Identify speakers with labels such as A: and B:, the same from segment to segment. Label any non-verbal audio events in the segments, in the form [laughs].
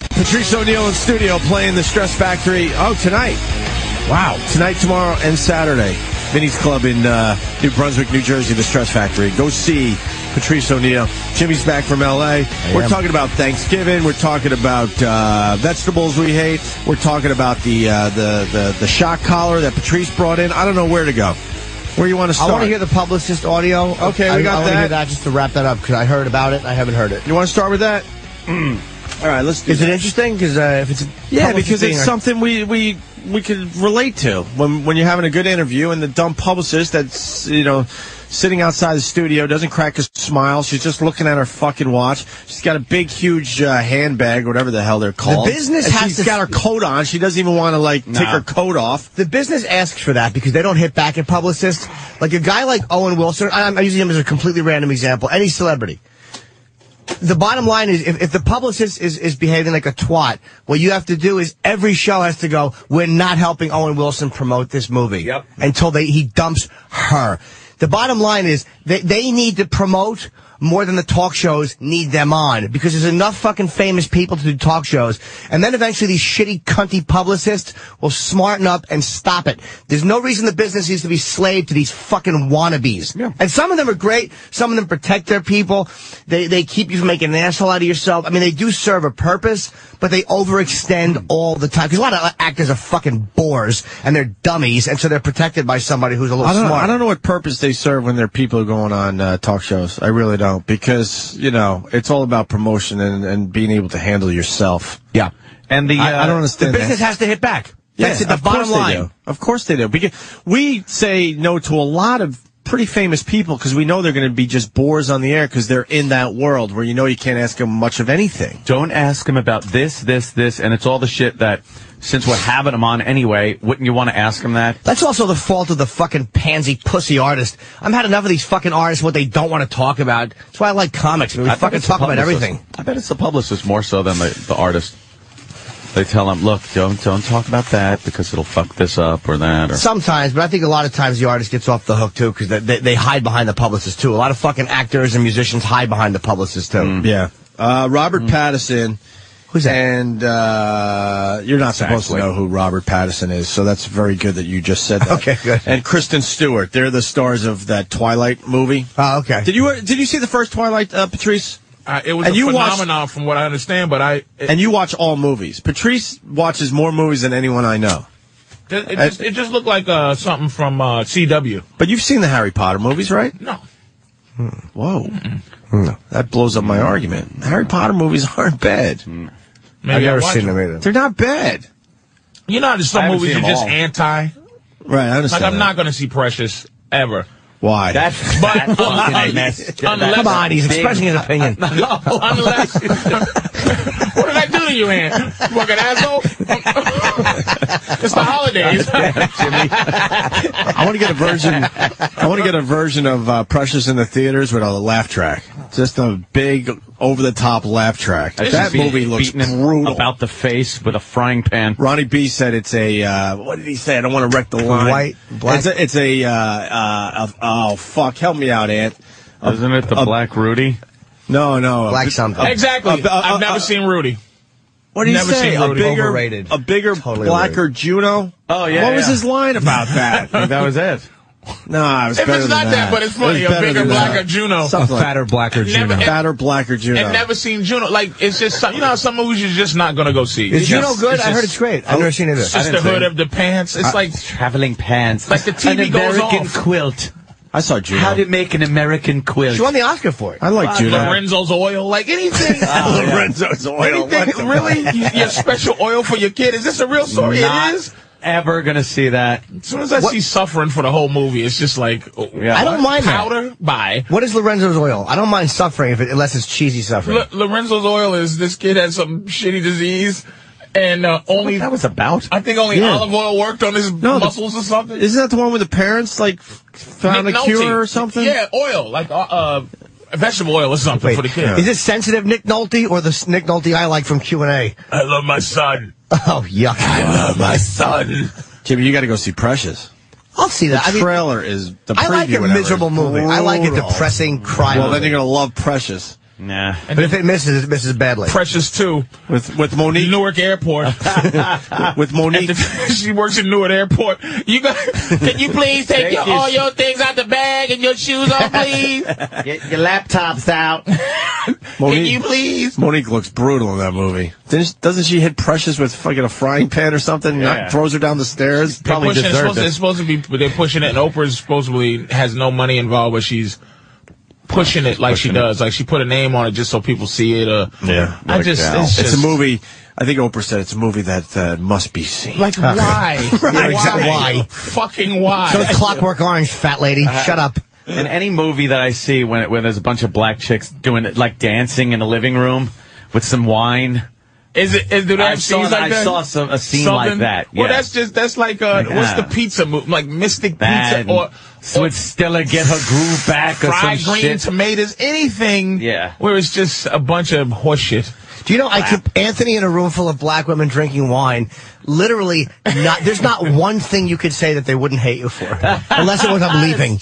A: Patrice O'Neill in studio playing the Stress Factory. Oh, tonight. Wow. Tonight, tomorrow, and Saturday. Vinny's Club in uh, New Brunswick, New Jersey, the Stress Factory. Go see Patrice O'Neill. Jimmy's back from L.A. We're
B: am.
A: talking about Thanksgiving. We're talking about uh, vegetables we hate. We're talking about the, uh, the the the shock collar that Patrice brought in. I don't know where to go. Where you want to
B: I
A: start?
B: want to hear the publicist audio.
A: Okay, we
B: I,
A: got
B: I wanna
A: that.
B: Hear that just to wrap that up because I heard about it. and I haven't heard it.
A: You want to start with that? Mm. All right, let's do
B: Is
A: that.
B: it interesting? Because uh, if it's a
A: Yeah,
B: publicist
A: because
B: being
A: it's
B: a-
A: something we we we could relate to when when you're having a good interview and the dumb publicist that's you know sitting outside the studio doesn't crack a smile. She's just looking at her fucking watch. She's got a big, huge uh, handbag, whatever the hell they're called.
B: business
A: and
B: has
A: she's
B: to-
A: got her coat on. She doesn't even want to like take
C: Nah.
A: her coat off.
B: the business asks for that because they don't hit back at publicists. Like a guy like Owen Wilson, I- I'm using him as a completely random example. Any celebrity. The bottom line is, if, if the publicist is, is behaving like a twat, what you have to do is every show has to go, we're not helping Owen Wilson promote this movie.
C: Yep.
B: Until they, he dumps her. The bottom line is, they, they need to promote more than the talk shows need them on because there's enough fucking famous people to do talk shows. And then eventually these shitty cunty publicists will smarten up and stop it. There's no reason the business needs to be slave to these fucking wannabes. And some of them are great. Some of them protect their people. They, they keep you from making an asshole out of yourself. I mean, they do serve a purpose, but they overextend all the time. Because a lot of actors are fucking bores and they're dummies. And so they're protected by somebody who's a little
A: I don't, know,
B: smart.
A: I don't know what purpose they serve when there are people going on uh, talk shows. I really don't because you know it's all about promotion and, and being able to handle yourself.
B: Yeah.
C: And the
A: I, I don't
C: uh,
A: understand.
B: The
A: that.
B: business has to hit back. That's
A: Yeah,
B: it, the
A: of
B: bottom
A: course they
B: line.
A: do. Of course they do. Because we say no to a lot of pretty famous people because we know they're going to be just bores on the air because they're in that world where you know you can't ask them much of anything.
C: don't ask him about this, this, this, and it's all the shit that, since we're having him on anyway, wouldn't you want to ask him that?
B: That's also the fault of the fucking pansy pussy artist. I've had enough of these fucking artists what they don't want to talk about. That's why I like comics. I mean, we
C: I bet
B: fucking
C: it's the
B: talk about
C: publicist.
B: everything.
C: I bet it's the publicist more so than the, the artist. They tell him, look, don't don't talk about that because it'll fuck this up or that. Or
B: Sometimes, but I think a lot of times the artist gets off the hook too because they, they, they hide behind the publicist too. A lot of fucking actors and musicians hide behind the publicist too.
D: Mm.
A: Yeah. Uh, Robert Pattinson.
B: Mm-hmm. Who's that?
A: And uh, you're not supposed
C: Exactly.
A: to know who Robert Pattinson is, so that's very good that you just said that.
B: Okay, good.
A: And Kristen Stewart, they're the stars of that Twilight movie.
B: Oh, okay.
A: Did you uh, did you see the first Twilight, uh, Patrice?
D: Uh, it was
A: And
D: a
A: you watched-
D: phenomenon, from what I understand. But I, it,
A: And you watch all movies. Patrice watches more movies than anyone I know.
D: it, it just, it just looked like uh, something from uh, CW.
A: But you've seen the Harry Potter movies, right? Hmm.
D: No,
A: Whoa. That blows up my argument. Harry Potter movies [laughs] aren't bad.
D: maybe
B: I've
D: I
B: never
D: watched
B: seen
D: it.
B: them either.
A: They're not bad.
D: You know, how there's
C: I
D: some
C: haven't
D: movies
C: seen
D: you're
C: them
D: just
C: all.
D: anti.
A: Right, I
D: Like
A: understand.
D: I'm
A: that.
D: not going to see Precious ever.
A: Why?
D: But
C: That fucking
D: unless-
C: mess. That
D: unless-
B: Come on, he's
C: big-
B: expressing his opinion.
D: [laughs] Unless, [laughs] what did I do to you, Ann? You fucking asshole! [laughs] it's the holidays.
C: [laughs]
A: I want to get a version. I want to get a version of uh, Precious in the theaters with a laugh track. Just a big, over-the-top laugh track. that
C: Just be-
A: movie looks
C: beaten in-
A: brutal.
C: About the face with a frying pan.
A: Ronnie B said it's a uh, what did he say? I don't want to wreck the line.
B: White, black-
A: It's a, it's a, uh, uh, a- oh fuck, help me out, Ant.
C: Isn't it the
A: a-
C: Black Rudy?
A: No, no, a
B: Black
A: bi-
B: something.
D: exactly.
A: Uh, uh, uh,
D: I've never
A: uh,
D: seen Rudy.
A: What do you
D: Never
A: say?
D: seen
A: A
D: Rudy.
A: bigger,
B: Overrated.
A: a bigger,
B: Totally
A: blacker Juno.
C: Oh, yeah,
A: What was
C: yeah.
A: his line
C: [laughs]
A: about that?
C: That was it.
A: no, I was
D: If
A: better
D: it's
A: than
D: not that, but it's
A: It
D: funny,
A: was
D: a
A: better
D: bigger,
A: than
D: blacker
A: that.
D: Juno.
A: Something like-
B: blacker
D: Never- Juno.
A: fatter, blacker Juno.
D: I've never seen Juno. Like it's just some, you know how some movies you're just not gonna go see.
B: Is
D: It's
B: Juno
D: just-
B: good?
D: It's
B: I
D: just-
B: heard it's great. I've never seen it.
D: It's just
C: didn't
D: the hood
C: see it.
D: of the pants. It's like
C: Traveling pants.
D: Like the TV
C: An
D: goes
C: American
D: off.
C: quilt.
A: I saw Juno.
C: How to make an American quilt.
B: She won the Oscar for it.
A: I like Juno.
D: Lorenzo's oil, like anything.
A: Lorenzo's oil. What the-
D: anything really? You- Your special oil for your kid? Is this a real story? it
C: Not
D: is.
C: ever gonna see that.
D: As soon as I see suffering for the whole movie,
C: [laughs]
D: it's just like oh,
C: Yeah.
B: I don't mind that.
D: powder. Bye.
B: What is Lorenzo's oil? I don't mind suffering if it, unless it's cheesy suffering.
D: L- Lorenzo's oil is this kid had some shitty disease, and uh, only
C: That was about.
D: I think only
A: Yeah.
D: olive oil worked on his
A: No, the-
D: muscles or something.
A: Isn't that the one where the parents like f- found a
D: Nick
A: cure
D: Nolte.
A: or something?
D: Yeah, oil like uh, uh, vegetable oil or something
B: Wait,
D: for the kid.
B: is it sensitive Nick Nolte or the s- Nick Nolte I like from Q and A?
D: I love my son.
B: Oh yuck!
D: love my son.
A: Jimmy, you got to go see Precious.
B: I'll see
A: The
B: that. I mean,
A: trailer is the
B: I like
A: preview,
B: a
A: whatever,
B: miserable
A: is
B: movie. I like a
A: brutal.
B: depressing crime.
A: Well, then
B: movie.
A: you're gonna love Precious.
C: Nah.
B: But if it misses, it misses badly.
D: Precious too.
A: with with Monique.
D: Newark Airport.
A: With Monique.
D: [laughs] she works in Newark Airport. You got, can you please take your, all your things out the bag and your shoes off, please?
E: Get your laptops out.
D: Can
A: Monique.
D: you please?
A: Monique looks brutal in that movie. Didn't, doesn't she hit Precious with fucking a frying pan or something? and
C: Yeah.
A: throws her down the stairs.
D: They're
C: Probably
D: pushing, it's,
C: deserved
D: supposed,
C: it.
D: it's supposed to be they're pushing it, and Oprah's supposedly has no money involved, but she's pushing it like she
C: Pushing it.
D: does. Like she put a name on it just so people see it. Uh,
C: Yeah,
D: I
C: like
D: just
C: now.
D: it's,
A: It's
D: just-
A: a movie. I think Oprah said it's a movie that uh, must be seen. [laughs]
D: Like why? why?
B: exactly. Why?
D: Fucking why?
B: Don't clockwork orange, fat lady.
A: Uh,
B: Shut up.
C: In any movie that I see when when there's a bunch of black chicks doing it, like dancing in the living room with some wine,
D: Is it? Is, do they
C: I
D: have
C: saw
D: scenes
C: that-
D: like
C: I
D: that?
C: saw some- a scene like that,
D: Well,
C: yeah.
D: that's just that's like uh,
C: Like,
D: what's
C: uh,
D: the pizza move? Like Mystic
C: that
D: Pizza or,
C: so
D: or
C: would Stella get her groove back or some
D: fried green
C: shit.
D: tomatoes, anything.
C: Yeah.
D: Where it's just a bunch of horseshit.
B: Do you know I keep Anthony in a room full of black women drinking wine? Literally, not there's
D: [laughs]
B: not one thing you could say that they wouldn't hate you for, unless it was I'm leaving.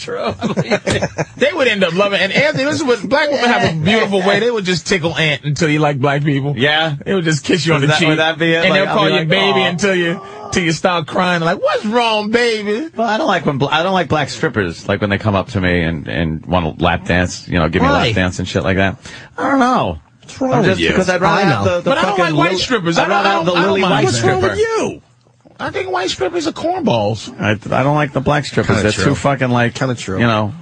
D: They would end up loving. And Anthony, this is what black women have a beautiful way. They would just tickle Ant until you like black people.
C: Yeah.
D: They would just kiss you on
C: Would
D: the
C: that-
D: cheek.
C: would that be it?
D: And
C: Like,
D: they'll
C: I'll
D: call
C: be
D: you
C: like,
D: baby
C: "Aw."
D: until you till you start crying. Like, what's wrong, baby?
C: Well, I don't like when bla- I don't like black strippers. Like when they come up to me and and want to lap dance, you know, give me a
B: Why?
C: lap dance and shit like that. I don't know. What's wrong
A: with you?
C: Because I'd
B: I
C: rather
B: know.
C: have the, the
D: But I don't
C: fucking
D: like white
C: Lily-
D: strippers. I
C: I'd
D: don't-
C: rather
D: I
C: have the
D: don't- I don't
C: Lily
D: mind.
C: White
D: What's wrong
C: stripper.
D: with you? I think white strippers are cornballs.
C: I, I don't like the black strippers.
A: Kinda
C: They're
A: true.
C: too fucking like
A: Kinda true.
C: You know.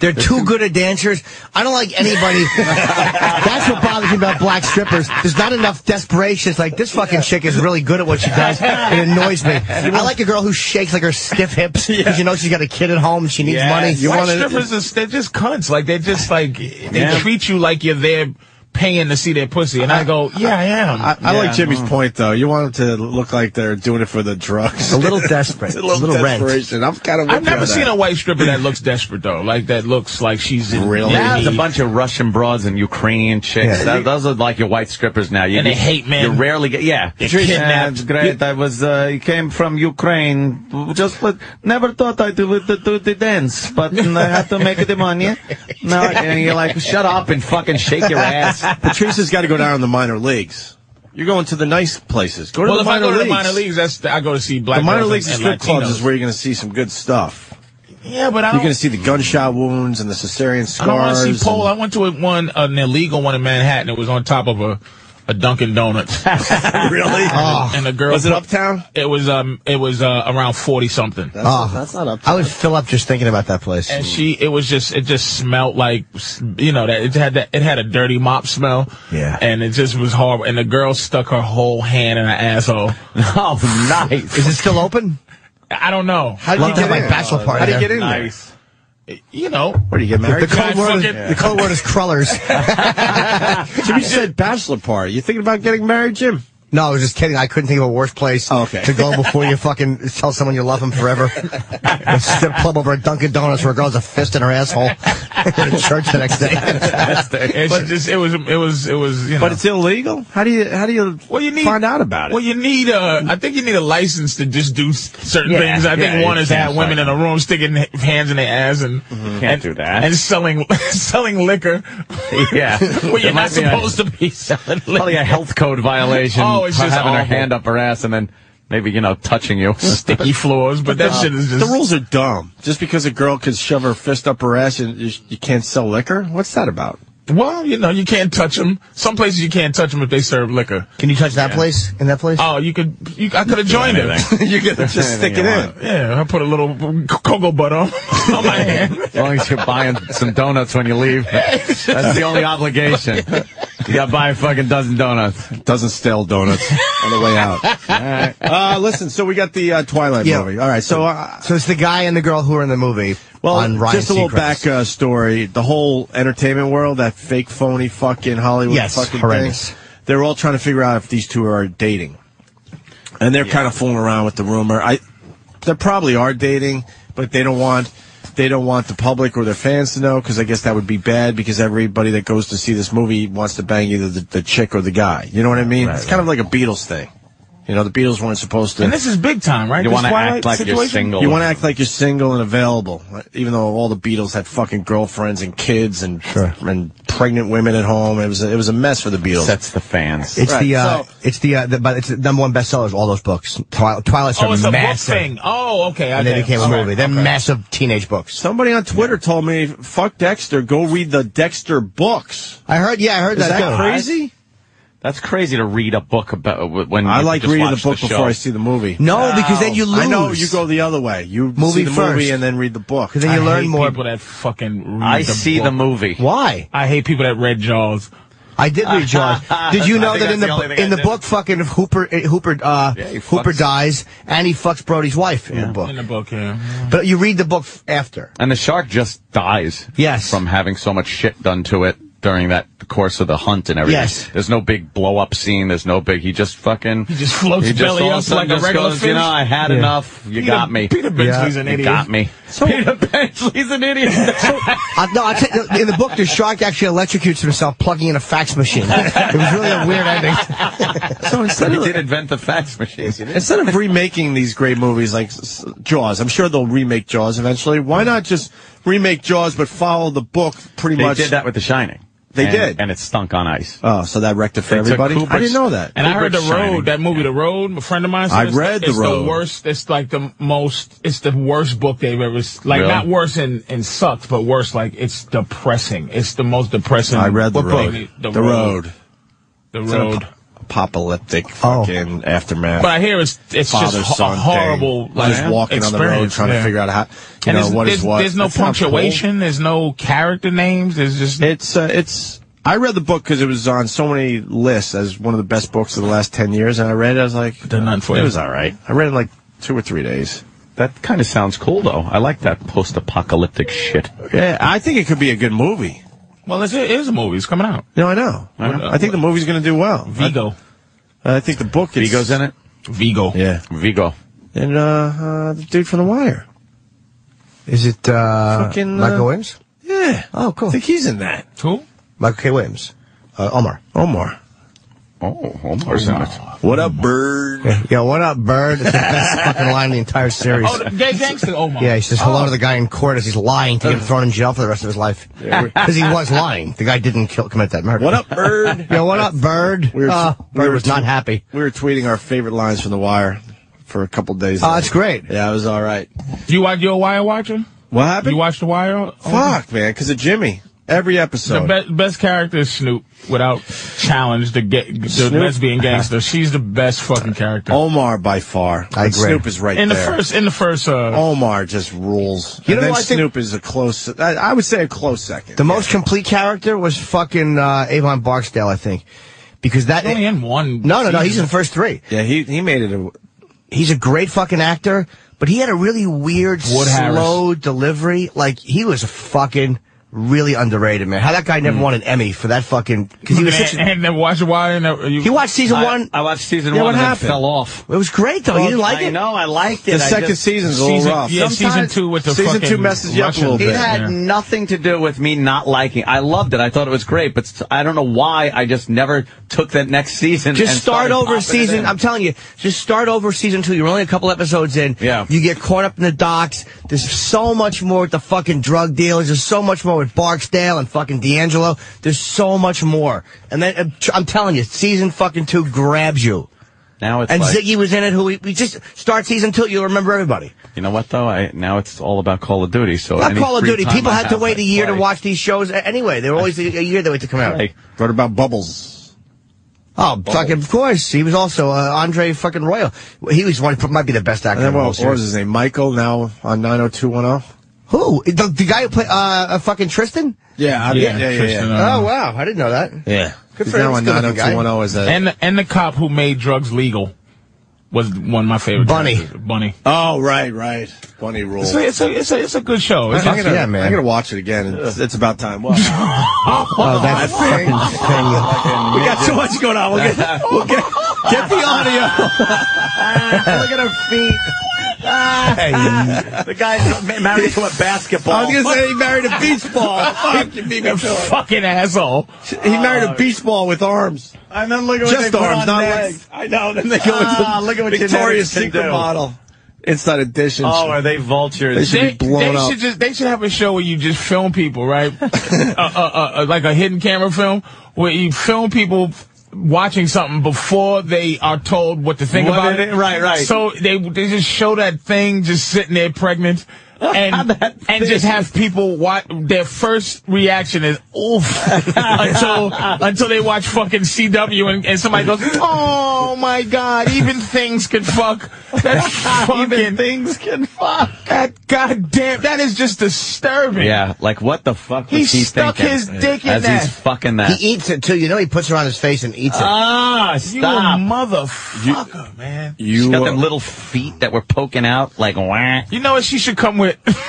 B: They're too good at dancers. I don't like
D: [laughs]
B: anybody. That's what bothers me about black strippers. There's not enough desperation. It's like this fucking chick is really good at what she does. It annoys me. I like a girl who shakes like her stiff hips because you know she's got a kid at home and she needs
C: Yeah,
B: money.
C: you
D: White
C: wanna-
D: strippers are they're just cunts. Like they're just like they
C: Yeah.
D: treat you like you're there paying to see their pussy, and I, go, yeah, I am.
A: I, I
C: Yeah,
A: like Jimmy's point though. You want them to look like they're doing it for the drugs.
B: a little
A: [laughs]
B: desperate, a little, rent.
A: desperation. I'm kind of.
D: I've never seen a white stripper that looks desperate though. Like that looks like she's in
A: Really?
D: in
C: There's a
D: need.
C: bunch of Russian broads and Ukrainian chicks. That- those are like your white strippers now. You,
D: And they
C: you-
D: hate men.
C: You rarely get yeah.
D: They're kidnapped.
C: Uh, great. I was uh, I came from Ukraine. Just but never thought I'd do the, do the dance, but I have to make the money. No, and you're like, shut up and fucking shake
A: [laughs]
C: your ass.
A: Patrice has got to go down in the minor leagues. You're going to the nice places. Go to
D: well,
A: the
D: if I
A: minor
D: go to
A: leagues.
D: the minor leagues, that's I go to see black.
A: The minor
D: girls
A: leagues and strip
D: and, Latinos.
A: clubs is where you're going to see some good stuff.
D: Yeah, but I
A: You're going
D: don't.
A: to see the gunshot wounds and the cesarean
D: I
A: scars.
D: don't want to see pole.
A: and-
D: I went to a one an illegal one in Manhattan. It was on top of a a Dunkin'
A: [laughs]
D: Donuts,
A: really? Ah.
D: and the girl
A: Was it uptown?
D: It was um it was uh, around forty something.
A: That's,
B: Oh.
A: that's not up.
B: I would fill up just thinking about that place.
D: and she it was just it just smelled like you know that it had that it had a dirty mop smell
B: Yeah.
D: and it just was horrible and the girl stuck her whole hand in
A: [laughs]
D: her asshole
C: Oh, nice.
B: Is it still open?
D: i don't know
B: How did you get my bachelor party?
A: How do you
B: there.
A: get in
C: Nice.
D: you know
A: there? Where do you get
B: The
A: married?
B: code
D: God,
B: word.
D: fuck it.
B: The code word is
A: [laughs]
B: crullers.
A: Jimmy said bachelor party. You thinking about getting married, Jim?
B: No, I was just kidding. I couldn't think of a worse place
A: Oh, okay.
B: to go before you fucking tell someone you love them forever. a strip club over at Dunkin' Donuts where a girl's a fist in her asshole. [laughs] Go to church the next day.
D: it's just it was it was it was you know
A: But it's illegal. How do you how do you,
D: well, you need,
A: find out about it?
D: Well, you need a. I think you need a license to just do s- certain
C: Yeah,
D: things. I
C: yeah,
D: think one
C: you
D: is
C: can't
D: have women
C: fight.
D: in a room sticking h- hands in their ass and
C: Can't
D: and-
C: do that.
D: and selling [laughs] selling liquor.
C: Yeah.
D: [laughs] Well,
C: There
D: you're not
C: might be a-
D: supposed to be selling liquor.
C: Probably a health code violation.
D: Oh, it's
C: for
D: just
C: having her
D: awful.
C: hand up her ass and then maybe you know touching you. Uh,
D: sticky floors,
C: [laughs]
D: but that shit is just
A: the rules are dumb. Just because a girl could shove her fist up her ass and you, you can't sell liquor, what's that about?
D: Well, you know, you can't touch them. Some places you can't touch them if they serve liquor.
B: Can you touch that place? In that place?
D: Oh, you could. You, I could have joined it.
A: you could just stick it
C: you
A: in.
C: want.
D: Yeah, I put a little cocoa butter on, [laughs] on my hand.
C: As long as you're buying some donuts when you
D: [laughs]
C: leave. That's the only obligation. You gotta buy a fucking dozen donuts.
A: Doesn't stale donuts on the way
C: [laughs]
A: out. uh, listen, so we got the uh, Twilight
B: Yeah.
A: movie. All right, so uh,
B: So it's the guy and the girl who are in the movie
A: well,
B: on Ryan
A: just a little
B: Seacrest.
A: back uh, story. The whole entertainment world, that fake, phony, fucking Hollywood,
B: Yes,
A: fucking
B: horrendous.
A: thing. They're all trying to figure out if these two are dating, and they're kind of fooling around with the rumor. I, they probably are dating, but they don't want. They don't want the public or their fans to know because I guess that would be bad because everybody that goes to see this movie wants to bang either the, the chick or the guy. You know what I mean? it's kind of like a Beatles thing. You know, the Beatles weren't supposed to.
D: And this is big time, right?
C: You
D: This
C: want to
D: Twilight
C: act like you're
D: situation?
C: single.
A: You want to act like you're single and available, even though all the Beatles had fucking girlfriends and kids and and pregnant women at home. It was a, it was a mess for the Beatles.
C: Sets the fans.
B: It's
A: Right,
B: the uh,
A: so-
B: it's the, uh, the but it's the number one bestsellers. All those books, Twi- Twilight
D: Oh,
B: Zone,
D: it's a
B: massive,
D: book thing. Oh, okay.
B: and
D: okay.
B: they became a
D: All right,
B: movie. They're
D: okay.
B: massive teenage books.
A: Somebody on Twitter told me, "Fuck Dexter, go read the Dexter books."
B: I heard, yeah, I heard
A: Is that,
B: too.
A: crazy?
C: That's crazy to read a book about when
A: I
C: you
A: like
C: just
A: reading the
C: watch
A: book
C: show.
A: before I see the movie.
B: No, because then you lose.
A: I know you go the other way. You
B: Movie
A: see the
B: first.
A: movie and then read the book.
B: because then you
D: I
B: learn
D: hate
B: more.
D: people that fucking read
C: I
D: the
C: see
D: book.
C: the movie.
B: Why?
D: I hate people that read Jaws.
B: I did
C: [laughs]
B: read Jaws. Did you
C: I
B: know
C: think
B: that in
C: that's
B: the,
C: the only
B: in
C: thing I
B: the
C: did.
B: book, fucking Hooper uh, Hooper uh,
C: Yeah, he fucks.
B: Hooper dies and he fucks Brody's wife in the book.
D: In the book, yeah.
B: But you read the book f- after.
C: And the shark just dies.
B: Yes.
C: From having so much shit done to it during that course of the hunt and everything.
B: Yes.
C: There's no big blow up scene. There's no big. He just fucking. He
D: just floats belly
C: all of
D: up
C: sudden
D: like a
C: just
D: regular
C: goes,
D: fish.
C: You know, I had enough. You got me.
D: Peter Benchley's
B: Yeah.
D: an
C: you
D: idiot.
C: got me. Peter Benchley's
B: [laughs]
C: an idiot.
B: I, no, I tell you, in the book, the shark actually electrocutes himself plugging in a fax machine. it was really a weird ending.
A: So instead
C: he
A: of
C: did invent the fax machine.
A: instead of remaking these great movies like s- s- Jaws, I'm sure they'll remake Jaws eventually. Why not just remake Jaws but follow the book pretty
C: They
A: much?
C: did that with The Shining.
A: They
C: And-
A: did.
C: and it stunk on ice.
A: Oh, so that rectified
C: They took
A: everybody. I
C: Kubrick's-
A: didn't know that.
D: And I heard The
C: Kubrick's Shining.
D: Road, that movie The Road, a friend of mine said
A: I
D: it's
A: read
D: the,
A: The
D: it's
A: Road.
D: the worst, it's like the most, it's the worst book they've ever, s- like
C: Really?
D: not worse and, and sucked, but worse like it's depressing. It's the most depressing.
A: I read the
D: book
A: road.
D: they-
A: The road.
D: The
A: It's an
D: Road.
A: ap- apocalyptic
B: Oh.
A: fucking aftermath.
D: But I hear it's, it's
A: Father
D: just ho-
A: son
D: a horrible,
A: thing.
D: like,
A: just walking on the road
D: experience,
A: trying
D: yeah.
A: to figure out how you
D: and
A: know
D: there's,
A: what is
D: there's,
A: what.
D: there's no
A: That's not cool.
D: punctuation. There's no character names. There's just
A: It's uh, it's. I read the book because it was on so many lists as one of the best books of the last ten years, and I read it. I was like,
D: they're not for
A: it
D: you.
A: was all right. I read it in like two or three days.
C: That kind of sounds cool, though. I like that post-apocalyptic shit.
A: Yeah, I think it could be a good movie.
D: well, it's, it is a movie. It's coming out.
A: No, I know. I,
C: know.
A: think the movie's going to do well.
D: Vigo.
A: I, I think the book. Is,
C: Vigo's in it.
D: Vigo.
A: Yeah,
C: Vigo.
A: and uh, uh, the dude from The Wire.
B: Is it uh,
A: Fucking, uh,
B: Michael Williams?
A: Yeah.
B: Oh, cool.
A: I think he's in that.
D: Who?
B: Michael K. Williams. Uh, Omar.
A: Omar.
C: Oh, Omar's in it.
A: What up, bird?
B: Yeah, what up, bird? It's the best fucking line in the entire series.
D: Oh, the gay gangster Omar.
B: Yeah, he says hello
D: Oh.
B: to the guy in court as he's lying to get thrown in jail for the rest of his life. [laughs] Because he was lying. The guy didn't kill, commit that murder.
A: What up, bird?
B: [laughs] Yeah, what up, Bird?
A: We were-
B: Uh,
A: we
B: bird
A: were
B: was
A: too-
B: not happy.
A: we were tweeting our favorite lines from The Wire for a couple days.
B: Oh,
A: now.
B: that's great.
A: Yeah, it was all right.
D: You watch your Wire Watcher?
A: What happened?
D: You watch The Wire? Omar?
A: Fuck, man, because of Jimmy. Every
D: Oh, The
A: episode.
D: be- best character is Snoop without challenge. The, ga- the
A: Snoop?
B: [laughs]
D: lesbian gangster. She's the best fucking character.
A: Omar by far.
B: I
A: But
B: agree.
A: Snoop is right
D: in the
A: there.
D: first, in the first, uh,
A: Omar just rules.
B: You
A: and
B: know,
A: then
B: I think-
A: Snoop is a close. I, I would say a close second.
B: The most complete character was fucking uh, Avon Barksdale, I think. Because that.
D: he's only in one.
B: no, no, no. He's in
D: season.
B: the first three.
A: yeah, he he made it. A,
B: He's a great fucking actor, but he had a really weird,
D: Wood Harris.
B: slow delivery. Like, he was fucking really underrated, man. How that guy never won an Emmy for that fucking. Because he was such
D: and,
B: a,
D: and then watch The Wire. And, uh, you,
B: He watched season
C: I,
B: one.
C: I watched season
A: Yeah,
C: one
A: what
C: and then
A: happened?
C: fell off.
B: It was great, though. Oh, you didn't like
E: I
B: it?
E: know, I liked it.
A: the
E: I
A: second
E: just-
A: season's a
D: season,
A: little rough.
D: Yeah, season
A: Sometimes-
D: two with the
A: season
D: fucking
A: two messes you up a
D: Russian
A: little
D: dude.
A: bit.
C: It had
D: Yeah.
C: nothing to do with me not liking. I loved it. I thought it was great, but st- I don't know why. I just never took that next season.
B: Just
C: and
B: start
C: started
B: over
C: popping it
B: season.
C: in.
B: I'm telling you, just start over season two. You're only a couple episodes in.
C: Yeah.
B: You get caught up in the docks. There's so much more with the fucking drug dealers. There's so much more with Barksdale and fucking D'Angelo. There's so much more. And then I'm tr- I'm telling you, season fucking two grabs you.
C: now it's
B: And
C: like,
B: Ziggy was in it. Who we, we just start season two. You'll remember everybody.
C: you know what though? I now it's all about Call of Duty. So
B: Not
C: any
B: Call of
C: free
B: Duty.
C: time
B: People
C: I
B: had to
C: have,
B: wait
C: I
B: a year to
C: play.
B: watch these shows a- anyway. They were always a a year they wait to come out.
C: Like,
A: Wrote about Bubbles.
B: Oh, fucking, of course. He was also uh, Andre fucking Royal. He was one, might be the best actor.
A: And then
B: in the
A: what,
B: whole
A: what
B: series.
A: was his name? Michael now on 90210?
B: Who? The, the guy who played uh, uh, fucking Tristan?
A: Yeah, I-
D: Yeah,
A: yeah, yeah.
D: Tristan,
A: yeah.
D: uh,
B: oh wow, I didn't know that. oh
A: Yeah.
B: Good
A: He's
B: for him.
A: now
B: He's
A: on
B: a good-looking guy.
A: 90210 as a.
D: and the, and the cop who made drugs legal was one of my favorite.
B: Bunny.
D: characters. Bunny.
A: oh, right, right. Funny rule.
D: It's a, it's a, it's a, it's a good show. It's
A: I'm
D: just-
A: gonna,
B: Yeah, man.
A: I'm gonna watch it again. It's, it's about time. Well,
B: Oh,
A: [laughs]
B: that fucking thing.
A: we got so much going on. [laughs] We'll get, we'll get, get the audio. Look at her feet.
C: The guy's ma- married to a basketball.
A: I was gonna say he married [laughs] a beach ball. Fuck, you beat me to it.
D: Fucking asshole.
A: He married a beach ball with arms.
C: and then look at
A: Just arms, not legs.
C: I
A: [laughs]
C: know. Then they
A: Ah,
C: ah, look at what
A: Victoria's
C: genetics can
A: Secret
C: do.
A: model. Inside edition.
C: Oh, are they
A: They
C: vultures?
A: should be blown
D: they
A: up.
D: Should just, they should have a show where you just film people,
C: [laughs]
D: right? uh, uh, uh, uh, like a hidden camera film where you film people watching something before they are told what to think
C: What
D: about
C: it
D: it.
C: is- right, right.
D: So they they just show that thing just sitting there pregnant. And
C: [laughs] That
D: and
C: thing.
D: just have people watch. Their first reaction is oof [laughs] until until they watch fucking CW and, and somebody goes, oh my god, even things can fuck. That's
C: [laughs]
D: fucking
C: Even things
A: [laughs]
C: can fuck.
D: that goddamn, that is just disturbing.
E: Yeah, like what the fuck was
D: He
E: he
D: stuck
E: thinking
D: his dick in
E: as
D: that.
E: he's fucking that?
B: He eats it too. You know he puts it on his face and eats it.
C: Ah,
D: You
C: stop.
D: motherfucker, man.
E: She's
A: you
E: got
A: uh,
E: them little feet that were poking out like wah. [laughs]
D: You know what she should come with? [laughs]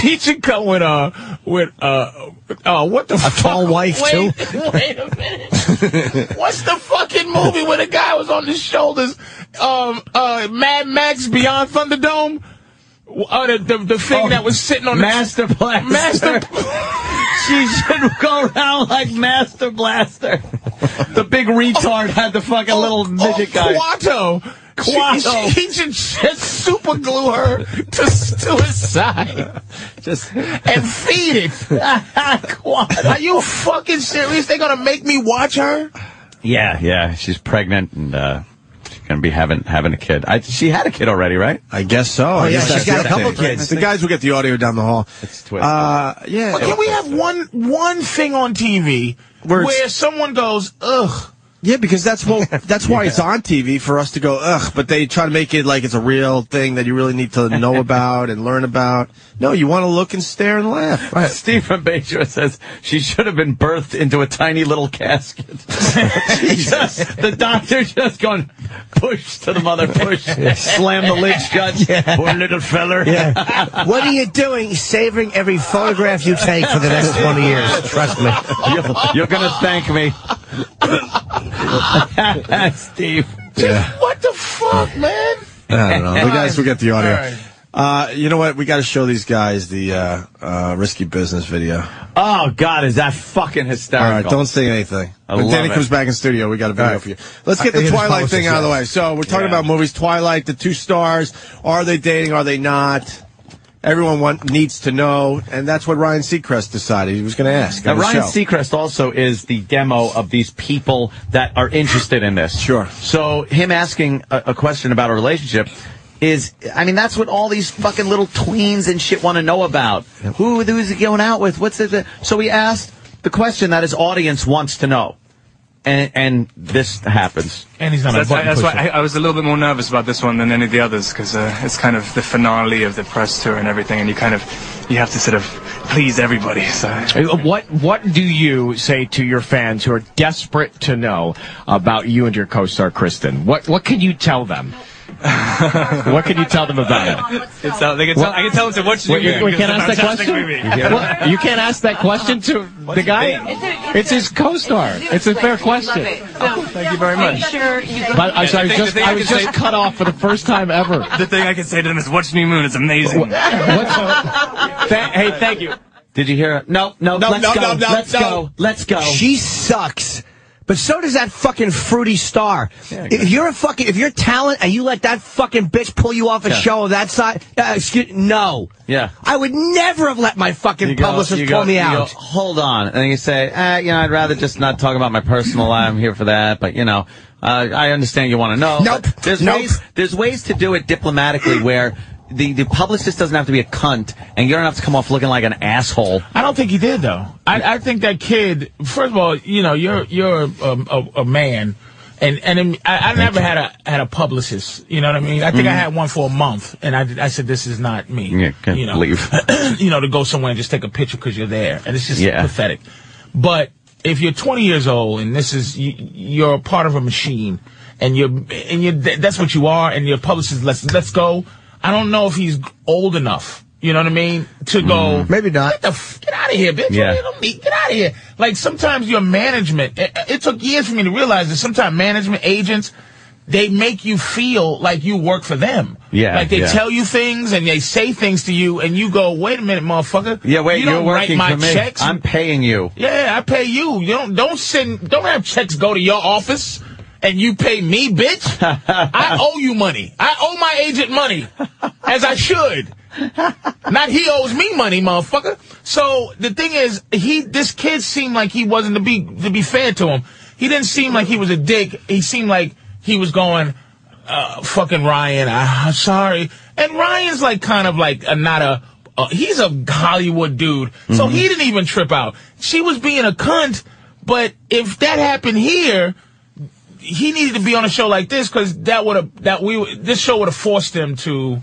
D: she should come with uh with uh uh what the a fuck?
B: tall wife,
D: wait, [laughs] Wait a minute. What's the fucking movie where the guy was on his shoulders? Um uh Mad Max Beyond Thunderdome. Uh, the, the the thing that was sitting on
C: Oh, Master
D: the
C: Blaster. [laughs]
D: master.
C: she should go around like Master
E: [laughs]
C: Blaster. The big retard
A: Oh.
C: had the fucking little midget guy.
D: Quato.
C: Quato.
D: She, she, he should just super glue her to, to his side. Just and feed it. Quato. Are you fucking serious? They're gonna make me watch her?
E: Yeah, yeah. She's pregnant and uh, she's gonna be having having a kid. I, she had a kid already, right?
A: I guess so. I
B: yeah,
A: guess Oh,
B: she's
A: that's
B: got
A: the
B: a couple
A: update.
B: kids.
A: The guys will get the audio down the hall.
E: It's twisted.
A: Uh, yeah.
D: Can we have one one thing on TV
A: Where
D: where,
A: it's-
D: someone goes, ugh?
A: Yeah, because that's well, that's why it's on TV for us to go ugh. But they try to make it like it's a real thing that you really need to know about and learn about. No, you want to look and stare and laugh.
E: [laughs] Steve from Bajor says she should have been birthed into a tiny
A: [laughs]
E: little casket. just, the doctor just going push to the mother, push, slam the lid
A: [laughs]
E: shut. Poor little feller.
B: Yeah. what are you doing? Savoring every photograph you take for
A: [laughs]
B: the next 20 years. Trust me.
E: You're, you're gonna thank
F: [laughs]
E: me, Steve.
D: What the fuck, man?
A: I don't know. The guys will get the audio.
D: All right.
A: Uh, you know what? We got to show these guys the uh, uh, risky business video.
E: Oh God, is that fucking hysterical?
A: All right, don't say anything.
E: I
A: when
E: love
A: Danny
E: it. Uh,
A: comes back in studio, we got a video
B: All right.
A: for you. Let's get
B: I-
A: the
B: it is
A: Twilight
B: posted,
A: thing out of the
B: yeah.
A: way. So we're talking
E: Yeah.
A: about movies. Twilight, the two stars. Are they dating? Are they not? Everyone want, needs to know, and that's what Ryan Seacrest decided he was going to ask.
E: Now,
A: on the
E: Ryan
A: show.
E: Seacrest also is the demo of these people that are interested in this.
A: Sure.
E: So him asking a, a question about a relationship is, I mean, that's what all these fucking little tweens and shit want to know about. Who, who's he going out with? What's it? So he asked the question that his audience wants to know. And, and this happens.
D: And he's not
G: That's, why, that's why I, I was a little bit more nervous about this one than any of the others because uh, it's kind of the finale of the press tour and everything, and you kind of you have to sort of please everybody. So
F: What What do you say to your fans who are desperate to know about you and your co-star Kristen? What What can you tell them? what can you tell them about it?
H: uh,
G: so they can tell, I can tell them to watch the
F: Wait, you-
G: movie
F: we
G: because
F: can't
G: it's a
F: ask that
G: fantastic
F: question?
G: movie.
F: What? You can't ask that question to the guy. It's his co-star. It's a fair question.
G: Thank you very much.
F: But I'm sorry, I was
G: I think
F: just,
G: the thing
F: I
G: I
F: was
G: can
F: just
G: say-
F: cut off for the first time ever.
G: The thing I can say to them is watch New Moon. It's amazing.
F: Tha- hey, thank you.
E: Did you hear? No, no,
A: No,
E: let's
A: no,
E: go.
A: no, no,
E: let's
A: no.
E: go. Let's go.
B: She sucks. But so does that fucking fruity star. if you're a fucking, if you're talent and you let that fucking bitch pull you off a
E: Yeah.
B: show of that side, uh, excuse, no.
E: Yeah.
B: I would never have let my fucking
E: You go-
B: publicist
E: you
B: pull
E: go-
B: me
E: you
B: out.
E: go, Hold on, and then you say, eh, you know, I'd rather just not talk about my personal life. I'm here for that, but you know, uh, I understand you want to know.
B: Nope.
E: but There's
B: Nope.
E: ways. There's ways to do it diplomatically where. The, the publicist doesn't have to be a cunt, and you don't have to come off looking like an asshole.
D: I don't think he did though. I, I think that kid. First of all, you know, you're you're um, a, a man, and and um, I, I never had a had a publicist. You know what I mean? I think I had one for a month, and I, did- I said this is not me.
E: Mm-hmm. Yeah, can't
D: you know,
E: leave.
D: [clears throat] you know, to go somewhere and just take a picture because you're there, and it's just
E: Yeah.
D: pathetic. But if you're 20 years old and this is you, you're a part of a machine, and you're and you're th- that's what you are, and your publicist let's let's go. I don't know if he's old enough. You know what I mean? To go
E: Mm.
B: Maybe not.
D: get the f- get out of here, bitch.
E: Yeah.
D: You don't need- get out of here. Like sometimes your management. It, it took years for me to realize that sometimes management agents. they make you feel like you work for them.
C: Yeah,
D: Like they
C: yeah.
D: tell you things and they say things to you and you go, wait a minute, motherfucker.
C: Yeah, wait,
D: you
C: are
D: don't
C: working
D: write my
C: for me.
D: checks.
C: I'm paying you.
D: yeah, I pay you. You don't don't send don't have checks go to your office and you pay me, bitch.
C: [laughs]
D: I owe you money. I owe my agent money. As I should. Not he owes me money, motherfucker. So the thing is, he this kid seemed like he wasn't to be to be fair to him. He didn't seem like he was a dick. He seemed like he was going, uh, fucking Ryan. I, am sorry. And Ryan's like kind of like a, not a. Uh, he's a Hollywood dude, so he didn't even trip out. She was being a cunt, but if that happened here, he needed to be on a show like this because that would have that we this show would have forced him to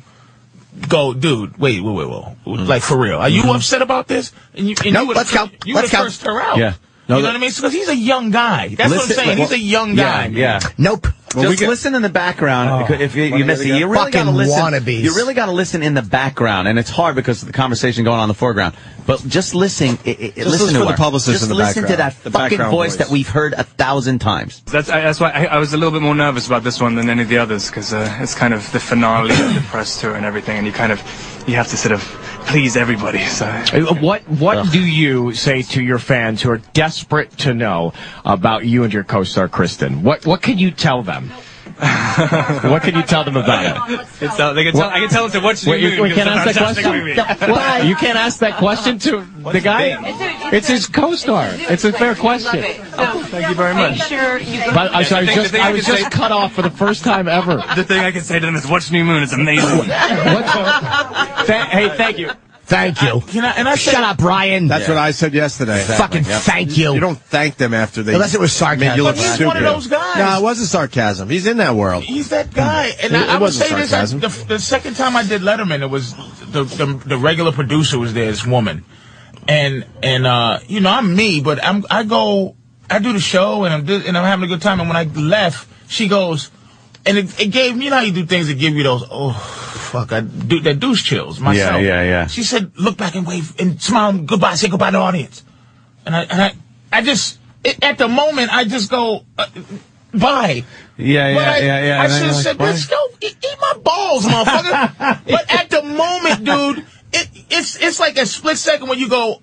D: go, dude. Wait, wait, wait, wait. Like for real, are you upset about this? And you, and
B: Mm-hmm. Nope,
D: you would've
B: let's
D: fir-
B: go.
D: You
B: Let's
D: would
B: go.
D: have first her out.
C: Yeah. No,
D: you know
C: that-
D: what I mean? Because he's a young guy. That's what
C: Listen-
D: I'm saying. He's
C: well,
D: a young guy. man.
C: Yeah, yeah.
B: Nope.
A: we
C: Just
A: get-
C: listen in the background. if you, you miss it, you really
B: Fucking
C: gotta listen.
B: wannabes.
C: You really gotta listen in the background, and it's hard because of the conversation going on in the foreground. But just listen. i- i- listen
A: listen
C: to
A: for the
C: her.
A: publicist
C: Just
A: in the
C: listen to
A: background.
C: that
A: The
C: fucking
A: background
C: voice
A: voice.
C: that we've heard a thousand times.
H: That's, I, that's why I, I was a little bit more nervous about this one than any of the others because uh, it's kind of the finale of the press tour and everything, and you kind of you have to sort of please everybody. So
F: Uh, What What do you say to your fans who are desperate to know about you and your co-star Kristen? What What can you tell them? what can you tell them about it?
H: it's, uh, they can tell, I can tell them to watch the
F: Wait, you, we can't ask that question. [laughs] Why? You can't ask that question to the guy. It's his co-star. It's a fair question.
H: Oh,
I: Thank you very much. Sure you go
F: But I'm
H: think
F: sorry, I was
H: the
F: just,
H: thing
F: I
H: I
F: was
H: could
F: just cut off for the first
D: [laughs]
F: time ever.
H: The thing I can say to them is watch New Moon. It's amazing.
F: Tha- hey, thank you.
B: Thank you.
D: Can I, and I
B: Shut
D: said-
B: up, Ryan.
A: That's what I said yesterday.
B: Fucking thank you.
A: You don't thank them after they.
B: Unless it was sarcasm.
A: Make you look
D: But he's
A: stupid.
D: one of those guys.
A: No, it wasn't sarcasm. He's in that world.
D: He's that guy, and
A: It-
D: I,
A: it
D: I would
A: wasn't
D: say this: I,
A: sarcasm.
D: the, the second time I did Letterman, it was the, the the regular producer was there, this woman, and and uh, you know I'm me, but I'm I go I do the show and I'm do, and I'm having a good time, and when I left, she goes, and it, it gave me you know how you do things that give you those oh fuck I do that douche chills myself.
C: yeah, yeah.
D: She said, look back and wave and smile and goodbye, say goodbye to the audience, and I and I I just it, at the moment I just go uh, bye.
C: Yeah,
D: But I, I
C: And
D: should
C: I'm
D: have
C: like,
D: said,
C: why?
D: bitch, go eat, eat my balls,
C: [laughs]
D: motherfucker. but at the moment, dude, it, it's it's like a split second when you go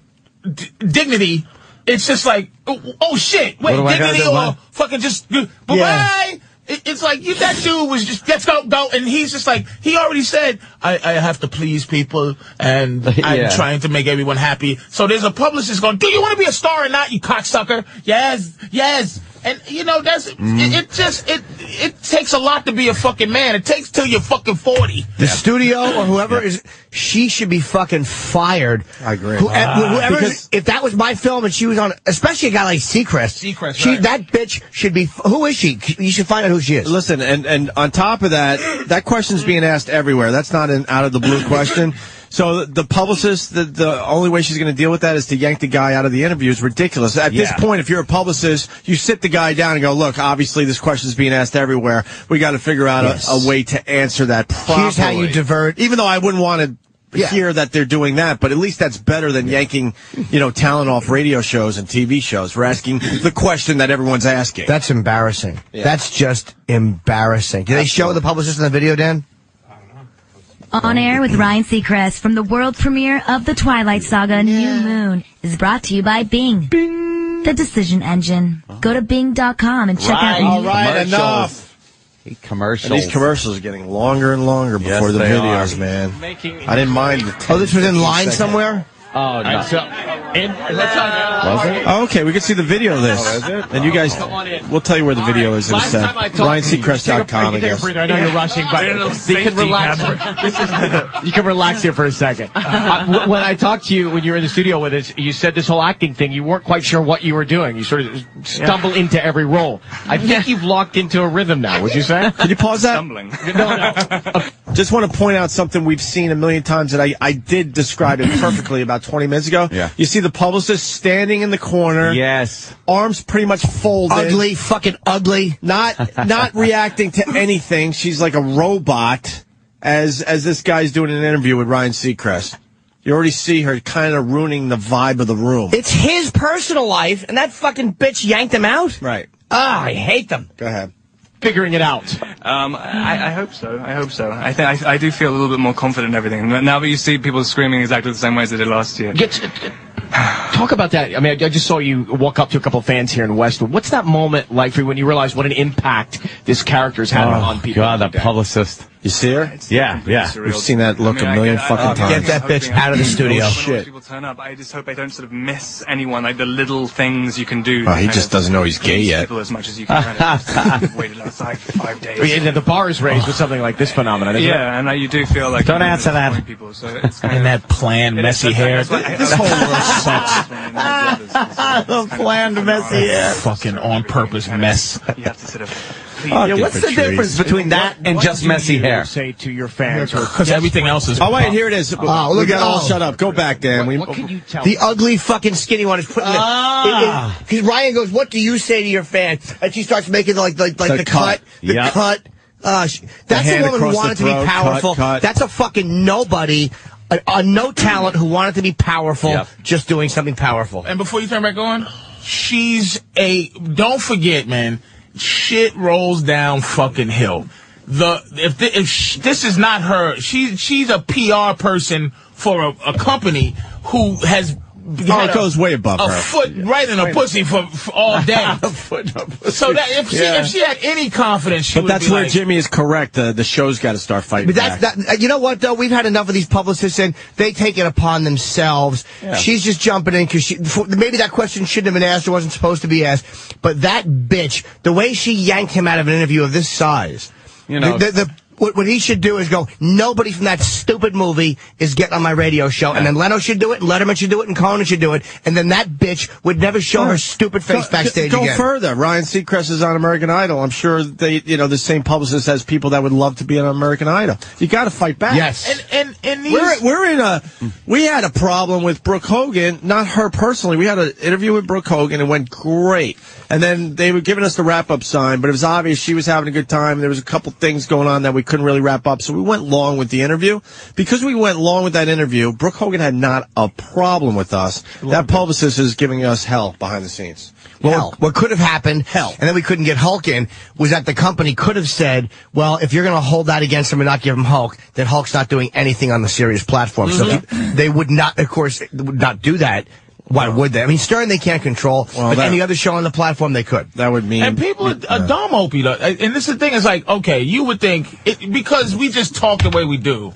D: d- dignity. It's just like, oh, oh, shit, wait,
C: do I gotta
D: dignity
C: do?
D: or
C: What?
D: fucking just bye bye. It, it's like you, that dude was just let's go go, and he's just like he already said I, I have to please people
C: [laughs]
D: and I'm
C: Yeah.
D: trying to make everyone happy. So there's a publicist going, do you want to be a star or not, you cocksucker? Yes, yes. And you know that's
C: Mm.
D: it, it. Just it it takes a lot to be a fucking man. It takes till you're fucking forty.
B: The studio or whoever is, she should be fucking fired.
A: I agree.
B: Who,
E: Ah.
B: whoever,
A: because-
B: if that was my film and she was on, especially a guy like Seacrest,
D: Seacrest,
B: she,
D: right.
B: that bitch should be. Who is she? You should find out who she is.
A: Listen, and and on top of that, that question's being asked everywhere. That's not an out of the blue
B: [laughs]
A: question. So the publicist, the, the only way she's going to deal with that is to yank the guy out of the interview. It's ridiculous. At this
C: Yeah.
A: point, if you're a publicist, you sit the guy down and go, "Look, obviously this question's being asked everywhere. We got to figure out
B: Yes.
A: a, a way to answer that properly."
B: Here's how you divert-
A: Even though I wouldn't want to
B: Yeah.
A: hear that they're doing that, but at least that's better than yanking, you know, talent off radio shows and TV shows. We're asking the question that everyone's asking.
B: That's embarrassing. That's just embarrassing. Do they show the publicist in the video, Dan?
I: On air with Ryan Seacrest from the world premiere of the Twilight Saga New Moon is brought to you by Bing. Bing. The decision engine.
J: Uh-huh.
I: Go to bing.com and check out
A: All
I: new-
A: right,
E: [laughs]
A: enough.
C: commercials.
A: And these commercials are getting longer and longer before the
C: they
A: videos,
C: are.
A: man. I didn't mind the. 10,
B: Oh, this was in
A: 15
B: line
A: seconds.
B: somewhere?
C: Oh no.
F: Was
A: Oh, okay, we can see the video of this. And you guys, we'll tell you where the video is in a
F: Last
A: sec.
F: time I talked to you, you take a- you
A: RyanSeacrest.com, I
F: take a
A: guess.
F: breather. I know you're rushing, but you can relax. This
D: [laughs]
F: [laughs] is- you can relax here for a second. [laughs] Uh, w- when I talked to you when you were in the studio with us, you said this whole acting thing. You weren't quite sure what you were doing. You sort of stumble into every role. I think you've locked into a rhythm now. Would you [laughs] say?
A: Can you pause that?
H: Stumbling.
A: Just want to point out something we've seen a million times that I, I did describe
E: [clears throat]
A: it perfectly about 20 minutes ago.
C: Yeah.
A: You see the publicist standing in the corner,
C: Yes.
A: arms pretty much folded.
B: Ugly, fucking ugly.
A: not
E: [laughs]
A: not reacting to anything. She's like a robot as as this guy's doing an interview with Ryan Seacrest. You already see her kind of ruining the vibe of the room.
E: Oh,
B: It's his personal life, and that fucking bitch yanked him out?
A: right.
B: Ah, I hate them.
A: Go ahead.
F: Figuring it out.
H: Um, I, I hope so. I hope so. I think I, I do feel a little bit more confident in everything now that you see people screaming exactly the same way as they did last year.
F: Get, talk about that. I mean, I, I just saw you walk up to a couple of fans here in Westwood. What's that moment like for you when you realize what an impact this character's
H: Oh,
F: had on people?
E: God, that publicist.
A: You see her?
E: Yeah, yeah.
H: Surreal.
A: We've seen that look
H: I mean,
A: a
H: I
A: million
H: get- I-
A: fucking
H: I'm
A: times.
B: Get that bitch
H: hoping I-
B: out of the studio.
H: When all these
A: Shit.
H: People turn up. I just hope I don't sort of miss anyone. Like the little things you can do.
A: Oh, he
H: to kind
A: just
H: of
A: doesn't know he's gay
H: please
A: yet.
H: People as much as you can. kind of just waited outside for five days.
F: I mean, the bar is raised
A: Oh.
F: with something like this phenomenon. isn't it?
H: Yeah, and uh, you do feel like
E: Don't
H: you
E: answer that.
H: disappoint People, so it's kind
D: And
H: of,
D: that planned, messy hair. This whole
H: [laughs]
D: world sucks. [laughs]
H: the
C: planned messy hair.
D: Fucking on purpose mess.
H: You have to sort of.
C: Yeah, what's the difference between that and
F: What
C: just
F: do
C: messy
F: you
C: hair?
F: Say to your
D: [laughs]
F: fans. or-
D: Because everything else is.
A: Oh wait, here it is.
B: Oh,
A: we
B: look
A: got
B: at
A: all
B: all.
A: shut up. Go back, Dan. We,
F: what can you tell?
B: The ugly fucking skinny one is putting
C: Ah.
B: Because Ryan goes, "What do you say to your fans?" And she starts making like like, like the,
A: The
B: cut,
A: cut.
B: the
E: Yep.
B: cut. Uh, sh that's a
A: hand
B: woman who
A: across
B: wanted
A: the
B: to be
A: throat, cut,
B: powerful.
A: cut.
B: That's a fucking nobody, a, a no talent who wanted to be powerful,
E: Yep.
B: just doing something powerful.
D: And before you turn back on, she's a. Don't forget, man. Shit rolls down fucking hill. The if thi- if sh this is not her, she's she's a PR person for a, a company who has.
A: oh, it
D: had a-
A: goes way above
D: a
A: her.
D: foot right in a pussy for, for
A: [laughs]
D: all day. So that if she if she had any confidence, she
A: but
D: would
A: that's
D: be
A: where
D: like,
A: Jimmy is correct. The, the show's got to start fighting.
B: But that's
A: back.
B: that. uh, You know what though? We've had enough of these publicists, and they take it upon themselves. She's just jumping in because she for, maybe that question shouldn't have been asked or wasn't supposed to be asked. But that bitch, the way she yanked him out of an interview of this size, you
E: know-
B: the. the, what, what he should do is go, nobody from that stupid movie is getting on my radio show. And then Leno should do it, and Letterman should do it, and Conan should do it. And then that bitch would never show her stupid face
A: Go-
B: backstage
A: Go
B: again.
A: further. Ryan Seacrest is on American Idol. I'm sure they, you know, the same publicist has people that would love to be on American Idol. You got to fight back.
B: Yes.
D: "Ah." and and and these,
A: We're, we're in a we had a problem with Brooke Hogan, not her personally. We had an interview with Brooke Hogan, it went great, and then they were giving us the wrap up sign, but it was obvious she was having a good time. There was a couple things going on that we couldn't really wrap up, so we went long with the interview. Because we went long with that interview, Brooke Hogan had not a problem with us. That publicist is giving us hell behind the scenes.
B: Well, what could have happened, hell, and then we couldn't get Hulk in, was that the company could have said, well, if you're going to hold that against him and not give him Hulk, then Hulk's not doing anything on the serious platform. So
A: Mm-hmm.
B: they would not, of course, they would not do that. Why would they? I mean, Stern they can't control,
A: Well,
B: but
A: that-
B: any other show on the platform they could.
A: That would mean
D: and people are, are dumb, Opie. though. And this is the thing is like, okay, you would think it, because we just talk the way we do,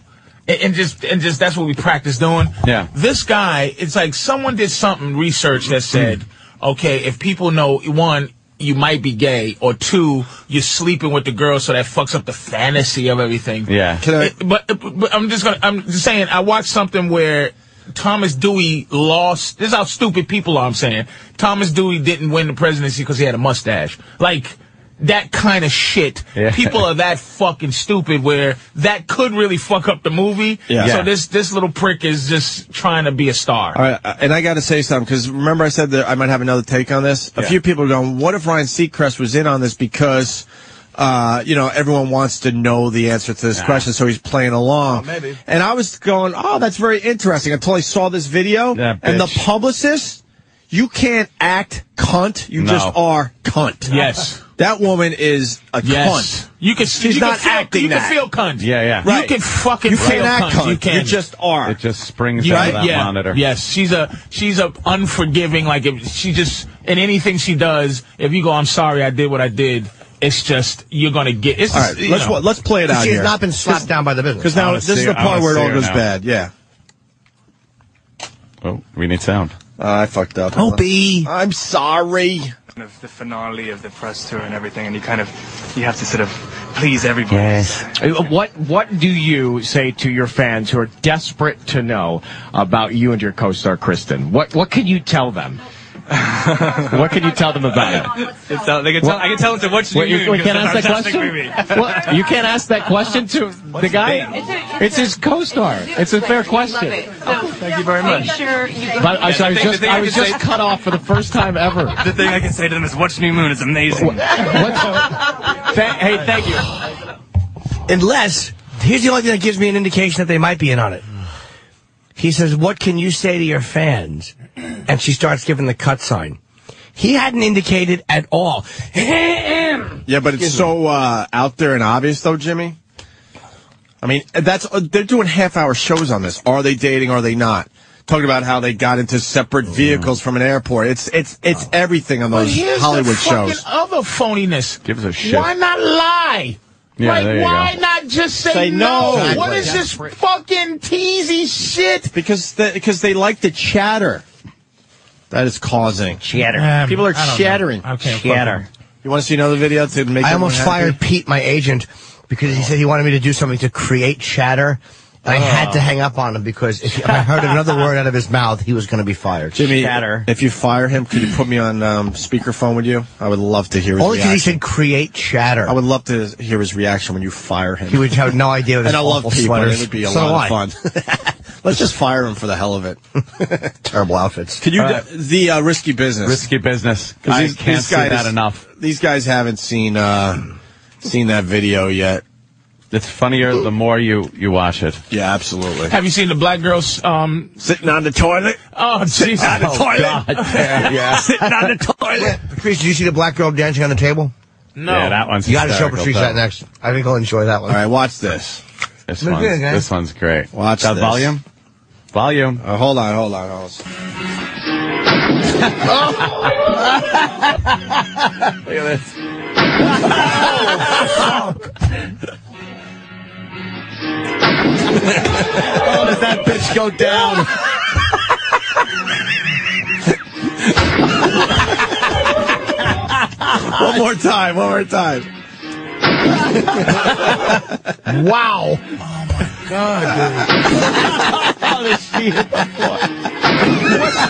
D: and, and just and just that's what we practice doing.
E: Yeah.
D: This guy, it's like someone did something research that said, okay, if people know one. You might be gay, or two, you're sleeping with the girl, so that fucks up the fantasy of everything.
E: Yeah.
A: Can I-
D: It- but, but I'm just gonna. I'm just saying. I watched something where Thomas Dewey lost. This is how stupid people are. I'm saying Thomas Dewey didn't win the presidency because he had a mustache. Like that kind of shit.
E: Yeah.
D: People are that fucking stupid. Where that could really fuck up the movie.
A: Yeah.
D: So
A: Yeah.
D: this this little prick is just trying to be a star.
A: All right, uh, and I got to say something because remember I said that I might have another take on this. A few people are going, "What if Ryan Seacrest was in on this because, uh, you know, everyone wants to know the answer to this question, so he's playing along."
D: maybe.
A: And I was going, "Oh, that's very interesting." Until I saw this video
E: Yeah,
A: and the
E: bitch.
A: publicist, you can't act cunt. You
E: No.
A: just are cunt.
D: Yes.
A: that woman is a
D: Yes.
A: cunt.
D: You can.
A: She's
D: you can
A: not
D: feel,
A: acting
D: You
A: that.
D: can feel cunt.
E: Yeah, yeah.
D: You
A: Right.
D: can fucking.
A: You
D: feel
A: can't act cunt.
D: You can.
A: just are.
E: It just springs
D: You-
E: out of that
D: yeah,
E: monitor.
D: Yes, she's a she's a unforgiving. Like if she just in anything she does, if you go, I'm sorry, I did what I did. It's just you're gonna get. It's
A: All
D: just,
A: right,
D: you
A: let's
D: know.
A: wa- let's play it out
B: She has
A: here.
B: not been slapped down by the business.
A: Because now
E: wanna
A: this is
E: see
A: the
E: her- I wanna
A: part where it
E: see
A: all
E: her
A: goes
E: now.
A: bad. Yeah.
E: Oh, we need sound.
A: Uh, I fucked up.
G: Oh,
B: Don't be.
A: I'm sorry.
H: kind of the finale of the press tour and everything, and you kind of you have to sort of please everybody.
F: Uh, What What do you say to your fans who are desperate to know about you and your co-star Kristen? What What can you
H: [laughs]
F: tell them? what can you tell them about it?
H: So uh, they can tell, I can tell them to watch the
F: Wait, you-
H: moon.
F: wait, can I
H: because
F: ask
H: it's a
F: that
H: fantastic
F: question?
H: movie.
F: [laughs] What, you can't ask that question to the guy. It's, his co-star. It's a fair question.
H: Thank you very much.
F: But I, so I was
H: The thing-
F: just
H: the thing
F: I
H: I
F: was
H: could
F: just
H: say-
F: cut off for the first time ever.
H: The thing I can say to them is, "Watch New Moon. It's amazing." [laughs]
F: What's- tha- hey, thank you.
B: Unless, here's the only thing that gives me an indication that they might be in on it. He says, what can you say to your fans? And she starts giving the cut sign. He hadn't indicated at all.
A: [laughs] Yeah, but it's so uh, out there and obvious, though, Jimmy. I mean, that's uh, they're doing half-hour shows on this. Are they dating? Are they not? Talking about how they got into separate
B: Mm.
A: vehicles from an airport. It's it's it's
B: Oh.
A: everything on
D: But
A: those
D: here's the
A: Hollywood
D: fucking
A: shows.
D: other phoniness.
E: Give us a shit.
D: Why not lie?
E: Yeah,
D: like,
E: there you
D: why
E: go.
D: not just say,
A: Say no.
D: no? What
A: Exactly.
D: is this fucking teasy shit?
A: Because the, because they like the
D: [laughs]
A: chatter that is causing.
B: Chatter.
A: People are chattering.
D: Okay,
B: Chatter.
A: You want to see another video to make?
B: I
A: everyone
B: almost
A: happy?
B: fired Pete, my agent, because he said he wanted me to do something to create chatter. And I had
A: Ah.
B: to hang up on him because if I heard another word out of his mouth, he was going to be fired.
A: Jimmy.
B: chatter.
A: If you fire him, could you put me on um, speakerphone with you? I would love to hear. His
B: Only because he
A: reaction.
B: said create chatter.
A: I would love to hear his reaction when you fire him.
B: he would have no idea what
A: [laughs]
B: his
A: and I love
B: awful
A: people. and
B: sweaters.
A: It would be a
B: so do I.
A: lot of fun. [laughs] Let's just fire him for the hell of it.
B: [laughs] Terrible outfits.
A: Can you the uh, risky business?
E: Risky business.
A: 'Cause
E: I
A: these-
E: can't
A: these
E: say
A: guys-
E: that enough.
A: These guys haven't seen uh, seen that video yet.
E: It's funnier the more you, you watch it.
A: Yeah, absolutely.
D: Have you seen the black girls? Um,
A: Sitting on the toilet.
D: oh,
E: [laughs]
D: Jesus.
E: yeah.
A: Sitting on the toilet.
B: Patrice, did you see the black girl dancing on the table?
D: No.
E: that one's
B: You got to show
E: hysterical,
B: Patrice
E: though.
B: that next. I think he'll enjoy that one.
A: All right, watch this.
E: This
B: Look
E: one's,
B: good, guys.
E: this one's great.
A: Watch
E: that
A: this.
E: volume. Volume.
A: Uh, hold on, hold on, hold on.
D: Oh.
E: Look at this.
C: Oh,
A: That bitch go down. one more time, one more time.
D: Wow.
A: Oh,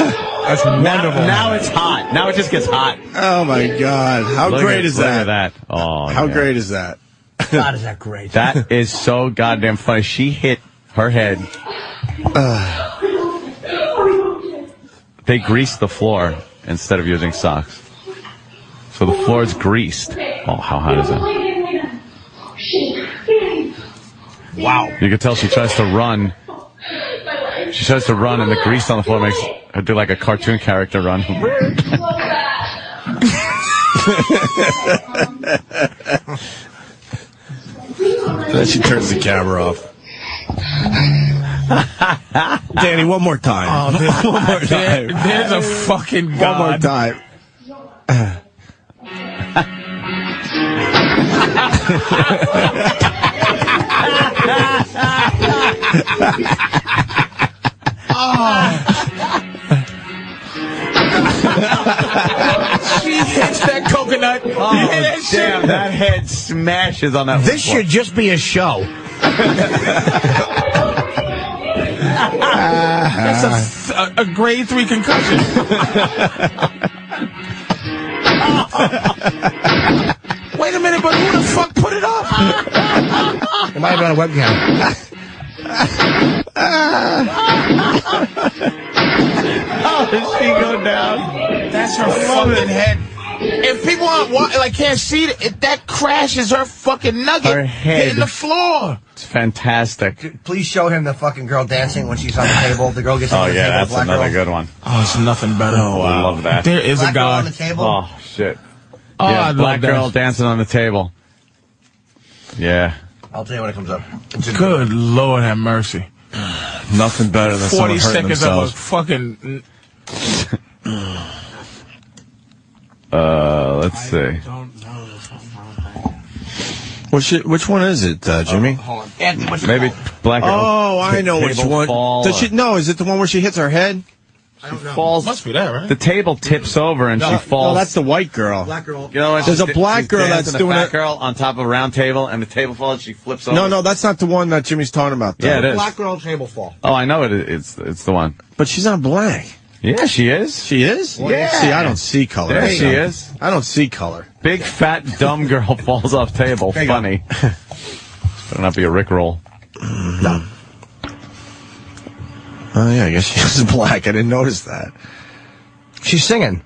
E: Now, now it's hot. Now it just gets hot.
A: Oh my god. How
E: Look
A: great
E: at-
A: is
E: look
A: that?
E: at that. Oh,
A: How
E: yeah.
A: great is that?
B: God, is that great?
E: That is so goddamn funny. She hit her
A: [sighs]
E: head. they greased the floor instead of using socks. So the floor is greased. Oh, how hot is that?
B: Wow.
E: You can tell she tries to run. She tries to run, and the grease on the floor makes her do like a cartoon character run. [laughs]
A: Then she turns the camera off. Danny, one more [laughs] time. one more
D: Oh, [laughs] There-
A: time.
D: there's a fucking
A: One more
D: god.
A: time.
D: She hits that coconut. [laughs] Oh, you hear that shit?
E: [laughs] Damn, that head smashes on that.
B: This
E: floor.
B: should just be a show.
D: That's
E: Uh,
D: a, a, a grade three
E: [laughs]
D: concussion. Wait a minute, but who the fuck put it up?
B: It might have been a webcam.
E: she go down.
D: That's her fucking head. If people aren't wa- like can't see it, if that crashes her fucking nugget
E: Her head.
D: hitting the floor.
E: It's fantastic.
B: Please show him the fucking girl dancing when she's on the table. The girl gets
E: Oh
B: on the
E: yeah,
B: table.
E: that's
B: the black
E: another
B: girl.
E: good one.
D: Oh, it's nothing better. Oh,
E: I love that.
D: There is
B: Black
D: a
B: girl on the
D: god.
B: table.
E: Oh shit.
D: Oh,
E: yeah,
D: I love
E: black
D: that.
E: girl dancing on the table. Yeah.
B: I'll tell you when it comes up.
D: Good lord, have mercy.
A: Nothing better than
D: Forty
A: someone hurting
D: seconds of a
A: themselves.
D: fucking.
E: Uh, let's see.
A: Which, which one is it, uh,
D: Oh,
A: Jimmy?
E: Maybe black girl.
A: oh, I know which
E: Table
A: one.
E: fall uh,
A: Does she,
E: or-
A: no, is it the one where she hits her head?
B: Oh,
E: falls.
D: Must be that, right?
E: The table tips over and she falls.
A: No, that's the white girl.
B: Black girl.
E: You know what?
A: There's
E: She's-
A: a black
E: she's
A: girl
E: dancing,
A: that's
E: a
A: doing
E: fat
A: it-
E: girl on top of a round table, and the table falls. She flips over.
A: No, no, that's not the one that Jimmy's talking about. Though.
E: Yeah, it is.
B: Black girl table fall.
E: Oh, I know it. It's it's the one.
A: But she's not black.
E: Yeah, she is.
A: She is?
E: Yeah.
A: See, I don't see color.
E: There
A: I
E: she
A: don't-
E: is.
A: I don't see color.
E: Big fat dumb girl [laughs] falls off table.
B: you go.
E: Funny. [laughs] Better not be a Rick roll.
A: Oh, yeah, I guess she is black. I didn't notice that.
B: She's singing.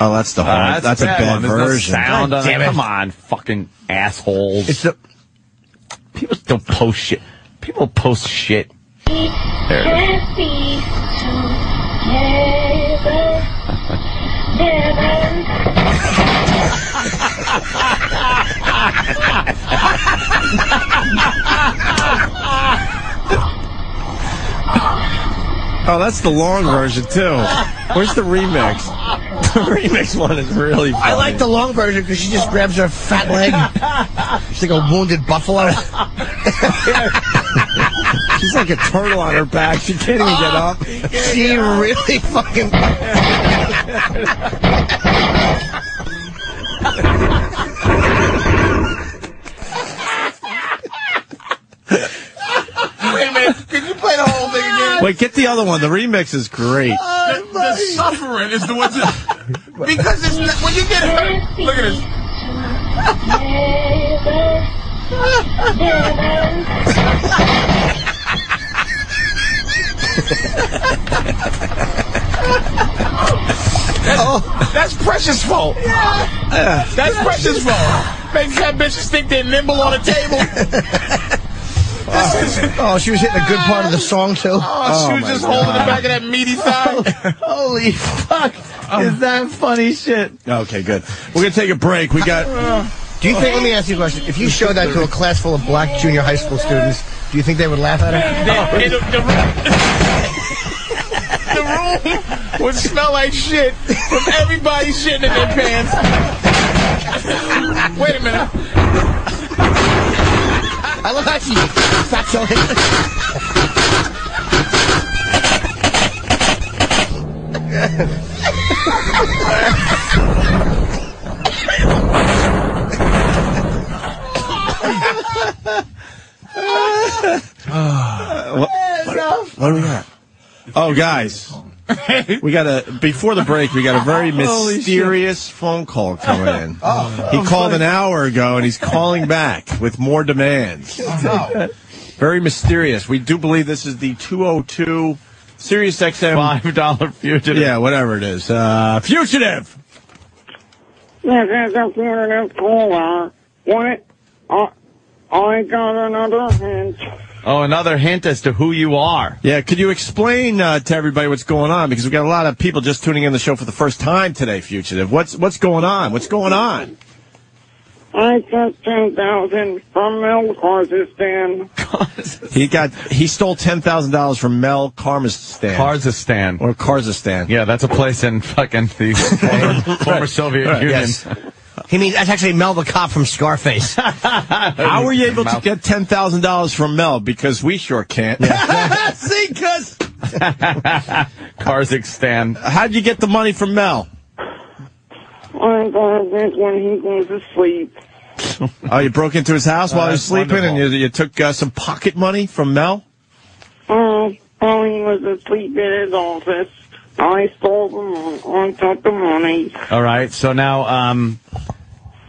A: Oh, that's the whole.
E: Uh,
A: that's, a bad,
E: one. There's no
A: version.
E: sound on
B: damn
E: it.
B: it.
E: Come on, fucking assholes.
B: It's the.
E: People don't post shit. People post shit. There it is.
K: Happy together. Never.
A: [laughs]
E: [laughs]
A: Oh, that's the long version too. Where's the remix? [laughs] The remix one is really. Funny.
B: I like the long version because she just grabs her fat [laughs] leg. She's like a wounded [laughs] buffalo.
A: She's like a turtle on her back. She can't even get
B: [laughs]
D: Oh,
A: up.
B: she really
D: [laughs]
B: fucking.
D: [laughs]
A: Wait, get the other one. The remix is great.
D: The, the suffering is the one that. Because it's not, when you get hurt. Look at this. That's precious fault. That's precious fault. Makes that bitches think they're nimble on a table. this is.
B: Oh, she was hitting a good part of the song too.
D: Oh, she was just holding the back of that meaty thigh.
C: [laughs] Holy fuck! Is that funny shit?
A: Okay, good. We're gonna take a break. We got.
B: Do you think? Let me ask you a question. If you showed that to
A: [sighs]
B: a class full of black junior high school students, do you think they would laugh at [laughs] it?
D: The- the- the room- the room would smell like shit from everybody shitting in their pants. Wait a minute.
B: I love how she that's so. That's
A: What do we got? Oh, guys. We got a before the break. We got a very mysterious phone call coming in. he called an hour ago, and he's calling back with more demands. Very mysterious. We do believe this is the 202 Sirius XM.
C: Five dollar fugitive.
A: Yeah, whatever it is. Uh, fugitive.
L: This is a fugitive caller. What? I, I got another hint.
C: Oh, another hint as to who you are.
A: Yeah, could you explain uh, to everybody what's going on? Because we've got a lot of people just tuning in the show for the first time today, Fugitive. What's what's going on? What's going on?
L: I took 2000 from Mel Kazakhstan.
A: He got he stole ten thousand dollars from Mel Karmistan.
E: Karzistan.
A: or Karzistan.
E: Yeah, that's a place in fucking the former, [laughs] former Soviet Union.
B: yes. He means that's actually Mel the cop from
E: [laughs]
B: Scarface.
A: How were you able to get ten thousand dollars from Mel? Because we sure can't.
C: [laughs] See, cuz Kazakhstan.
A: How'd you get the money from
C: [laughs]
A: Mel?
L: I got this when he goes to sleep.
A: Oh, you broke into his house while he was
E: that's
A: sleeping, and you,
E: wonderful.
A: you took uh, some pocket money from Mel.
L: Oh, while he was asleep in his office, I stole the money. I took the money.
C: All right. So now, um,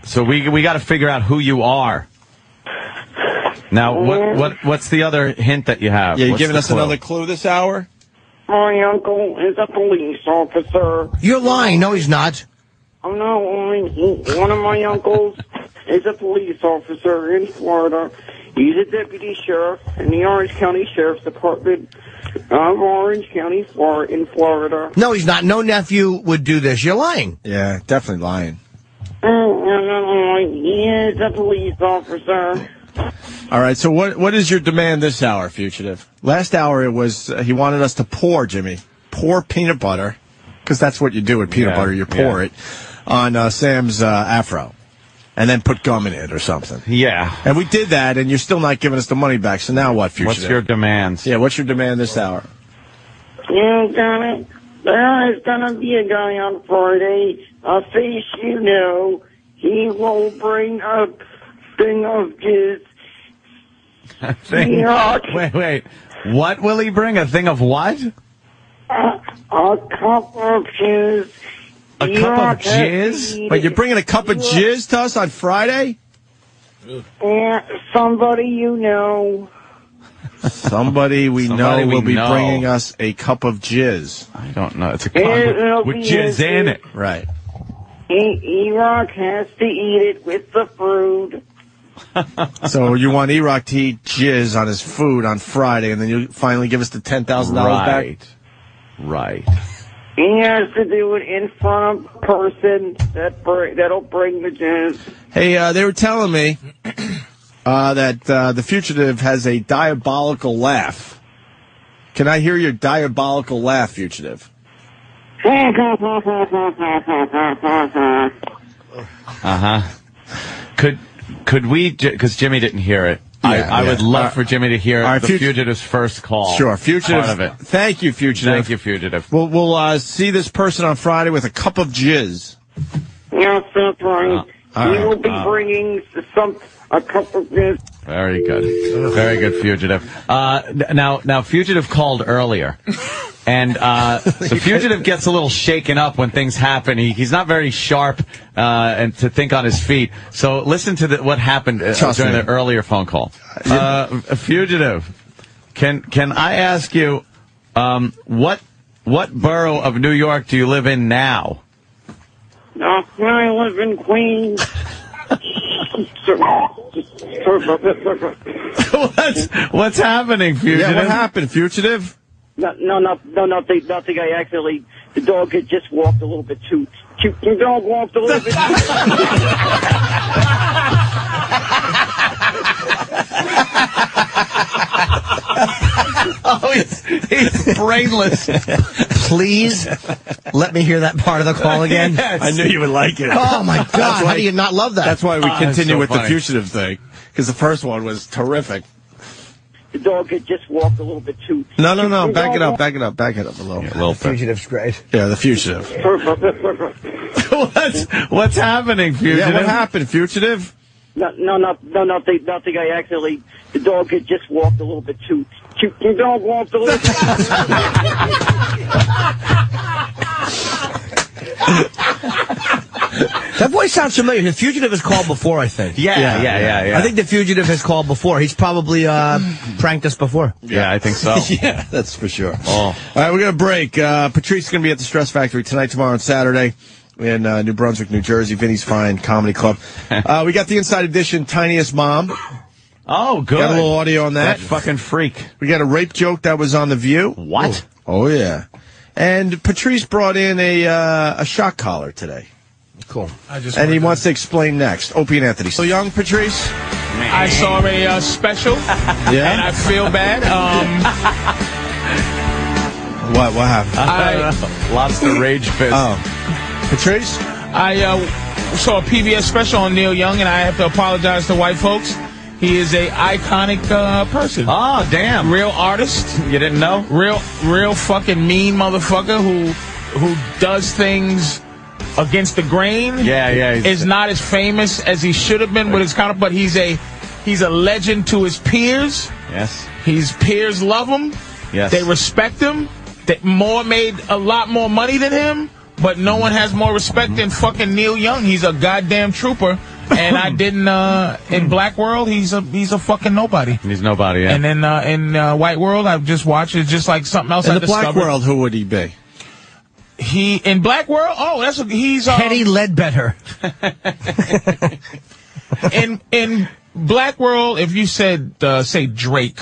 C: so we we got to figure out who you are. Now, what what what's the other hint that you have?
A: Yeah, you
C: What's
A: giving
C: the
A: us
C: clue?
A: another clue this hour?
L: My uncle is a police officer.
B: You're lying. No, he's not.
L: I'm not lying. He- One of my uncles is a police officer in Florida. He's a deputy sheriff in the Orange County Sheriff's Department of Orange County, Florida, in Florida.
B: No, he's not. No nephew would do this. You're lying.
A: Yeah, definitely lying.
L: Oh, no, no, no, He is a police officer.
A: All right. So what what is your demand this hour, fugitive? Last hour it was uh, he wanted us to pour Jimmy pour peanut butter because that's what you do with peanut
E: Yeah,
A: butter. You pour
E: yeah.
A: it on uh, Sam's uh, afro and then put gum in it or [laughs] something.
C: [laughs] Yeah.
A: And we did that, and you're still not giving us the money back. So now what, fugitive?
E: What's your demands?
A: yeah? What's your demand this hour?
L: You got it. There is going to be a guy on Friday, a face you know. He will bring a thing of jizz.
C: Thing-
L: Yuck.
C: Wait, wait. What will he bring? A thing of what?
L: A cup of jizz.
C: A
L: You
C: cup of
L: ought to
C: jizz?
L: eat
A: Wait, you're
L: it.
A: bringing a cup of jizz to us on Friday?
L: Yeah, somebody you know.
A: Somebody we
E: Somebody
A: know
E: we
A: will be
E: know.
A: bringing us a cup of jizz.
E: I don't know. It's a
L: It'll
E: con with
L: be
E: jizz
L: easy.
E: in it.
A: Right.
L: E- Iraq has to eat it with the food.
A: so you want E-Rock to eat jizz on his food on Friday, and then you finally give us the ten thousand dollars back.
E: Right. Right.
L: He has to do it in front of a person that br- that'll bring the jizz. [laughs]
A: Hey, uh, they were telling me uh, that uh, the fugitive has a diabolical laugh. Can I hear your diabolical laugh, fugitive? Uh-huh.
E: Could could we? Because Jimmy didn't hear it. I,
A: Yeah,
E: I
A: yeah.
E: would love
A: Our-
E: for Jimmy to hear
A: our
E: the
A: fut-
E: fugitive's first call.
A: Sure, fugitive.
E: Part of it.
A: Thank you, fugitive.
E: Thank you, fugitive.
A: We'll, we'll uh, see this person on Friday with a cup of jizz.
L: Yes, that's right.
A: Ah, all
L: he
A: right. Um,
L: will be bringing some a cup of jizz.
E: Very good. Very good, fugitive. Uh, n- now, now, fugitive called earlier, and uh,
A: [laughs]
E: the fugitive gets a little shaken up when things happen. He, he's not very sharp uh, and to think on his feet. So, listen to the, what happened uh,
A: Trust
E: during
A: me.
E: the earlier phone call. Uh, a fugitive, can can I ask you um, what what borough of New York do you live in now? [laughs]
L: Uh, I live in Queens. [laughs] no,
E: what's what's happening, fugitive?
A: Yeah, what happened, fugitive?
L: no, no, no, nothing, nothing. I actually, the dog had just walked a little bit too. too the dog walked a little bit. Too.
C: Oh, he's, he's brainless.
B: Please let me hear that part of the call again.
A: I [laughs] knew you would like it.
B: Oh my God! How
A: why-
B: do you not love that?
A: That's why we continue
E: Ah, so
A: with [laughs] the
E: funny.
A: fugitive thing because the first one was terrific.
L: The dog had just walked a little bit
A: [laughs]
L: too.
A: No, no, no.
L: The
A: Back
L: dog
A: it up.
L: walked-
A: Back it up. Back it up a little.
E: Well, for-
B: fugitive's great.
A: Yeah, the fugitive.
E: what's what's happening, fugitive?
A: Yeah, what happened, fugitive?
L: No, no, no, no, nothing, nothing. I actually, the dog had just walked a little bit too. too the dog walked a little. bit
B: That voice sounds familiar. The fugitive has called before, I think.
E: Yeah, yeah, yeah, yeah.
B: I think the fugitive has called before. He's probably uh, pranked us before.
E: Yeah, I think so.
A: [laughs] Yeah, that's for sure.
E: Oh.
A: All right, we're going to break. Uh, Patrice is going to be at the Stress Factory tonight, tomorrow, and Saturday in uh, New Brunswick, New Jersey. Vinny's Fine Comedy
E: [laughs]
A: Club. Uh, we got the Inside Edition Tiniest Mom.
E: Oh, good.
A: Got a little audio on
E: that
A: that.
E: fucking freak.
A: We got a rape joke that was on The View.
E: What?
A: Oh, yeah. And Patrice brought in a, uh, a shock collar today.
B: Cool.
D: I just
A: And he
D: wanted
A: wants to explain next. Opie and Anthony. So young, Patrice?
D: to- I saw a uh, special, and I
A: Yeah.
D: feel bad. Um,
A: What, what happened?
E: [laughs]
D: I
E: Lobster rage fist.
A: oh. Patrice?
D: I uh, saw a PBS special on Neil Young, and I have to apologize to white folks. He is a iconic uh, person,
E: Oh, damn.
D: real artist.
E: You didn't know?
D: real real fucking mean motherfucker who who does things against the grain.
E: Yeah, yeah, he's-
D: Is not as famous as he should have been with his counterpart. but he's a he's a legend to his peers.
E: Yes.
D: His peers love him.
E: Yes.
D: They respect him. That more made a lot more money than him, but no one has more respect than fucking Neil Young. He's a goddamn trooper. And I didn't uh in Black World, he's a he's a fucking nobody.
E: He's nobody. Yeah.
D: And then uh, in uh, White World, I've just watched it just like something else
A: In
D: I
A: the black
D: discovered.
A: world, who would he be?
D: He in Black World. Oh, that's a, he's um,
B: Teddy Ledbetter.
D: [laughs] in in Black World. If you said uh, say Drake,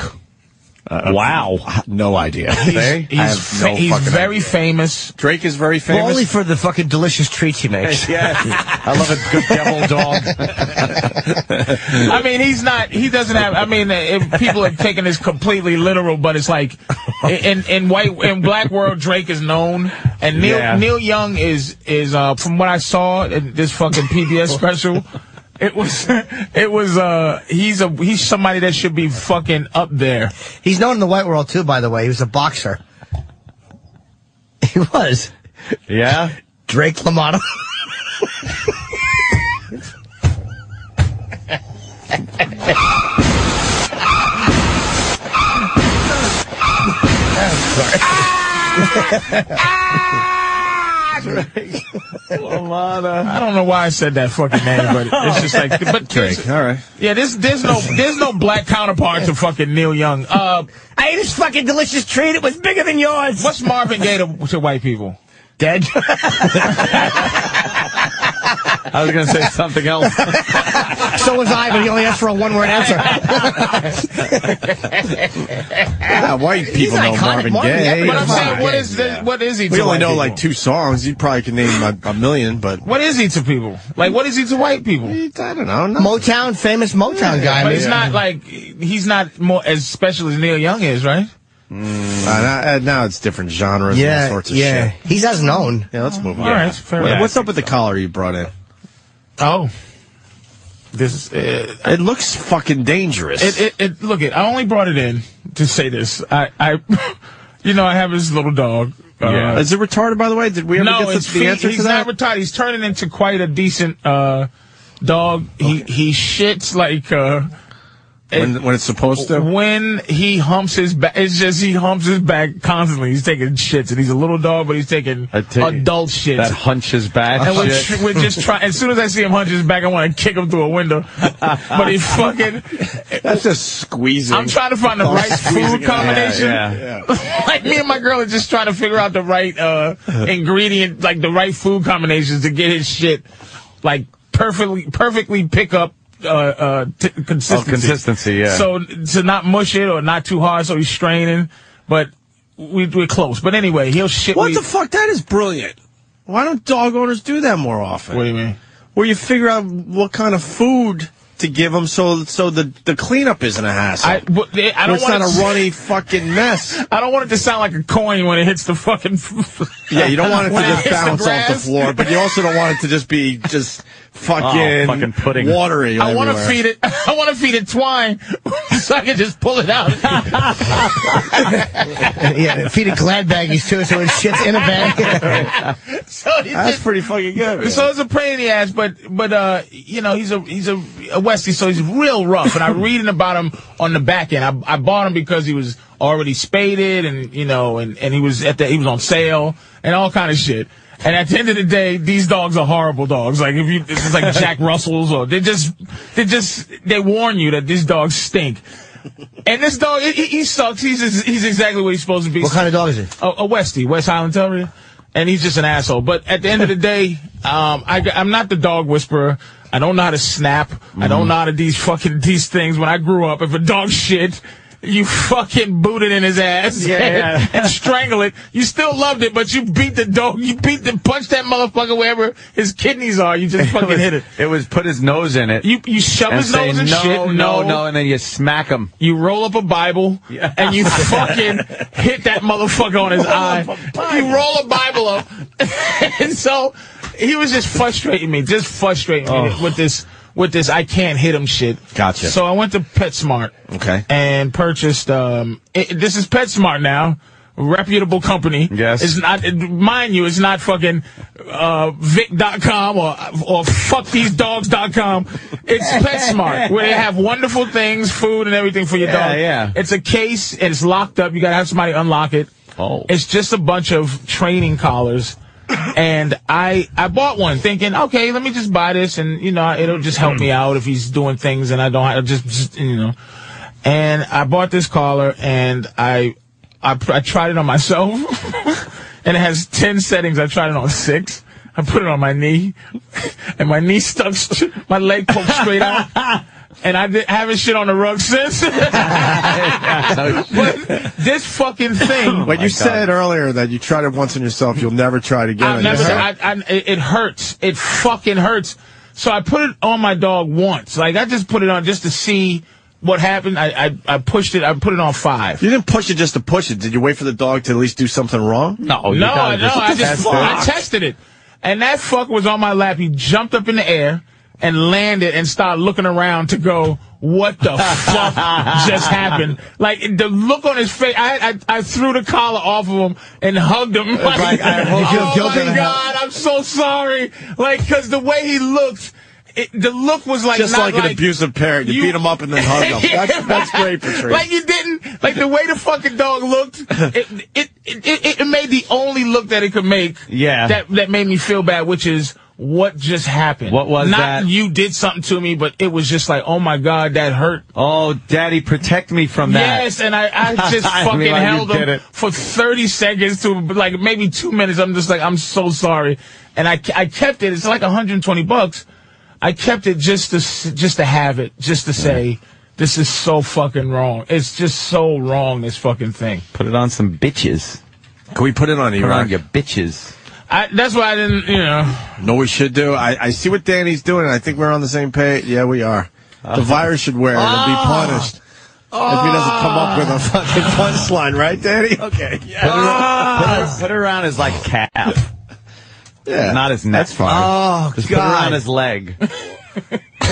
A: wow. uh, No idea.
D: he's
A: I have
D: he's,
A: no
D: fa- he's
A: fucking
D: very
A: idea.
D: famous.
A: Drake is very
B: Well,
A: famous. [laughs]
B: only for the fucking delicious treats he
E: [laughs]
B: makes.
E: yes.
B: [laughs]
E: I love a good devil dog.
D: [laughs] I mean, he's not. He doesn't have. I mean, if people have taken this completely literal, but it's like in in White in Black World, Drake is known, and Neil
E: Yeah.
D: Neil Young is is uh, from what I saw in this fucking PBS special. It was, [laughs] it was. uh He's a he's somebody that should be fucking up there.
B: He's known in the white world too, by the way. He was a boxer. [laughs] He was
E: yeah.
B: Drake Lamotta.
D: I don't know why I said that fucking
B: [laughs]
D: name, but it's just like, but
A: Drake. All right.
D: yeah, there's there's no there's no black counterpart to fucking Neil Young. Uh,
B: I ate his fucking delicious treat. It was bigger than yours.
D: what's Marvin Gaye to, to white people?
B: Dead.
E: I was going to say something else.
B: [laughs] So was I, but he only asked for a one-word answer.
A: Yeah, white people know
B: iconic.
A: Marvin
B: Marvin Gaye.
A: Gaye.
D: But I'm saying, [laughs] what is
A: Yeah.
D: the, what is he?
A: We
D: to
A: only
D: white
A: know
D: people?
A: like two songs. You probably could name a, a million, but
D: What is he to people? Like, what is he to white people?
A: I don't know. no. Uh,
B: Motown, famous Motown guy. I
D: But
B: mean,
D: it's not like he's not more as special as Neil Young is, right?
A: Uh, now, uh, now it's different genres and all
B: yeah,
A: sorts of
B: yeah.
A: shit.
B: He's as known.
A: Yeah, let's move on.
D: All right, fair
A: What-
D: enough.
A: What's up with the collar you brought in?
D: Oh, this is. Uh,
A: It looks fucking dangerous.
D: It, it, it, look, it, I only brought it in to say this. I, I [laughs] you know, I have this little dog. Uh,
A: Is it retarded, by the way? Did we ever
D: No,
A: get the,
D: it's,
A: the
D: he-
A: answer
D: he's
A: to that?
D: not retarded. He's turning into quite a decent uh, dog. He he shits like uh,
A: when, when it's supposed to?
D: when he humps his back. It's just he humps his back constantly. He's taking shits, and he's a little dog, but he's taking
E: I take it.
D: adult shits.
E: that hunches back
A: Oh,
D: And we're,
E: shit.
D: tr- we're just trying. As soon as I see him hunch his back, I want to kick him through a window.
A: [laughs]
D: but he fucking.
A: That's just squeezing. Oh,
D: I'm trying to find the right food combination.
E: Yeah,
D: [laughs] like me and my girl are just trying to figure out the right uh, ingredient, like the right food combinations to get his shit like perfectly, perfectly pick up uh, uh, t- consistency.
E: Oh, consistency, yeah.
D: So to not mush it or not too hard, so he's straining, but. We, we're close, but anyway, he'll shit.
A: What
D: we-
A: the fuck? That is brilliant. Why don't dog owners do that more often?
D: What do you mean?
A: Where you figure out what kind of food to give them so so the, the cleanup isn't a hassle.
D: I, but, they-
A: Where
D: I don't
A: it's
D: want
A: not
D: it [laughs]
A: a
D: to,
A: runny fucking mess.
D: [laughs] I don't want it to sound like a coin when it hits the fucking. [laughs]
A: Yeah, you don't want it to
D: When
A: just
D: it [laughs] hits the
A: bounce off the
D: grass.
A: floor, but you also don't want it to just be
D: [laughs]
A: just fucking,
E: Oh, fucking pudding.
A: watery.
D: I want to
A: everywhere. [clears throat]
D: feed it. [laughs] I want to feed it twine, [laughs] so I can just pull it out. [laughs]
B: yeah, feeding glad baggies too, so it shits in a bag.
D: so he
A: That's
D: just,
A: pretty fucking good. man.
D: So it's a pain in the ass, but but uh, you know he's a he's a, a Westie, so he's real
A: [laughs]
D: rough. And I'm reading about him on the back end. I, I bought him because he was already spaded, and you know, and, and he was at the he was on sale and all kind of shit. And at the end of the day, these dogs are horrible dogs. Like if you, this is
A: [laughs]
D: like Jack Russells, or they just they just they warn you that these dogs stink. And this dog, he, he- he sucks. He's he's exactly what he's supposed to be
B: what kind of dog is it?
D: a, a Westie, West Highland Terrier, and he's just an asshole. But at the end of the day, um, I, am not the dog whisperer. I don't know how to snap. I don't
B: Mm-hmm.
D: know how to these fucking these things. When I grew up, if a dog shit. You fucking boot it in his ass
E: Yeah.
D: [laughs] and, strangle it. You still loved it, but you beat the dog. You beat the punch that motherfucker wherever his kidneys are.
B: [laughs]
D: You just fucking hit it.
E: [laughs] It was put his nose in it.
D: You you shove
E: and
D: his
E: say,
D: nose and
E: no,
D: shit.
E: no, no, and then you smack him.
D: You roll up a Bible [laughs] and you fucking hit that motherfucker on his eye. You roll a Bible up. [laughs] and so he was just frustrating me, just frustrating me with this with this I can't hit him shit.
A: Gotcha.
D: So I went to PetSmart.
A: Okay.
D: And purchased um it, this is PetSmart now. Reputable company.
E: Yes.
D: It's not, it- mind you, it's
A: [laughs]
D: not fucking uh, Vic.com or or fuckthesedogs.com. It's PetSmart, where they have wonderful things, food, and everything for your
E: Yeah,
D: dog.
E: yeah.
D: It's a case, and it's locked up. You gotta have somebody unlock it.
E: Oh.
D: It's just a bunch of training collars. And I I bought one thinking, okay, let me just buy this, and you know, it'll just help
E: Mm-hmm.
D: me out if he's doing things, and I don't have just, just you know. And I bought this collar, and I I, pr- I tried it on myself, [laughs] and it has ten settings. I tried it on six. I put it on my knee, and my knee stuck. [laughs] st- my leg poked straight out.
E: [laughs]
D: And I, did, I haven't shit on the rug since. [laughs] but this fucking thing.
A: But you said earlier that you tried it once on yourself, you'll never try it again.
D: I've
A: on
D: never.
A: yourself.
D: I, I, it it hurts. It fucking hurts. So I put it on my dog once. Like I just put it on just to see what happened. I I, I pushed it. I put it on five.
A: you didn't push it just to push it. Did you wait for the dog to at least do something wrong?
E: No, you
D: no,
E: gotta
D: I no. I just
E: test
D: I
E: it.
D: tested it, and that fuck was on my lap. He jumped up in the air and landed and started looking around to go. What the fuck just happened? Like the look on his face, I, I I threw the collar off of him and hugged him. Like,
B: I hope you're
D: oh
B: guilty
D: my
B: now."
D: god, I'm so sorry. Like, cause the way he looked, it, the look was like
A: Just
D: not
A: like, an abusive parent, you,
D: you-
A: beat him up and then hug him.
D: [laughs]
A: That's, that's great, Patrice.
D: Like you didn't like the way the fucking dog looked. It it, it it it made the only look that it could make.
E: Yeah.
D: That that made me feel bad, which is what just happened.
E: What was
D: Not
E: that?
D: you did something to me, but it was just like, oh my God, that hurt.
E: Oh, daddy, protect me from that.
D: Yes, and I,
E: [laughs]
D: I just
E: I
D: fucking
E: realize you
D: held
E: did
D: him
E: it.
D: for 30 seconds to like maybe two minutes. I'm just like, I'm so sorry. And I, I kept it. It's like 120 bucks. I kept it just to, s- just to have it, just to say, this is so fucking wrong. It's just so wrong, this fucking thing.
E: Put it on some bitches.
A: Can we put it on
E: Put it on
A: Iraq?
E: your bitches.
D: I, that's why I didn't, you know.
A: No, we should do. I, I see what Danny's doing. and I think we're on the same page. Yeah, we are.
E: Uh-huh.
A: The virus should wear it and be
D: Ah.
A: punished. If he doesn't come up
B: Ah.
A: with a fucking punchline, right,
B: [laughs]
A: Danny? Okay. Yeah.
E: Put, it, put, it, put it around his like calf,
A: Yeah.
E: not his neck. That's
B: Oh,
E: Just put it
B: God.
E: around his leg.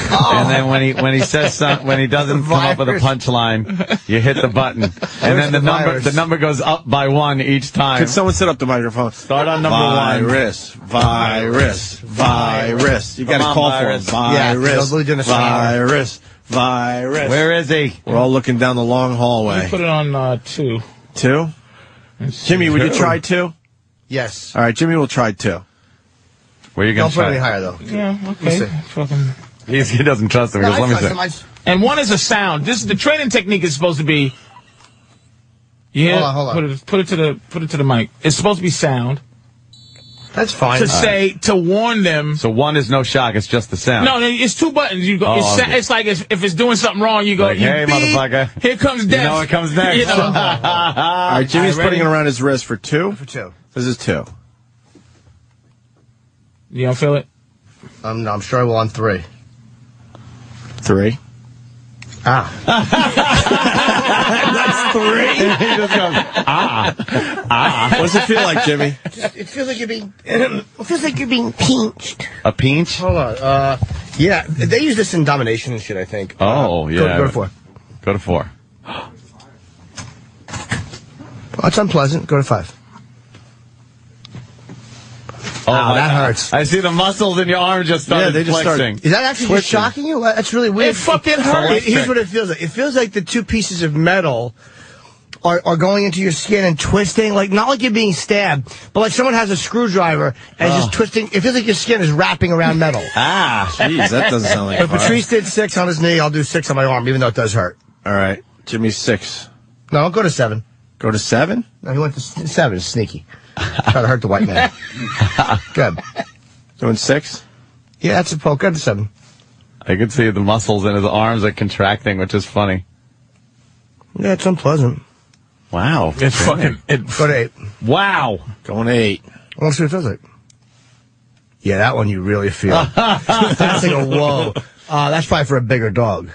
E: And then when he when he says something when he doesn't come up with a
B: Virus.
E: punchline, you hit the button, and then the,
B: the
E: number
B: virus?
E: the number goes up by one each time.
A: Could someone set up the microphone?
E: Start on number one.
A: Virus, virus, virus. You got to
E: Come on,
A: call
E: virus.
A: for him.
B: Yeah,
A: Virus,
B: they're doing the same.
A: virus, virus.
E: Where is he?
A: We're all looking down the long hallway.
D: Put it on uh, two.
A: Two? Jimmy, would you try two?
B: Yes.
A: All right, Jimmy will try two.
E: Where you gonna
B: Don't put it any
E: try?
B: higher though.
D: Yeah, okay.
B: Listen.
D: Fucking.
E: He's, he doesn't trust him. He goes,
B: I
E: Let me
B: thought
E: see.
B: somebody-
D: And one is a sound. This the training technique is supposed to be. Yeah,
B: Hold on, hold on.
D: put it put it to the put it to the mic. It's supposed to be sound
B: That's fine.
D: to say to warn them.
E: So one is no shock. It's just the sound.
D: No, no, it's two buttons. You go.
E: Oh,
D: it's, sa-
E: okay.
D: it's like if, if it's doing something wrong, you go.
E: Like,
D: you
E: hey,
D: beep,
E: motherfucker.
D: Here comes
E: You
D: death.
E: know what
D: [laughs]
E: comes next. [laughs]
D: You know?
A: All right, Jimmy's
D: All right,
A: putting it
D: Uh, ready?
A: around his wrist for two.
B: for two.
A: This is two.
D: [laughs] you don't feel it.
B: I'm, I'm sure I will on three.
A: Three.
B: Ah.
E: [laughs]
C: [laughs] "Ah,
A: What's it feel like, Jimmy?
B: It feels like you're being. [clears throat] it feels like you're being pinched.
E: A
B: [laughs]
E: pinch.
B: Hold on. Uh, yeah, they use this in domination and shit. I think.
E: Oh,
B: Uh,
E: yeah.
B: Go, go to four.
E: Go to four.
B: Oh, it's unpleasant. Go to five.
E: Oh,
B: Wow,
E: my
B: that
E: God.
B: hurts.
E: I see the muscles in your arm just started
A: Yeah, they just start-
E: flexing.
B: Is that actually just shocking you? Uh, That's really weird.
D: It fucking hurts.
B: Here- Here's what it feels like. It feels like the two pieces of metal are, are going into your skin and twisting. Like not like you're being stabbed, but like someone has a screwdriver and it's just twisting. It feels like your skin is wrapping around metal.
A: Ah, jeez, that doesn't sound like
B: But
A: fun.
B: Patrice did six on his knee. [laughs] I'll do six on my arm, even though it does hurt.
A: All right, Jimmy's six.
B: No, I'll go to seven.
A: Go to seven.
B: No, he went to s- seven. Sneaky. Try to hurt the white
A: [laughs]
B: man. Good.
A: Doing six.
B: Yeah, that's a poke. Good to seven.
E: I can see the muscles in his arms are contracting, which is funny.
B: Yeah, it's unpleasant.
E: Wow.
D: It's fucking. It,
B: Go to eight.
E: Wow.
A: Going to eight.
B: I want to see what it feels like. Yeah, that one you really feel. [laughs] that's like a whoa. Uh, that's probably for a bigger [laughs] dog.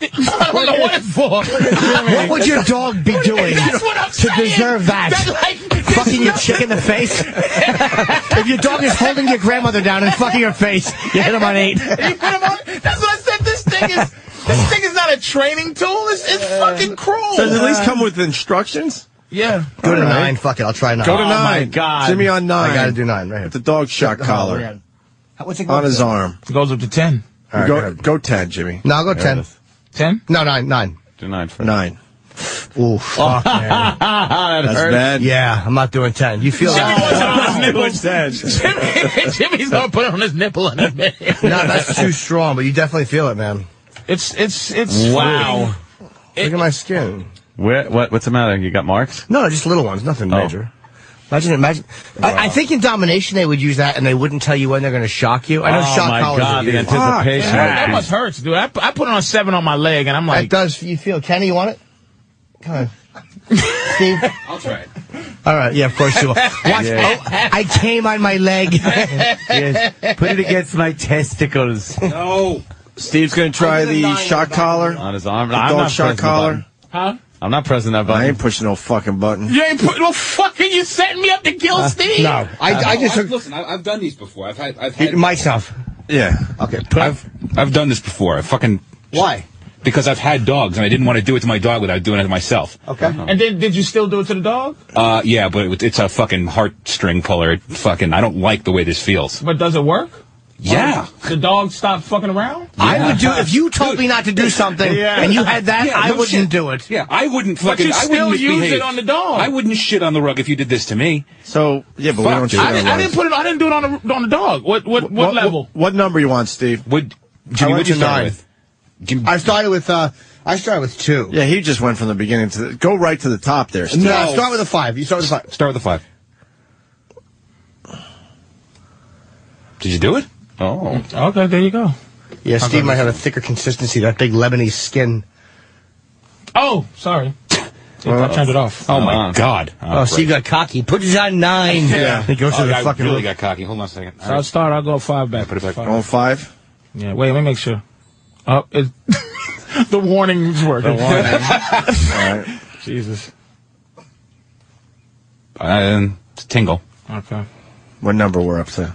D: I don't know what it's for.
B: What would your
C: [laughs]
B: dog be doing
D: That's what I'm
B: to
D: saying.
B: deserve that?
D: like,
B: fucking your chick [laughs] in the face? if your dog is holding your grandmother down and fucking her face, you hit him on eight.
D: You put 'em on- That's what I said. This thing is. This thing is not a training tool. It's, it's fucking cruel.
A: Does it at least come with instructions?
D: yeah.
B: Go to
A: All right.
B: nine. Fuck it. I'll try nine.
A: Go to
E: Oh,
A: nine.
E: my God.
A: Jimmy on nine.
B: I gotta do nine right here.
A: With the dog shot collar
B: yeah. How- What's it
A: on his
B: to?
A: arm.
D: It goes up to ten.
B: All right, go
A: go,
B: ahead.
A: go ten, Jimmy.
B: No, I'll go
E: There it
B: ten.
E: is.
D: Ten.
B: No, nine, nine. Oh.
E: Do nine for
A: Nine.
B: Ooh, fuck, man.
A: That's bad.
B: Yeah, I'm not doing ten. You
D: [laughs]
B: feel
D: [laughs] Jimmy
B: that?
D: wants it on his
A: It
D: nipple.
A: was dead.
D: [laughs] Jimmy, Jimmy's gonna put it on his nipple in a minute.
B: No, that's too strong, but you definitely feel it, man.
D: It's it's it's
E: Wow.
B: Look at my skin.
E: Where, what, what's the matter? You got marks?
B: No, just little ones, nothing
E: Oh.
B: major. Imagine, imagine. I, I think in domination they would use that, and they wouldn't tell you when they're going to shock you. I know
E: oh
B: shock
E: my
B: collars.
E: God,
B: are
E: the
B: used.
E: anticipation.
D: That, that must hurt, dude. I, I put on seven on my leg, and I'm
B: That
D: like,
B: does. You feel? Kenny, [laughs] you want it? Come on, Steve.
E: I'll try it.
B: All right. Yeah, of course
C: [laughs]
B: you will. Watch. Oh, I came on
E: [laughs]
B: my leg.
E: Yes. Put it against my testicles.
A: Steve's gonna try the shot collar.
E: on his arm.
A: The
E: I'm
A: dog
E: not
A: shot
E: pressing the
A: collar.
E: button.
D: huh?
E: I'm not pressing that
A: I
E: button.
A: ain't pushing no fucking button.
D: You ain't put well, fucking. You setting me up to kill Steve.
B: Uh, no, Uh, I, I just took
K: listen. I, I've done these before. I've had. I've
B: it
K: had.
B: myself.
A: Yeah.
B: Okay.
K: I've I've done this before. I fucking
B: Why?
K: because I've had dogs and I didn't want to do it to my dog without doing it to myself.
B: Okay.
D: And then did you still do it to the dog?
K: Uh, yeah, but it, it's a fucking heartstring puller. It fucking, I don't like the way this feels.
D: But does it work?
M: Yeah.
D: The dog stopped fucking around?
B: I would do if you told me not to do something
D: Yeah.
B: and you had that.
M: Yeah,
B: I
M: no
B: wouldn't
M: shit.
B: do it.
M: Yeah, I wouldn't
D: But
M: fucking.
D: you
M: I
D: still
M: wouldn't
D: used it
M: misbehave.
D: on the dog.
M: I wouldn't shit on the rug if you did this to me.
A: So yeah, but
M: Fuck,
A: we don't do
D: I,
A: that.
D: didn't, I didn't put it. I didn't do it on the on the dog. What what what, level?
A: What, number you want, Steve?
M: Would
A: I
M: Jimmy?
A: went
M: Would you
A: to
M: start
A: nine.
M: with? Jim-
B: I started with uh, I started with two.
A: Yeah, he just went from the beginning to the, go right to the top there. Steve.
B: No,
M: No.
B: start with a five. You start with a five.
M: Start with the five. Did you do it? Oh,
D: Okay, there you go.
B: Yeah, Steve might have a thicker consistency. That big Lebanese skin.
D: Oh, sorry.
B: Uh,
D: I turned it off. Uh-huh.
M: oh my God!
B: Oh, Steve got cocky. Put it on
D: [laughs]
B: nine. Yeah, he goes to
M: Oh,
B: the
M: I
B: fucking.
M: really got cocky. Hold on a second.
D: So I'll start. I'll go five back.
M: Put it back.
D: Five.
A: On five.
D: Yeah. Wait. Let me make sure. Oh, it, [laughs] the warning's working. [laughs] Jesus.
M: Uh, it's tingle.
D: Okay.
A: What number we're up to?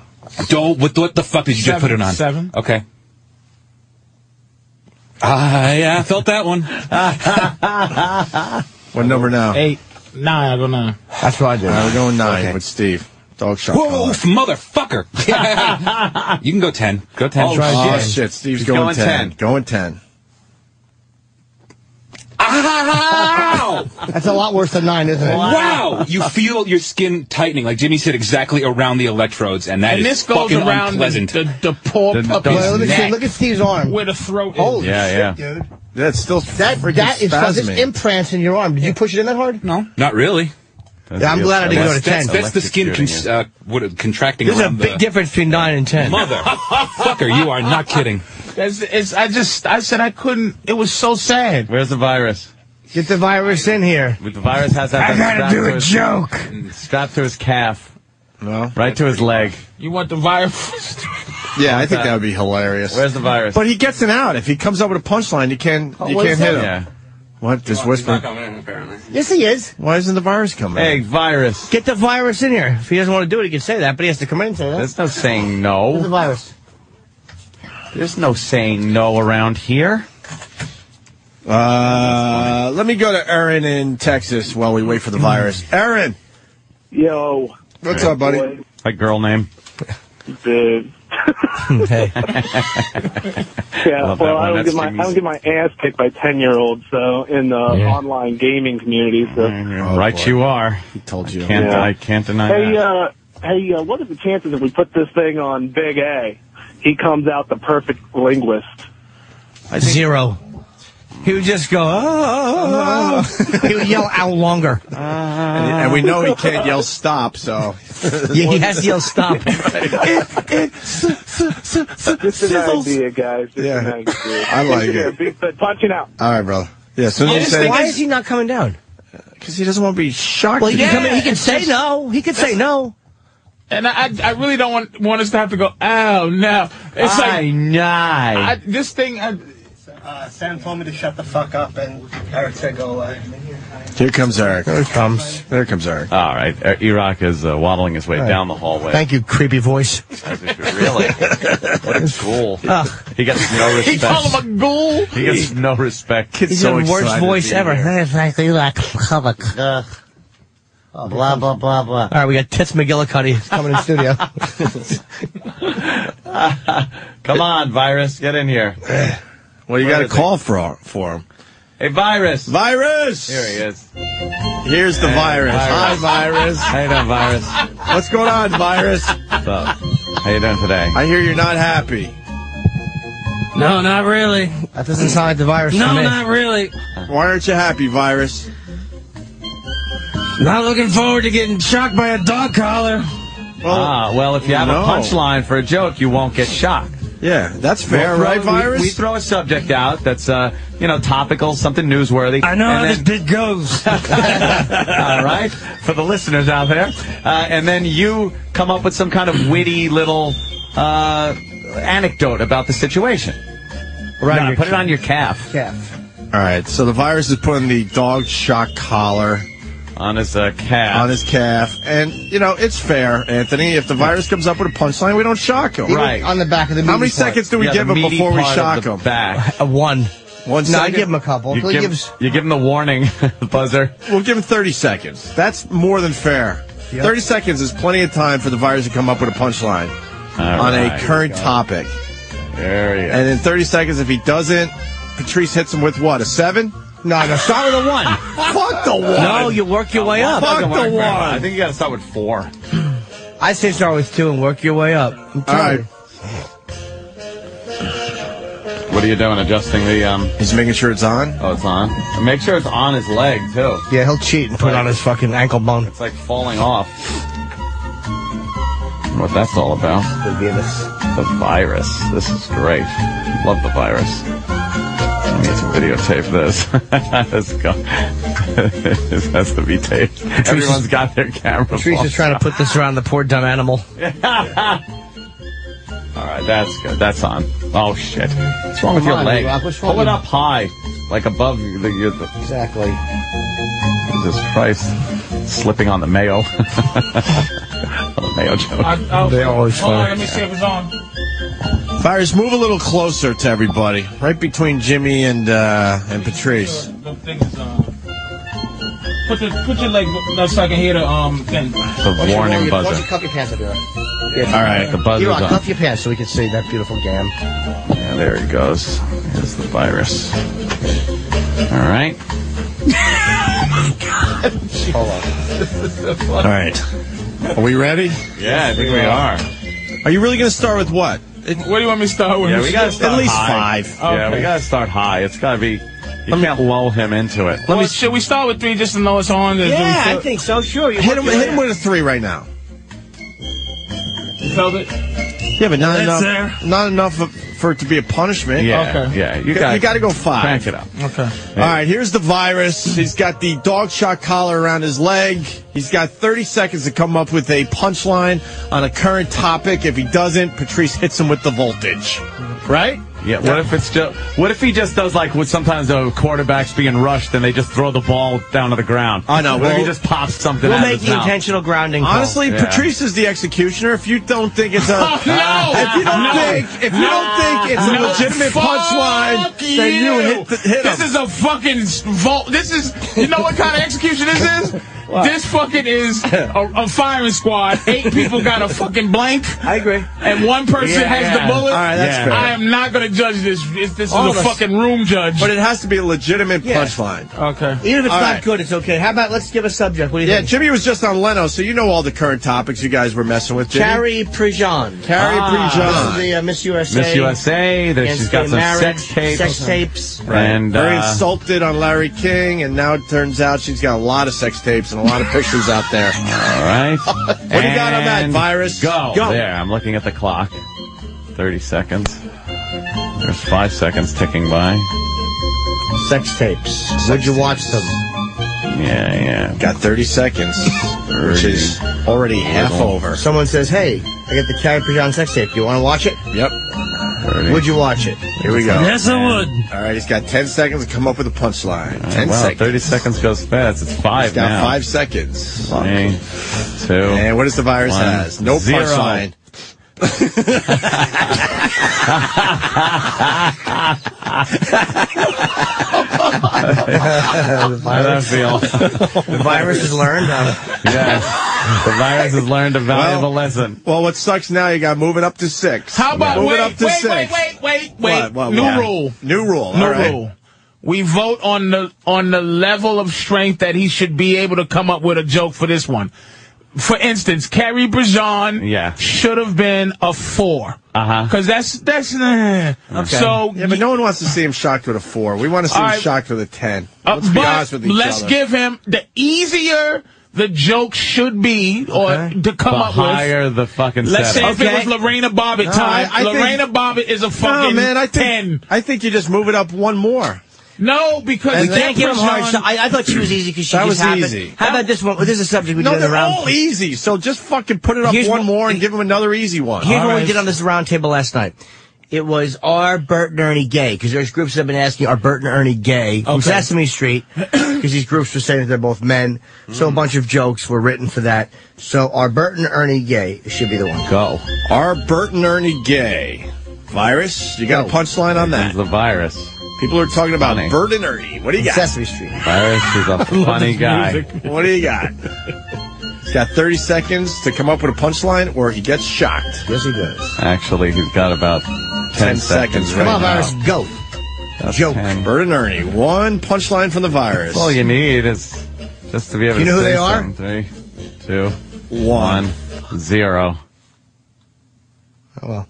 M: Don't. What, what the fuck did you just
D: Seven.
M: put it on?
D: Seven.
M: Okay. Ah, yeah, I felt that
C: [laughs]
M: one.
A: What number now?
D: Eight. Nine. I go nine.
B: That's what I did.
A: All right, we're going nine with Steve. Dog shot.
M: Whoa,
A: collar.
M: motherfucker! you can go ten. Go ten.
E: Oh,
M: Try
A: Oh
M: again.
A: shit, Steve's
E: He's
A: going,
E: going
A: 10.
E: 10.
A: Going 10.
M: Ow!
B: [laughs] That's a lot worse than nine, isn't it?
M: Wow! You feel your skin tightening, like Jimmy said, exactly around the electrodes, and that is
D: and this goes
M: fucking
D: around the,
M: unpleasant.
D: the, the poor
E: The- the-
D: puppy's
B: Well, let me see.
D: neck
B: Look at Steve's arm.
D: where the throat
B: Holy
D: is.
E: Yeah,
B: shit, dude.
A: That's still
B: That
A: freaking
B: that is there's
A: spasming.
B: implants in your arm. Did you push it in that hard?
M: no, not really.
B: Yeah, I'm glad I didn't go to ten.
M: That's, that's the skin cons- uh, what, uh, contracting around the
B: difference between nine and ten.
M: motherfucker. You are not kidding.
D: That's, it's, I just. I said I couldn't. It was so sad.
E: Where's the virus?
B: Get the virus in here.
E: The virus has that. I gotta do a joke. Strapped to his calf,
A: no?
E: right to his leg.
D: You want the virus?
A: Yeah, I think that would be hilarious.
E: Where's the virus?
A: but he gets it out. If he comes up with a punchline, you can't you can't
B: what is
A: hit him.
E: yeah.
A: What? This whisper.
B: Yes, he is.
A: Why isn't the virus coming?
E: Hey, virus.
B: Get the virus in here. If he doesn't want to do it, he can say that, but he has to come in and say that.
E: There's no saying
B: Get the
E: no.
B: virus.
E: There's no saying no
A: [laughs]
E: around here.
A: Uh, let me go to Aaron in Texas while we wait for the virus. Aaron,
N: Yo,
A: what's up, buddy?
E: Like girl name.
N: dude.
E: [laughs]
B: Hey.
N: Yeah,
E: Love that
N: well,
E: one.
N: I don't
E: That's
N: get my I
E: Jimmy's.
N: don't get my ass kicked by ten year olds so in the online gaming community. So,
E: Oh,
B: Oh,
E: right
A: boy.
E: you are.
A: He told you.
E: Can't
N: Yeah.
E: I can't deny
N: hey,
E: that.
N: uh, hey, uh, what are the chances if we put this thing on Big A? He comes out the perfect linguist.
B: Zero. He would just go, oh,
A: [laughs]
B: he would yell out longer.
A: And, and we know he can't yell stop, so
B: [laughs] [laughs] Yeah, he has to yell
N: [laughs]
B: stop.
N: Just an idea, guys. Just
A: Yeah.
N: an idea.
A: I like
N: Yeah,
A: it.
N: big foot punching out.
A: All right, brother. Yeah, as soon as you
B: Why
A: say
B: is he not coming down?
A: because Uh, he doesn't want to be shocked.
B: Well, he
D: Yeah,
B: can, come in, he can
D: it's
B: say
D: just-
B: no. He can say no.
D: And I, I, I really don't want, want us to have to go. Oh no! It's
E: I
D: like
E: know.
D: I, this thing. I,
B: Uh, Sam told me to shut the fuck up, and Eric said go away.
A: Here comes Eric.
B: There he comes.
A: There comes Eric.
E: All right, uh, Iraq is uh, waddling his way down the hallway.
B: Thank you, creepy voice.
E: As if you're
A: [laughs]
E: really, what a ghoul!
A: Ah.
E: he gets no
D: [laughs] he called
E: respect.
D: him a ghoul.
E: He gets no respect.
B: He's
A: so
B: the worst
A: excited
B: voice
A: to be
B: ever.
A: here.
B: Exactly like comic. Blah blah blah blah. All right, we got Tits McGillicuddy coming in studio.
E: Come on, virus, get in here.
A: Eh. Well, you got to
E: is he?
A: call for for him.
E: Hey, virus.
A: Virus.
E: here he is.
A: Here's the virus. Hi, virus.
E: virus. [laughs] How you doing, virus?
A: What's going on, virus?
E: What's up? How you doing today?
A: I hear you're not happy.
C: No, not really.
B: That doesn't sound like the virus
C: No,
B: to me.
C: not really.
A: Why aren't you happy, virus?
C: Not looking forward to getting shocked by a dog collar.
A: Well,
E: Ah, well, if you have
A: No.
E: a punchline for a joke, you won't get shocked.
A: yeah, that's fair,
E: We'll throw-
A: right,
E: we-
A: virus?
E: We, throw a subject out that's, uh, you know, topical, something newsworthy.
C: I know
E: and
C: how
E: then-
C: this
E: [laughs]
D: [laughs]
C: bit goes.
E: All right, for the listeners out there, uh, and then you come up with some kind of witty little uh, anecdote about the situation.
B: Right,
E: Nah,
B: your
E: put it on your calf,
B: calf.
A: All right, so the virus is putting the dog shock collar
E: on his uh, calf.
A: on his calf, and you know it's fair, Anthony. If the virus comes up with a punchline, we don't shock him.
E: Right.
B: On the back of the.
A: How many
B: meaty part.
A: seconds do we
E: Yeah,
A: give
E: the
A: him
E: meaty
A: before we
E: part of
A: shock
E: the
A: him?
E: Back.
B: A Uh, one.
A: One
B: No, I
A: second?
B: give him a couple.
E: You
B: He
E: give,
B: gives-
E: you give him the warning [laughs] buzzer.
A: We'll give him 30 seconds. That's more than fair. 30 seconds is plenty of time for the virus to come up with a punchline. on
E: right.
A: a current topic. And in 30 seconds, if he doesn't, Patrice hits him with what? A seven?
B: No, no, start with a one.
A: Fuck the one.
G: No, you work your way up.
A: Fuck the one.
E: I think you got to start with four.
B: I say start with two and work your way up. I'm
A: All
B: telling
A: right.
B: you.
E: What are you doing? Adjusting the um?
A: He's making sure it's on.
E: Oh, it's on. And make sure it's on his leg too.
B: Yeah, he'll cheat and put it on his fucking ankle bone.
E: It's like falling off. I wonder What that's all about?
B: The Venus.
E: The virus. This is great. Love the virus. I need to videotape this. [laughs] this, is [laughs] go- this has to be taped. Everyone's got their camera.
B: Patrice is trying to put this around the poor dumb animal.
E: All right, that's good. That's on. Oh shit! What's wrong with
B: Come
E: your
B: on,
E: leg?
B: Rock, what's wrong
E: Hold
B: with-
E: it up high, like above the, your- the
B: Exactly.
E: Jesus Christ, slipping on the mayo. [laughs] the mayo joke.
D: I, I'll,
B: They always
D: hold
B: fight.
D: on, let me see if it's on.
A: Virus, move a little closer to everybody, right between Jimmy and uh, and Patrice.
D: The thing is on. Put, the, put your leg no, so I can hear the um thing.
E: the warning buzzer.
B: cuff your pants and do it? Yeah,
E: All right, the
B: You're
E: buzzer's
B: on.
E: on.
B: Cuff your pants so we can see that beautiful gam.
E: Yeah, there it goes. It's the virus. All right. Oh,
B: [laughs]
A: All
D: [laughs]
E: [laughs]
A: right. Are we ready?
E: Yeah, I think we are.
A: Are you really going to start with what?
D: Where do you want me to start with?
E: Yeah, we gotta start
A: At least
E: high.
A: five.
E: Yeah, we
D: Okay.
E: gotta start high. It's gotta be. You can't lull him into it.
D: Well, should we start with three just to know it's on? Is- do we feel-
B: think so. Sure. You
A: Hit him, hit him with a three right now.
D: you felt it.
A: Yeah, but not
G: That's
A: enough.
G: there.
A: Not enough for it to be a punishment.
E: Yeah,
D: Okay.
E: yeah. You
A: You
E: gotta,
A: gotta go five.
E: Crank it up.
D: Okay.
A: All right, here's the virus. He's got the dog shot collar around his leg. He's got 30 seconds to come up with a punchline on a current topic. If he doesn't, Patrice hits him with the voltage. Right?
E: Yeah. What if it's just? What if he just does like what sometimes the quarterbacks being rushed and they just throw the ball down to the ground?
A: I know,
E: What if he
A: well-
E: just pops something?
B: We'll
E: out
B: make
E: of his
B: the
E: mouth?
B: intentional grounding. call.
A: Honestly,
E: Yeah.
A: Patrice is the executioner. If you don't think it's a,
D: [laughs]
A: [laughs] if you don't
D: Oh, No.
A: think, if you don't think it's a
D: No.
A: legitimate
D: Fuck
A: punchline, then you hit, the, hit
D: This
A: him.
D: is a fucking s- vault. This is, you know what kind of execution
A: [laughs]
D: this is? This fucking is a, a firing squad. Eight people got a fucking blank,
B: I agree.
D: and one person
E: Yeah,
D: has
E: yeah.
D: the bullet.
A: All right, that's fair.
D: I am not going to judge this. It's, this
B: All
D: is
B: of
D: a
B: us.
D: fucking room judge.
A: but it has to be a legitimate
B: Yeah.
A: punchline.
D: okay.
B: Even if it's
A: All
B: not
A: right.
B: good, it's okay. How about let's give a subject? What do you
A: Yeah,
B: think?
A: Jimmy was just on Leno, so you know all the current topics you guys were messing with. Jimmy.
B: Carrie Prejean.
A: Carrie
B: This is
A: Prejean.
B: the uh, Miss USA.
E: Miss USA. That she's
B: against
E: got
B: gay
E: some
B: marriage,
E: sex tapes.
B: Sex tapes.
E: And
A: Very
E: uh,
A: insulted on Larry King, and now it turns out she's got a lot of sex tapes and a lot of pictures out
E: [laughs]
A: there.
E: all right. what
A: do you got on that, virus?
E: Go.
A: Go.
E: There. I'm looking at the clock. Thirty seconds. There's five seconds ticking by.
B: Sex tapes. Would you watch them?
E: Yeah, yeah.
A: Got 30 seconds, which is already half over.
B: Someone says, "Hey, I got the Carrie Prejean sex tape. You want to watch it?
A: Yep,
E: 30.
B: Would you watch it?"
A: here we go.
G: Yes, I would.
A: All right, he's got 10 seconds to come up with a punchline. 10
E: wow,
A: seconds.
E: 30 seconds goes fast. It's five
A: He's got
E: now.
A: five seconds.
E: Three, two.
A: And what does the virus
E: One.
A: has? No
E: Zero. [laughs]
A: punchline. [laughs]
E: How does that feel?
B: The virus has learned. Um,
E: yeah. The virus has learned a valuable
A: Well-
E: lesson.
A: Well, what sucks now, you got moving up to six.
D: How about
A: moving
D: wait,
A: up to
D: wait,
A: six?
D: wait, wait, wait, wait,
A: What, what,
D: New
A: what?
D: rule.
A: New rule.
D: New
A: All right.
D: rule. We vote on the on the level of strength that he should be able to come up with a joke for this one. For instance, Carrie Brajan
E: Yeah.
D: should have been a four.
E: Uh-huh.
D: Because that's that's uh, so.
A: Yeah, but no one wants to see him shocked with a four. We want to see
D: All
A: him
D: right.
A: shocked with a ten.
D: uh,
A: Let's be
D: but
A: honest with each
D: let's
A: other.
D: give him the easier the joke should be or to come
E: the
D: up with.
E: higher the fucking
D: Let's say
E: setup.
D: if it was Lorena Bobbitt time,
A: I- I think-
D: Lorena Bobbitt is a
A: No,
D: fucking
A: man, I think
D: ten.
A: I think you just move it up one more.
D: No, because
A: We
D: Carrie
A: can't
B: give him hard.
D: Brajan-
B: So I, I thought she was easy because she
A: That
B: just
A: was
B: happened.
A: easy.
B: How about this one? Well, this is a subject we
A: No,
B: did on
A: they're
B: the round.
A: all easy. So just fucking put it up
B: Here's
A: one
B: what-
A: more and give him another easy one.
B: Here's what we
D: right.
B: did on this round table last night. It was are Bert and Ernie gay? Because there's groups that have been asking are Bert and Ernie gay from Sesame [clears throat] Street because these groups were saying that they're both men. So a bunch of jokes were written for that. So are Bert and Ernie gay should be the one.
E: Go.
A: Are Bert and Ernie gay? Virus, you got a punchline on
E: It's
A: that.
E: the virus.
A: People are talking about
E: Funny.
A: Bert and Ernie. What do you got? [laughs]
B: Sesame Street.
E: Virus is a funny guy.
A: What do you got? He's got 30 seconds to come up with a punchline, or he gets shocked. Yes, he does.
E: Actually, he's got about 10,
A: 10
E: seconds.
A: seconds.
E: right
A: Come on,
E: now.
A: Virus,
B: go.
E: That's
A: Joke.
E: 10.
A: Bert and Ernie. One punchline from the virus.
E: That's all you need is just to be able
A: You
E: to
A: know who
E: say
A: they are?
E: something. Three, two, one, zero.
B: Oh, well.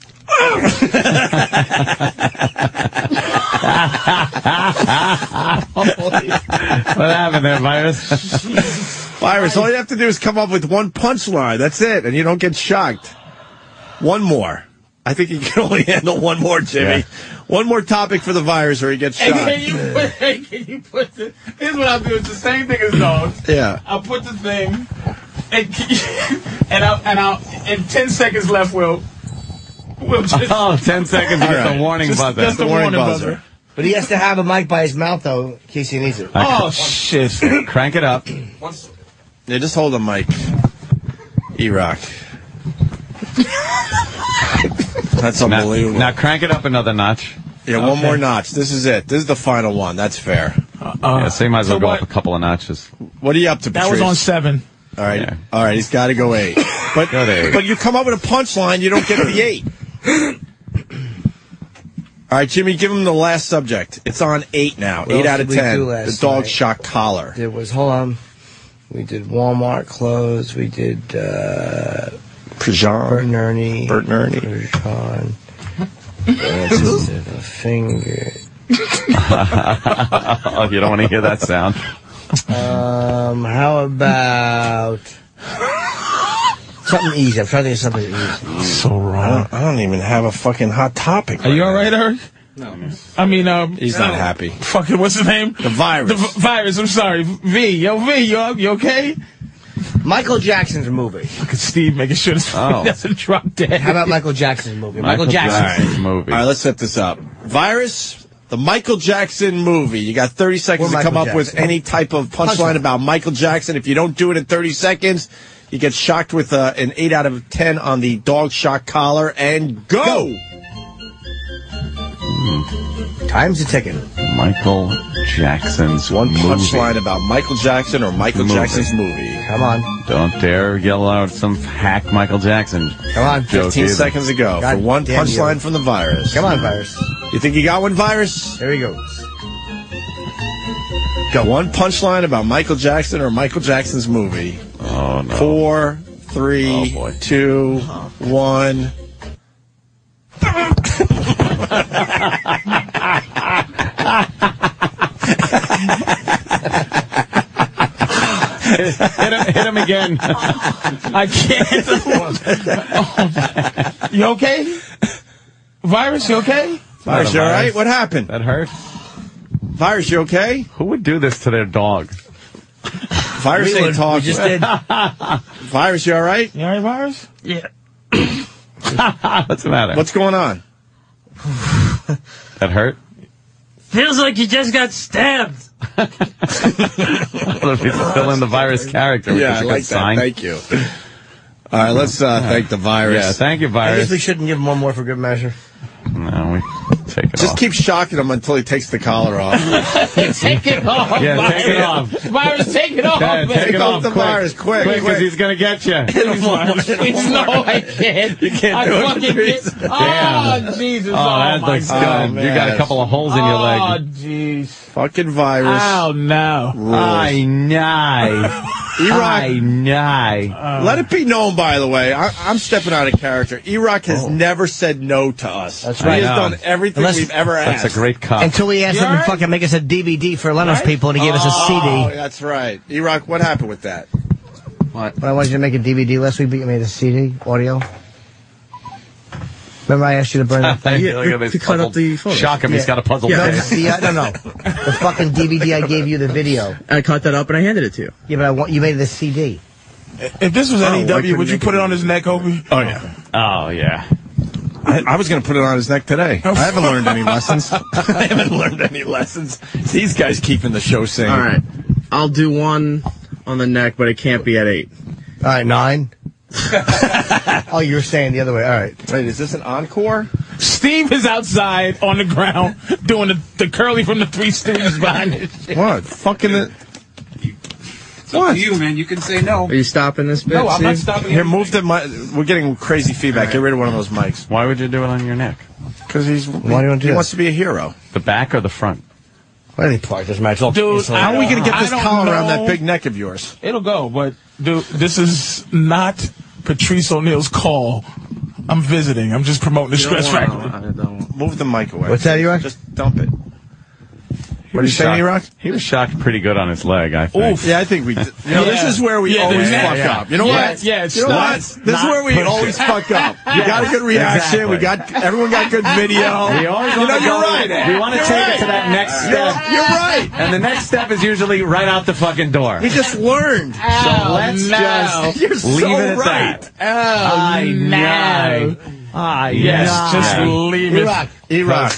E: what happened there, Virus?
A: [laughs] Virus, all you have to do is come up with one punchline. That's it, and you don't get shocked. One more. I think he can [laughs] only handle one more, Jimmy. One more topic for the virus, or he gets
D: Hey, can
A: shocked.
D: you put, [laughs] hey, can you put the, here's what I'll do. It's the same thing as dogs.
A: Yeah.
D: I'll put the thing, and, and [laughs] I'll, and I'll, and 10 seconds left, Will. Will
E: [laughs]
D: just.
E: Oh, 10 seconds with the warning
D: Just-
E: buzzer.
D: just the The warning warning buzzer. buzzer.
B: But he has to have a mic by his mouth, though, in case he needs it.
E: Oh,
D: shit.
E: Crank it up.
A: Yeah, just hold the mic. E
D: [laughs]
A: Rock. That's unbelievable.
E: Now, now crank it up another notch.
A: Yeah, one more notch. This is it. This is the final one. That's fair.
E: yeah, so you might as
A: so
E: well go
A: what-
E: up a couple of notches. [laughs]
A: What are you up to,
D: That
A: Patrice?
D: was on seven.
A: All right. All right, he's got to go
D: [laughs]
A: eight. But,
E: Go to eight.
A: but you come up with a punchline, you don't get the eight. All right, Jimmy, give him the last subject. It's on eight now.
B: What
A: eight
B: else
A: out of
B: did we
A: ten.
B: do
A: The
B: last
A: dog
B: night?
A: shock collar.
B: There was, hold on. We did Walmart closed. We did uh,
A: Prejean.
B: Bert and
A: [laughs]
B: Ernie.
A: Bert and Ernie.
B: Prejean. Dances to the finger.
E: oh, you don't want to hear that sound.
B: Um, how about something easy? I'm trying to think of something easy.
D: So
A: I
D: wrong.
A: don't, I don't even have a fucking hot topic.
D: Are you all right, Eric? No. I mean, um.
A: He's not happy.
D: Fucking, what's his name?
A: The virus.
D: The v- virus, I'm sorry. V, yo, V, you, up- you okay?
B: Michael Jackson's movie.
D: Look at Steve making sure this
A: [laughs]
E: Oh.
D: doesn't drop dead.
B: How about Michael Jackson's movie? Michael,
E: Jackson
B: Jackson.
E: movie.
A: All right, let's set this up. Virus, the Michael Jackson movie. You got 30 seconds
B: Or
A: to
B: Michael
A: come up with
B: Jackson.
A: any type of punchline
B: Punchline.
A: about Michael Jackson. If you don't do it in 30 seconds, you get shocked with uh, an 8 out of 10 on the dog shock collar and go!
B: Time's a ticket.
E: Michael Jackson's
A: One
E: movie.
A: punchline about Michael Jackson or Michael
E: Movie.
A: Jackson's movie.
B: Come on.
E: Don't dare yell out some hack Michael Jackson.
B: Come on.
E: Joke
A: 15
E: either.
A: seconds ago
B: God
A: for one
B: damn you.
A: punchline from the virus.
B: Come on, virus.
A: You think you got one, virus?
B: Here he goes.
A: Got one punchline about Michael Jackson or Michael Jackson's movie.
E: Oh no.
A: Four,
E: Oh,
A: three,
E: boy.
A: two, one.
E: hit, him, hit him again.
D: I can't. you okay? Virus, you okay?
A: Virus, you all
E: virus.
A: right? What happened?
E: That hurt.
A: Virus, you okay?
E: Who would do this to their dog?
A: Virus ain't
B: We
A: talking.
B: just did.
A: [laughs] Virus, you all right?
D: You all right, Virus?
E: [laughs] What's the matter?
A: What's going on?
E: that
A: [laughs]
E: hurt?
G: Feels like you just got stabbed.
E: [laughs] Well, if it's still in the virus character. we just got signed.
A: Thank you. All right, let's uh, thank the virus.
E: Yeah, thank you,
B: I guess
E: virus.
B: we shouldn't give him one more for good measure.
E: No, we take it
A: Just
E: off.
A: keep shocking him until he takes the collar off.
E: [laughs]
D: [laughs] Take it off.
E: Yeah,
D: virus.
E: take it off.
D: Virus, take it off.
E: Yeah,
D: man.
E: take it
A: off
E: off
A: the
E: quick.
A: virus, quick,
E: Quick,
A: quick.
E: because he's going to get
C: [laughs]
E: you.
D: Please, no, I can't. You
A: can't
D: I
A: do it
D: fucking
A: in three
D: can't. Oh, Jesus.
E: Oh,
D: Oh,
E: that
D: my
E: looks good.
D: God.
A: God.
E: you got
A: Oh,
E: a couple of holes in your
D: Oh,
E: leg.
D: jeez.
A: Fucking virus.
D: Oh, no.
A: Rules. [laughs]
E: I know. I
A: E-Rock,
E: know.
A: Uh, let it be known, by the way, I, I'm stepping out of character. E-Rock has never said no to us.
B: That's
A: He
B: right.
A: has
E: I know.
A: done everything
B: Unless-
A: we've ever asked.
E: That's a great cop.
B: Until he asked
D: You
B: them to
D: alright?
B: fucking make us a DVD for Leno's people, and he gave us a
A: Oh,
B: CD.
A: that's right. E-Rock, what happened with that?
B: When I wanted you to make a DVD last week, but you made a CD audio. Remember, I asked you to burn
E: [laughs]
B: that thing.
E: Look at this puzzled- Shock him. He's
B: Yeah.
E: got a puzzle
B: No,
E: face.
B: the, uh, no, no, the fucking DVD I gave you, the video.
G: I caught that up and I handed it to you. Oh,
B: Yeah, but I want you made the CD.
D: If this was NEW, would you
A: Nick
D: put it on his neck, Opie?
A: Oh, yeah.
E: Oh, yeah.
A: I, I was going to put it on his neck today.
G: Oh.
A: I haven't learned any lessons. I haven't learned any lessons. These guys keeping the show sane.
G: All right. I'll do one on the neck, but it can't be at eight.
B: All
A: Uh,
E: [laughs]
B: right, nine. oh, you were saying the other way. All right.
A: Wait, is this an encore?
D: Steve is outside on the ground doing the, the curly from the three students behind it.
A: What? Fucking the.
K: It's up to you, man. You can say no.
G: Are you stopping this bitch?
K: No, I'm not
G: Steve?
K: stopping
A: Here, move the mic. We're getting crazy feedback. Get rid of one of those mics.
E: Why would you do it on your neck?
A: Because he's
B: Why do you want to do
A: he
B: that?
A: wants to be a hero.
E: The back or the front?
B: Why do they part? Doesn't matter. It's all-
D: Dude,
B: it's all-
A: How are we going to get
D: I
A: this
D: don't
A: collar around
D: know.
A: that big neck of yours?
D: It'll go, but dude, this is not Patrice O'Neill's call. I'm visiting. I'm
A: Oh,
D: just promoting the Stress
G: wanna-
D: Factory.
G: I don't-
A: Move the mic away.
B: What's that, E-Rock?
A: Just dump it. What are you
E: was
A: saying,
E: shocked.
A: E-Rock?
E: He was shocked pretty good on his leg, I think.
A: Yeah, I think we. You know, this is where we
D: Yeah, the
A: always
D: neck.
A: fuck
D: Yeah.
A: up. You know
D: Yeah,
A: what?
D: yeah, it's
A: you know
D: not-
A: what? This is where we
E: [laughs]
A: always fuck up. We got a good reaction. We got everyone got good video.
E: We always
A: you
E: want
A: know,
E: to
A: you're
E: go,
A: right.
E: We want to
A: You're
E: take it
A: right.
E: to that next step.
A: You're right.
E: And the next step is usually right out the fucking door.
A: He just learned.
E: So let's just
A: You're so
E: leave it at
A: right. Oh,
E: that. I know. Ah, I
D: Yes,
E: know.
D: just leave it.
B: E-Rock.
A: E-Rock.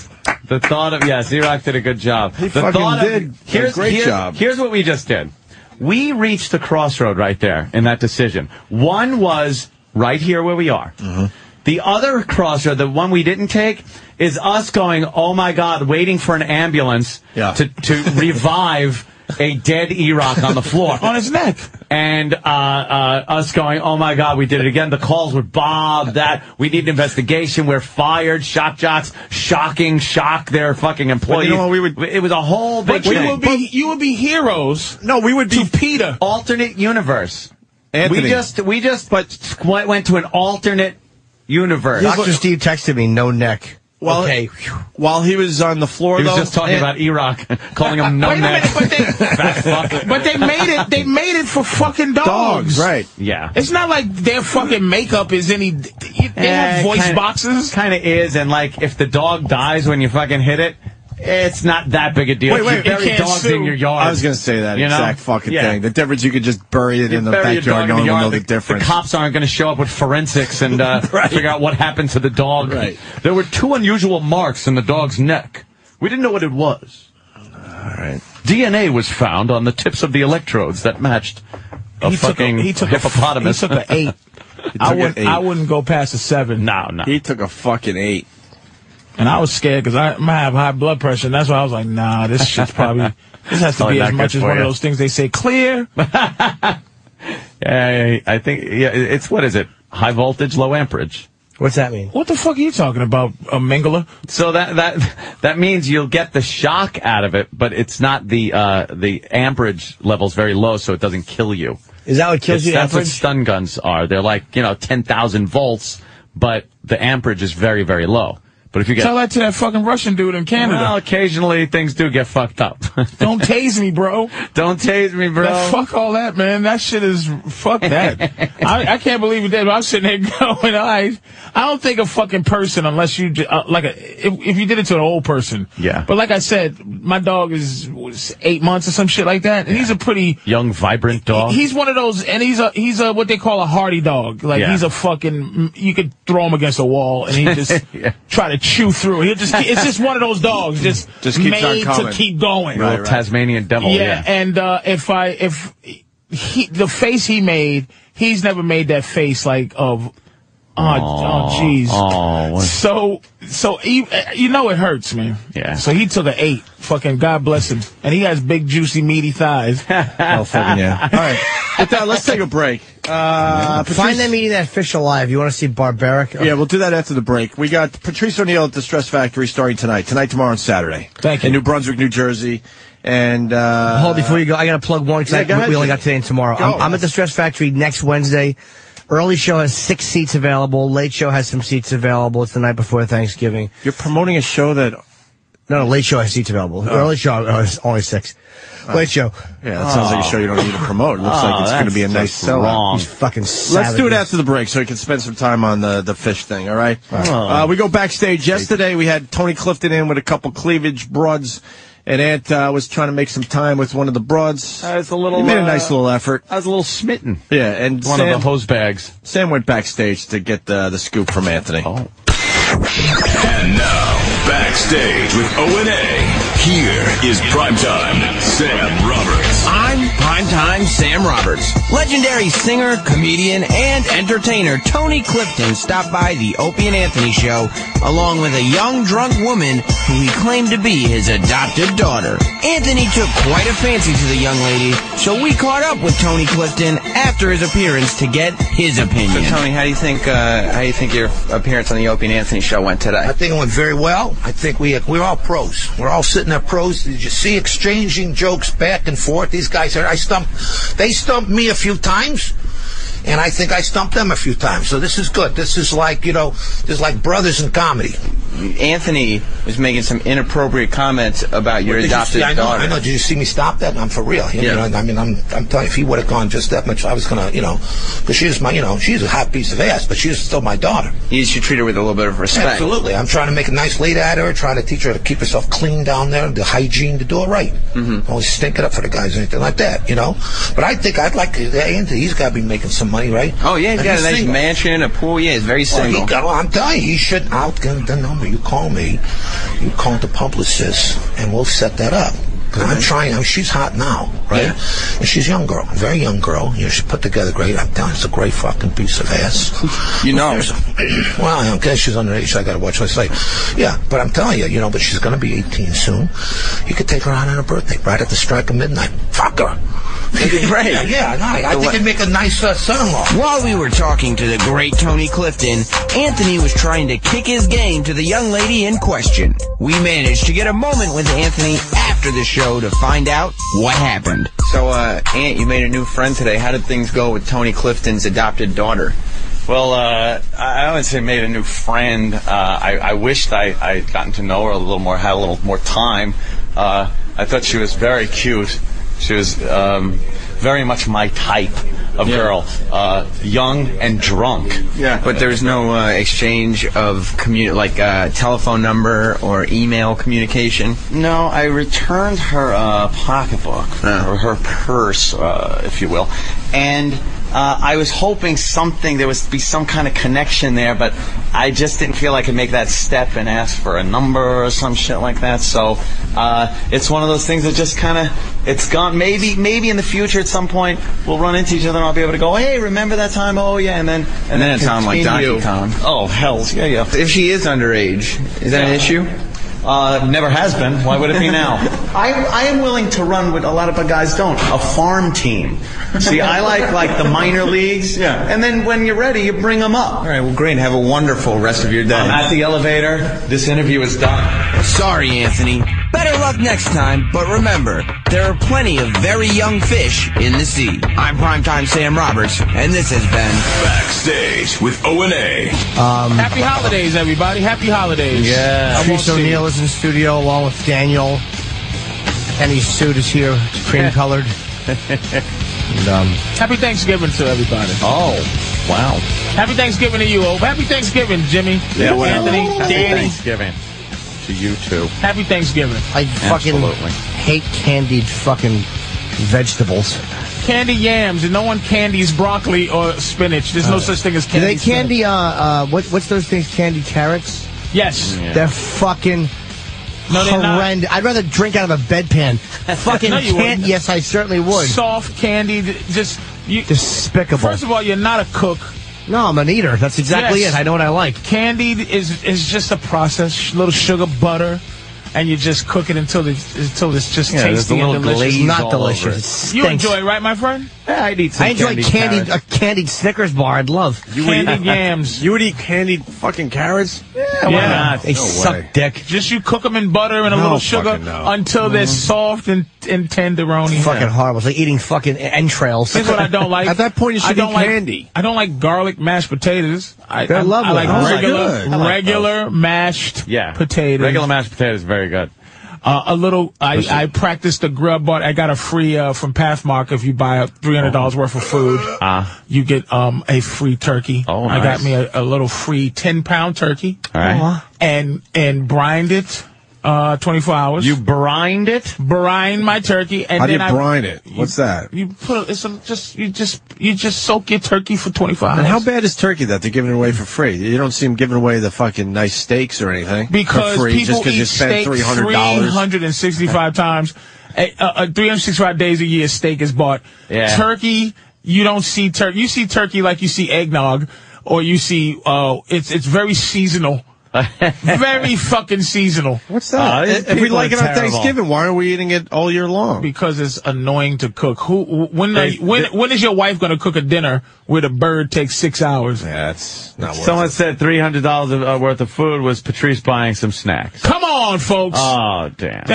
E: The thought of yes, Iraq did a good job. He the
A: fucking
E: thought of-
A: did a great
E: here's,
A: job.
E: Here's what we just did. We reached a crossroad right there in that decision. One was right here where we are. The other crossroad, the one we didn't take, is us going, oh my God, waiting for an ambulance
A: Yeah.
E: to, to revive a dead Iraq on the floor.
D: On his neck.
E: and uh, uh, us going, oh my God, we did it again. The calls were Bob, that, we need an investigation, we're fired, shock jocks, shocking, shock their fucking employees.
A: know what we would-
E: it was a whole big
D: We
E: thing.
D: would be, you would be heroes
A: No, we would be
D: to Peter.
E: alternate universe.
A: Anthony.
E: We just, we just but squ- went to an alternate universe.
B: Dr. Steve texted me, no neck.
A: While,
B: okay.
A: while he was on the floor,
E: he was
A: though,
E: just talking about Iraq, [laughs]
A: [laughs]
E: calling him
D: Wait a minute,
E: numbness. [laughs]
D: but they, but they made it. They made it for fucking dogs,
A: dogs, right?
E: yeah.
D: It's not like their fucking makeup is any. They have voice boxes.
E: Kind of is, and like if the dog dies when you fucking hit it, it's not that big a deal.
A: Wait, wait,
E: you
A: you
E: bury
D: can't
E: dogs
D: sue.
E: in your yard.
A: I was going to say that
E: You know?
A: exact fucking
E: Yeah.
A: thing. The difference you could just bury it
E: You
A: in the
E: bury your
A: backyard,
E: dog
A: no one
E: in the
A: will know
E: yard.
A: the difference.
E: cops aren't going to show up with forensics and uh, figure out what happened to the dog.
A: Right.
E: There were two unusual marks in the dog's neck. We didn't know what it was.
A: All right.
E: DNA was found on the tips of the electrodes that matched a
D: He took a-
E: fucking
D: he took a-
E: hippopotamus.
D: he took a
E: [laughs] eight.
D: I
A: took an
D: wouldn't.
A: eight.
D: I wouldn't go past a seven.
E: no, no.
A: He took a fucking eight.
D: And I was scared because I might have high blood pressure. And that's why I was like, nah,
E: [laughs]
D: this shit's probably. This has to
E: Probably
D: be
E: not
D: as
E: good
D: much as
E: for
D: one
E: you.
D: of those things they say clear.
E: I, I think yeah, it's what is it? High voltage, low amperage.
B: What's that mean?
D: What the fuck are you talking about, uh, Mengele?
E: So that that that means you'll get the shock out of it, but it's not the uh, the amperage level's very low, so it doesn't kill you.
B: Is that what
E: It's-
B: kills you?
E: that's what
B: average?
E: stun guns are. They're like you know ten thousand volts, but the amperage is very very low. But if you get
D: Tell that to that fucking Russian dude in Canada.
E: well, occasionally things do get fucked
B: [laughs]
E: up.
D: Don't tase me, bro.
E: Don't tase me, bro.
D: That- fuck all that, man. That shit is
E: [laughs]
D: fuck that. I, I can't believe it. Did, but I'm sitting there [laughs] going, I, I don't think a fucking person unless you ju- uh, like a, if, if you did it to an old person.
E: [laughs] Yeah.
D: But like I said, my dog is was eight months or some shit like that, and he's a pretty.
E: Young vibrant dog.
D: He's one of those, and he's a he's a what they call a hardy dog. Like
E: Yeah.
D: he's a fucking. You could throw him against a wall, and he just
E: [laughs] Yeah.
D: try to chew through. He'll just. It's just one of those dogs, just
A: Just keeps on
D: made to
A: coming.
D: keep going.
E: a little Tasmanian devil.
D: Yeah,
E: Yeah.
D: and uh, if I if he the face he made, he's never made that face like of oh oh jeez.
E: Aw, what-
D: So so he, you know it hurts, man.
E: Yeah.
D: So he took an eight. Fucking God bless him, and he has big juicy meaty thighs.
A: [laughs] Oh fucking
D: [laughs]
A: yeah! All right, with that, let's take a break. Uh,
B: Find them eating that fish alive. You want to see barbaric?
A: Yeah, we'll do that after the break. We got Patrice O'Neill at the Stress Factory starting tonight, tonight, tomorrow, and Saturday.
D: Thank you.
A: In New Brunswick, New Jersey, and uh,
B: Hold before you go. I got to plug one because
A: Yeah, go ahead,
B: we only
A: Jimmy.
B: got today and tomorrow.
A: Go.
B: I'm, I'm at the Stress Factory next Wednesday. Early show has six seats available. Late show has some seats available. It's the night before Thanksgiving.
A: you're promoting a show that
B: No, no, late show has seats available. Early show uh, is only six. Late show.
A: Oh.
B: Oh,
A: yeah, that sounds like a show you don't need to promote. It looks like
E: Oh,
A: it's going to be a nice sellout.
B: These fucking
A: Let's do it
B: savages.
A: after the break so we can spend some time on the, the fish thing, all right? Uh, we go backstage. Yesterday we had Tony Clifton in with a couple cleavage broads, and Ant uh, was trying to make some time with one of the broads.
E: Uh, it's a little,
A: He made a
E: uh,
A: nice little effort.
E: I was a little smitten.
A: Yeah, and
E: Hmm. One
A: Sam,
E: of the hose bags.
A: Sam went backstage to get the, the scoop from Anthony.
E: Oh.
O: And now, backstage with O and A.
F: Here is primetime Sam Roberts.
H: I'm primetime Sam Roberts. Legendary singer, comedian, and entertainer Tony Clifton stopped by the Opie and Anthony show along with a young drunk woman who he claimed to be his adopted daughter. Anthony took quite a fancy to the young lady, so we caught up with Tony Clifton after his appearance to get his opinion.
C: So, Tony, how do you think uh, how do you think your appearance on the Opie and Anthony show went today?
P: I think it went very well. I think we we're all pros. We're all sitting there pros. Did you see exchanging jokes back and forth? These guys are. I stumped. They stumped me a few times, and I think I stumped them a few times. So this is good. This is like you know, this is like brothers in comedy.
C: Anthony was making some inappropriate comments about your
P: Did you
C: adopted
P: see- I know,
C: daughter.
P: I know. Did you see me stop that? I'm for real. You
C: Yeah.
P: know, I mean, I'm, I'm telling you, if he would have gone just that much, I was gonna, you know, because she's my, you know, she's a hot piece of ass, but she's still my daughter.
C: You should treat her with a little bit of respect.
P: Absolutely. I'm trying to make a nice lead at her, trying to teach her to keep herself clean down there, the hygiene, to do it right. Mm-hmm. Always stink it up for the guys, or anything like that, you know. But I think I'd like to. Anthony, he's got to be making some money, right?
C: Oh yeah, he's
P: And
C: got a nice
P: single.
C: mansion, a pool. Yeah, he's very
P: Well, he
C: single.
P: got- well, I'm telling you, he should. I'll give the number. You call me. You call the publicist, and we'll set that up. 'Cause I'm trying. I mean, she's hot now, right? And she's a young girl, a very young girl. You know, she's put together great. I'm telling you, it's a great fucking piece of ass. You know. well, I don't care. She's underage. so I got to watch what I say. Yeah, but I'm telling you, you know. But she's going to be 18 soon. You could take her out on her birthday, right at the strike of midnight. Fuck her.
H: [laughs] Great.
P: Yeah, yeah, no, I, I
H: The
P: think
H: what-
P: it'd make a nice uh, son-in-law.
H: While we were talking to the
P: great
H: Tony Clifton, Anthony was trying to kick his game to the young lady in question. We managed to get a moment with Anthony after the show to find out what happened.
C: So, uh, Aunt, you made a new friend today. How did things go with Tony Clifton's adopted daughter?
E: Well, uh, I I would say made a new friend. Uh, I, I wished I, I had gotten to know her a little more, had a little more time. Uh, I thought she was very cute. She was um, very much my type of girl, uh, young and drunk.
C: Yeah. But there was no uh, exchange of commu- like uh, telephone number or email communication.
E: No, I returned her uh, pocketbook, or her purse, uh, if you will, and uh, I was hoping something there was to be some kind of connection there, but I just didn't feel I could make that step and ask for a number or some shit like that. So uh, it's one of those things that just kind of it's gone. Maybe maybe in the future at some point we'll run into each other and I'll be able to go, hey, remember that time? Oh yeah, and then and,
C: And then it sounded like
E: continue.
C: Donkey Kong.
E: Oh hells, yeah, yeah.
C: If she is underage, is that an issue?
E: Uh, never has been. Why would it be now? [laughs] I, I am willing to run what a lot of guys don't a farm team. See, I like like the minor leagues. Yeah. And then when you're ready, you bring them up.
C: All right. Well, great. Have a wonderful rest of your day.
E: I'm at the elevator. This interview is done.
H: Sorry, Anthony. Better luck next time, but remember, there are plenty of very young fish in the sea. I'm Primetime Sam Roberts, and this has been
F: Backstage [laughs] with O and A.
B: Um,
D: Happy holidays, everybody. Happy holidays. I won't
B: Patrice
D: see
B: O'Neill
D: you.
B: is in studio along with Daniel. Kenny's suit is here. It's cream colored.
D: [laughs]
B: and, um,
D: Happy Thanksgiving to everybody.
E: Oh, wow.
D: Happy Thanksgiving to you, Ope. Happy Thanksgiving, Jimmy. Anthony,
E: Happy
D: Danny.
E: Thanksgiving to you too.
D: Happy Thanksgiving.
B: I fucking
E: Absolutely.
B: hate candied fucking vegetables.
D: Candy yams, and no one candies broccoli or spinach. There's no
E: Uh,
D: such thing as
B: Do
D: candy.
B: they candy, uh, uh, what, what's those things? Candy carrots?
D: spinach. Yes.
B: They're fucking
D: No, they're not.
B: horrendous. I'd rather drink out of a
D: [laughs]
B: bedpan. fucking
D: No, you
B: can't.
D: wouldn't.
B: Yes, I certainly would.
D: Soft candy, just you.
B: Despicable.
D: First of all, you're not a cook.
B: no, I'm an eater. That's exactly
D: Yes.
B: it. I know what I like.
D: Candied is is just a process. sh- Little sugar, butter, and you just cook it until it's until it's just
E: Yeah, there's
D: tasty
E: a little
D: and delicious.
E: glaze
B: Not
E: all
B: delicious.
E: over it.
B: It stinks.
D: You enjoy, it, right, my friend?
E: I'd eat some
B: I enjoy
E: candied
B: candied
E: carrots.
B: a candied Snickers bar. I'd love. [laughs]
E: [laughs]
D: Candied yams.
Q: You would eat candied fucking carrots?
D: Yeah.
B: They suck dick.
D: Just you cook them in butter and a
Q: No
D: little sugar
Q: fucking no.
D: until they're soft and and tenderoni.
B: Mm-hmm. Fucking horrible. It's like eating fucking entrails.
D: [laughs] Here's what I don't
Q: [laughs]
D: like.
Q: At that point, you
D: I
Q: should
D: don't
Q: eat
D: like,
Q: candy.
D: I don't like garlic mashed potatoes. I,
B: They're
D: I,
B: lovely.
D: I
Q: Those
D: like
Q: are
D: regular,
Q: good. I like
D: regular mashed
E: Yeah.
D: potatoes.
E: Regular mashed potatoes, very good.
D: Uh, a little. I, I practiced a grub bar. I got a free uh, from Pathmark. If you buy three hundred
A: Oh.
D: dollars worth of food,
E: Ah.
D: you get um a free turkey.
E: Oh,
D: I got
E: nice.
D: me a, a little free ten pound turkey
E: All right.
D: and and brined it uh, 24 hours. You brine it? Brine my turkey. And
A: How do you
D: then I-
A: brine it? What's that?
D: You put it's a, just you just you just soak your turkey for 24 hours.
A: And how bad is turkey that they're giving it away for free? You don't see them giving away the fucking nice steaks or anything
D: because
A: for free
D: people
A: just because
D: eat
A: you spent
D: steak
A: three hundred dollars. [laughs]
D: 365 times. A, a, a 365 days a year, steak is bought.
A: Yeah.
D: Turkey, you don't see turkey. You see turkey like you see eggnog, or you see uh, it's it's very
A: [laughs]
D: seasonal. very fucking seasonal. What's
A: that? if we like it on Thanksgiving, why are we eating it all year long?
D: Because it's annoying to cook. Who when
A: They-
D: are- when when is your wife going to cook a dinner where the bird takes six hours?
A: Yeah, that's not
E: Someone said three hundred dollars worth of food was Patrice buying some snacks.
D: Come on, folks.
A: Ah.
E: Oh damn!
A: [laughs]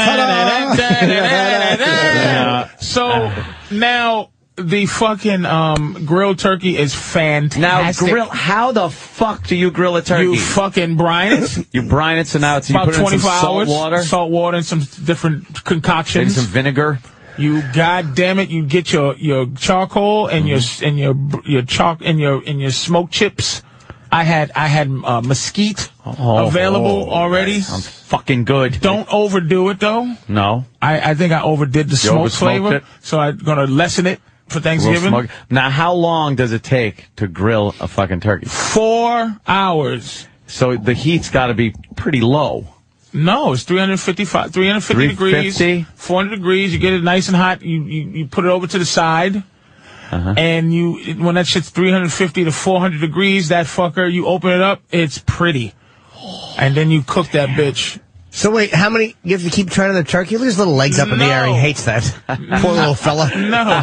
D: So now the fucking um, grilled turkey is fantastic.
E: Now grill-
D: How the fuck do you grill a turkey? You fucking
E: [laughs]
D: brine it.
E: You brine it, so now it's you
D: about
E: put it in some
D: 24
E: salt
D: hours.
E: water.
D: Salt water and some different
E: Maybe
D: concoctions.
E: some vinegar.
D: You goddamn it! You get your your charcoal and
E: Mm-hmm.
D: your and your br- your chalk and your and your smoke chips. I had I had uh, mesquite available
E: oh,
D: already.
E: I'm fucking good.
D: Don't overdo it though.
E: No.
D: I, I think I overdid the
E: You
D: smoke
E: oversmoked
D: flavor,
E: it?
D: so I'm gonna lessen it for
E: Little
D: Thanksgiving.
E: smug- Now, how long does it take to grill a fucking turkey?
D: Four hours.
E: So the heat's got to be pretty low.
D: No, it's 355, 350 degrees,
E: 350?
D: 400 degrees. You get it nice and hot. You you, you put it over to the side,
E: Uh-huh.
D: and you it- when that shit's 350 to 400 degrees, that fucker. You open it up, it's pretty, and then you cook that bitch.
B: So wait, how many? You have to keep [laughs] turning the turkey. Look at his little legs up in the air. He hates that.
D: [laughs]
B: Poor little fella.
D: No,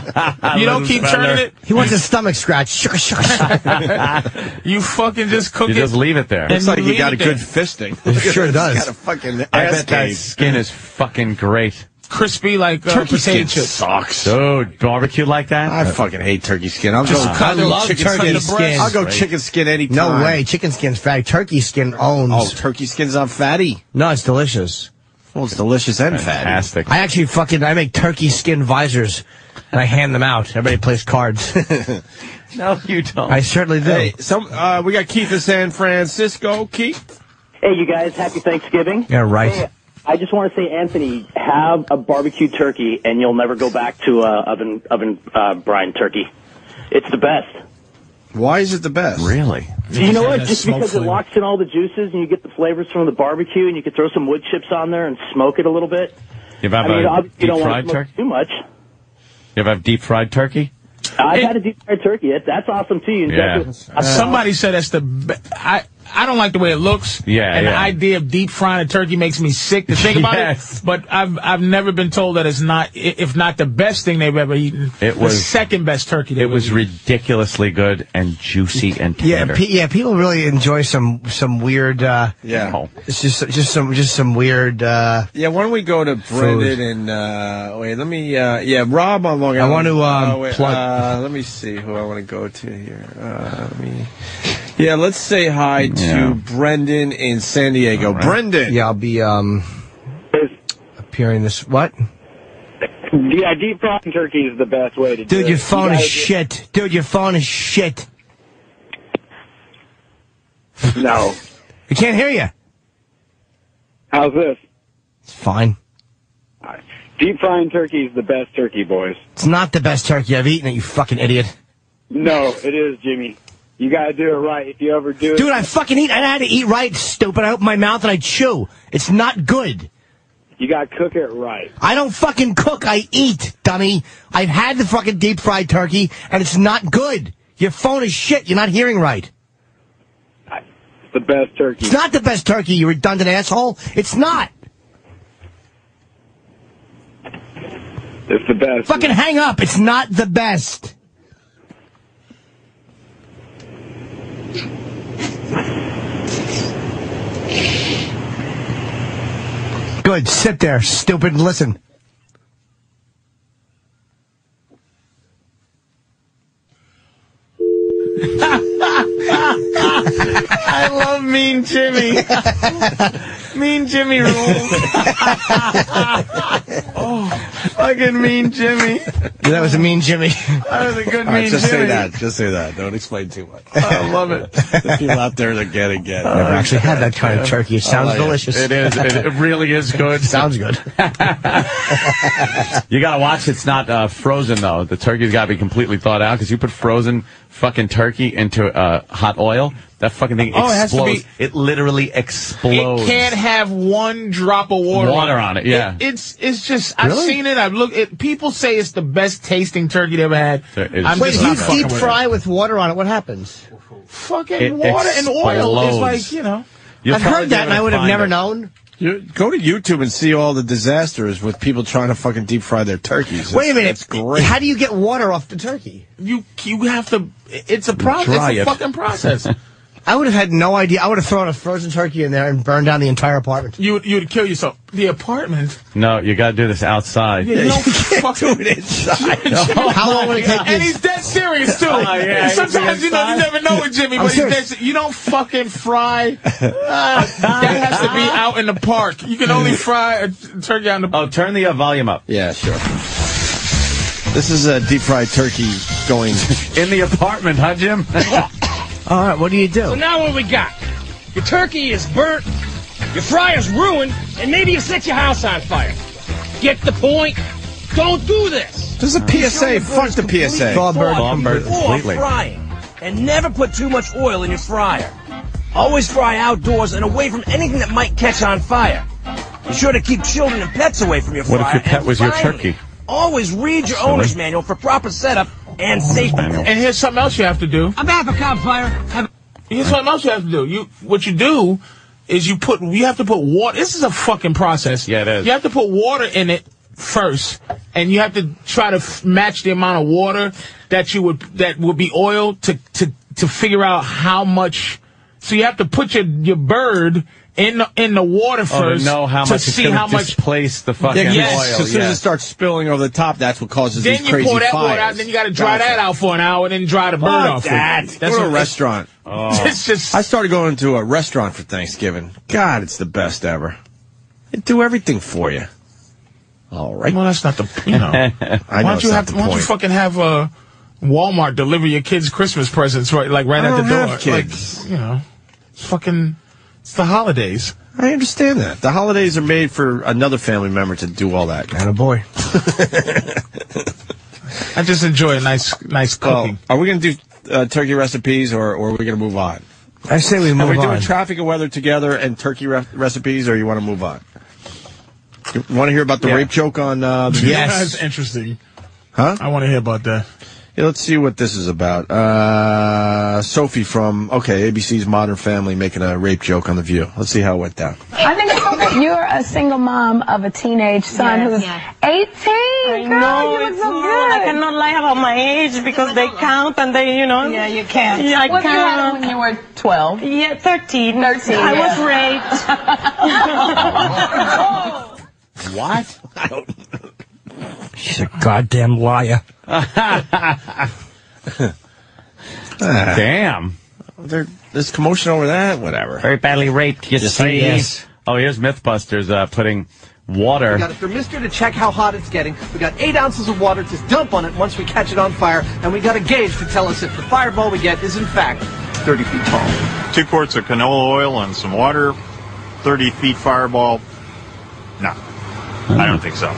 D: you don't
B: Little
D: keep
B: fella.
D: turning it.
B: He wants his stomach scratched. Shuck, shuck,
D: [laughs]
B: shuck.
D: [laughs] You fucking just cook
E: You
D: it.
E: just leave it there.
A: Looks like you got a good
D: [laughs]
A: fisting. Look at
E: Sure
A: this.
E: does.
A: Got a fucking
E: I
A: ass
E: bet that
A: cave.
E: skin is fucking great.
D: crispy like uh,
A: Turkey
D: potato
A: skin
D: chips.
A: sucks.
E: Dude, barbecue like that?
A: I fucking hate turkey skin. I'll
B: Just
A: go. I'll
B: cut
A: go
B: it. Love
A: chicken
B: turkey skin.
A: I'll go
B: Right.
A: chicken skin anytime.
B: No way. Chicken skin's fatty. Turkey skin owns.
A: Oh, turkey skin's not fatty.
B: No, it's delicious.
A: Well, it's delicious and fatty.
E: Fantastic.
B: I actually fucking I make turkey skin visors and I hand them out. Everybody
A: [laughs]
B: plays cards.
E: no, you don't.
B: I certainly do.
A: Hey, some uh, we got Keith in San Francisco. Keith,
R: Hey, you guys, happy Thanksgiving.
B: Yeah, right.
R: Hey, I just want to say, Anthony, have a barbecue turkey, and you'll never go back to uh, oven oven uh, brine turkey. It's the best.
A: why is it the best?
E: Really?
R: you know what? Just because it locks in all the juices, and you get the flavors from the barbecue, and you can throw some wood chips on there and smoke it a little bit.
E: You ever have
R: I mean,
E: a
R: obviously, you
E: deep
R: don't want
E: fried
R: to smoke
E: turkey?
R: too much.
E: You ever have deep fried turkey?
R: I've had a deep fried turkey. That- That's awesome too. You
E: Yeah.
A: [laughs]
D: Uh, Somebody said that's the. Be- I I don't like the way it looks.
E: Yeah,
D: And the
E: yeah.
D: idea of deep frying a turkey makes me sick to think
A: [laughs]
D: about
E: Yes.
D: it. But I've I've never been told that it's not i- if not the best thing they've ever eaten.
E: It
D: the
E: was-
D: second best turkey. They've
E: It was
D: ever eaten.
E: ridiculously good and juicy and
B: Yeah,
E: tender.
B: pe- yeah. People really enjoy some some weird. Uh,
E: Oh.
A: Yeah.
B: It's just just some just some weird. Uh,
A: Yeah, why don't we go to Brendan and uh, wait? Let me. Uh, yeah, Rob on Long
B: I
A: Island.
B: want to, um,
A: Oh, wait,
B: plug-
A: Uh, let me see who I want to go to here. Uh, let me. Yeah, let's say hi to Brendan in San Diego. Brendan.
B: Yeah, I'll be um appearing this. What?
N: Yeah, deep frying turkey is the best way to do it.
B: Dude, your phone is
N: You guys-
B: shit. Dude, your phone is shit.
N: No.
B: I can't hear you.
N: How's this?
B: It's fine.
N: Deep frying turkey is the best turkey, boys.
B: It's not the best turkey I've eaten. You fucking idiot.
N: No, it is, Jimmy. You gotta do it right. If you ever do it,
B: Dude, I fucking eat. I had to eat right, stupid. I open my mouth and I chew. It's not good.
N: you gotta cook it right.
B: I don't fucking cook. I eat, dummy. I've had the fucking deep fried turkey, and it's not good. Your phone is shit. You're not hearing right.
N: It's the best turkey.
B: It's not the best turkey, you redundant asshole. It's not.
N: It's the best.
B: Fucking hang up. It's not the best. Good. Sit there, stupid. and Listen.
E: I love Mean Jimmy.
A: [laughs]
S: [laughs]
E: mean Jimmy rules. oh,
C: Fucking mean Jimmy.
B: that was a mean Jimmy. [laughs]
C: That was a good
A: All right,
C: mean
A: just
C: Jimmy.
A: say that. Just say that. Don't explain too much.
C: [laughs] I love it.
A: The people out there that get it, get it.
B: Never actually had that kind of turkey. It sounds delicious.
A: It is. It- it
C: really is
B: [laughs]
C: good.
B: sounds good.
E: You gotta watch it's not uh, frozen though. The turkey's gotta be completely thawed out because you put frozen fucking turkey into uh, hot oil, that fucking thing
D: Oh, it has to
E: explodes. it literally explodes.
D: It can't have one drop of water,
E: Water on it, yeah.
D: it's it's just I've
E: Really?
D: seen it. I've looked. It, people say it's the best tasting turkey they ever had. I'm
B: Wait,
D: just
B: if
D: not
B: you
D: fucking
B: deep
D: with it.
B: fry with water on it, what happens?
D: Fucking
B: It
D: water and oil is
B: explodes.
D: like you know.
B: I've heard that, and I would have never known.
A: You, go to YouTube and see all the disasters with people trying to fucking deep fry their turkeys.
B: Wait a minute.
A: It's
B: [laughs]
A: great.
B: How do you get water off the turkey?
D: You you have to. It's a process.
B: Dry
D: It's a
B: it.
D: fucking process.
B: [laughs] I would have had no idea. I would have thrown a frozen turkey in there and burned down the entire apartment.
D: you would- you would kill yourself.
E: [laughs]
D: The apartment.
E: No, you gotta do this outside.
D: Yeah, you don't fucking do it [laughs]
B: inside.
E: How long would it take
D: And
E: this-
D: he's dead serious too.
E: Oh, yeah, he's
D: Sometimes you know you
E: inside.
D: never know with Jimmy,
E: I'm
D: but he's
E: serious.
D: dead. se- You don't fucking fry. Ah, that has to be out in the park. You can only fry a t- turkey out in the
E: Oh, turn the uh, volume up.
A: Yeah, sure. This is a deep fried turkey going
E: [laughs] in the apartment, huh, Jim?
B: All right, what do you
S: So
B: do?
S: now what we got? Your turkey is burnt, your fry is ruined, and maybe you set your house on fire. Get the point? Don't do this.
A: There's a PSA. Fuck the PSA.
S: Thawed before
A: completely.
S: frying, and never put too much oil in your fryer. Always fry outdoors and away from anything that might catch on fire. Be sure to keep children and pets away from your
E: What
S: fryer.
E: if your pet
S: and
E: was your
S: finally,
E: turkey?
S: Always read your owner's manual for proper setup and safety.
D: And here's something else you have to do.
S: I'm half a campfire. Have
D: Here's something else you have to do. You what you do is you put you have to put water. This is a fucking process. Yeah, it is. You have to put water in it first, and you have to try to f- match the amount of water that you would that would be oil to to to figure out how much. So you have to put your your bird. In the, in the water
E: Oh, to
D: first
E: know how
D: to
E: much it's
D: see
E: gonna
D: how much
E: displace the fucking
A: Yeah, 'cause
E: oil.
A: As soon
E: yeah.
A: as it starts spilling over the top, that's what causes
D: Then
A: these
D: you
A: crazy
D: pour that water out,
A: fires.
D: and then you got to dry that out for an hour, and then dry the bird
A: Fuck
D: off.
A: that.
D: That's
A: Go to a [laughs]
D: what-
A: restaurant.
D: It's just.
A: I started going to a restaurant for Thanksgiving. God, it's the best ever. They do everything for you. All right. Well,
D: that's not the you know.
A: [laughs] I know
D: why don't
A: it's
D: you
A: not
D: have?
A: the
D: Why don't you
A: point.
D: fucking have uh, Walmart deliver your kids Christmas presents right like right
A: I
D: at
A: don't
D: the door?
A: have kids.
D: Like you know, it's fucking. It's the holidays.
A: I understand that. The holidays are made for another family member to do all that.
B: And a boy.
D: I just enjoy a nice nice cooking.
A: are we going to do uh, turkey recipes or, or are we going to move on?
B: I say we
A: are
B: move
A: we
B: on.
A: doing traffic and weather together and turkey re- recipes or you want to move on? You want to hear about the
D: Yeah.
A: rape joke on uh,
D: [laughs]
A: the
D: that's interesting.
A: Huh?
D: I want to hear about that.
A: Yeah, let's see what this is about. Uh, Sophie from, okay, ABC's Modern Family making a rape joke on The View. Let's see how it went down.
T: I think you're a single mom of a teenage son
J: Yes,
T: who's
J: yes.
T: 18. Girl,
J: No,
T: you look
J: it's
T: so
J: horrible.
T: good.
J: I cannot lie about my age because they count and they, you know.
T: Yeah, you can't.
J: Yeah, I
T: What if you had it
J: can't.
T: when
J: you were 12? Yeah, 13. 13. I was raped.
E: [laughs]
B: What? I don't. She's a goddamn liar.
E: [laughs]
C: Ah.
E: Damn.
A: There, there's commotion over that. Whatever.
E: Very badly raped. You
A: Yes,
E: see.
A: yes.
E: Oh, here's MythBusters uh, putting water.
U: We got it for Mister to check how hot it's getting. We got eight ounces of water to dump on it once we catch it on fire, and we got a gauge to tell us if the fireball we get is in fact 30 feet tall.
V: Two quarts of canola oil and some water, 30 feet fireball. No, I don't think so.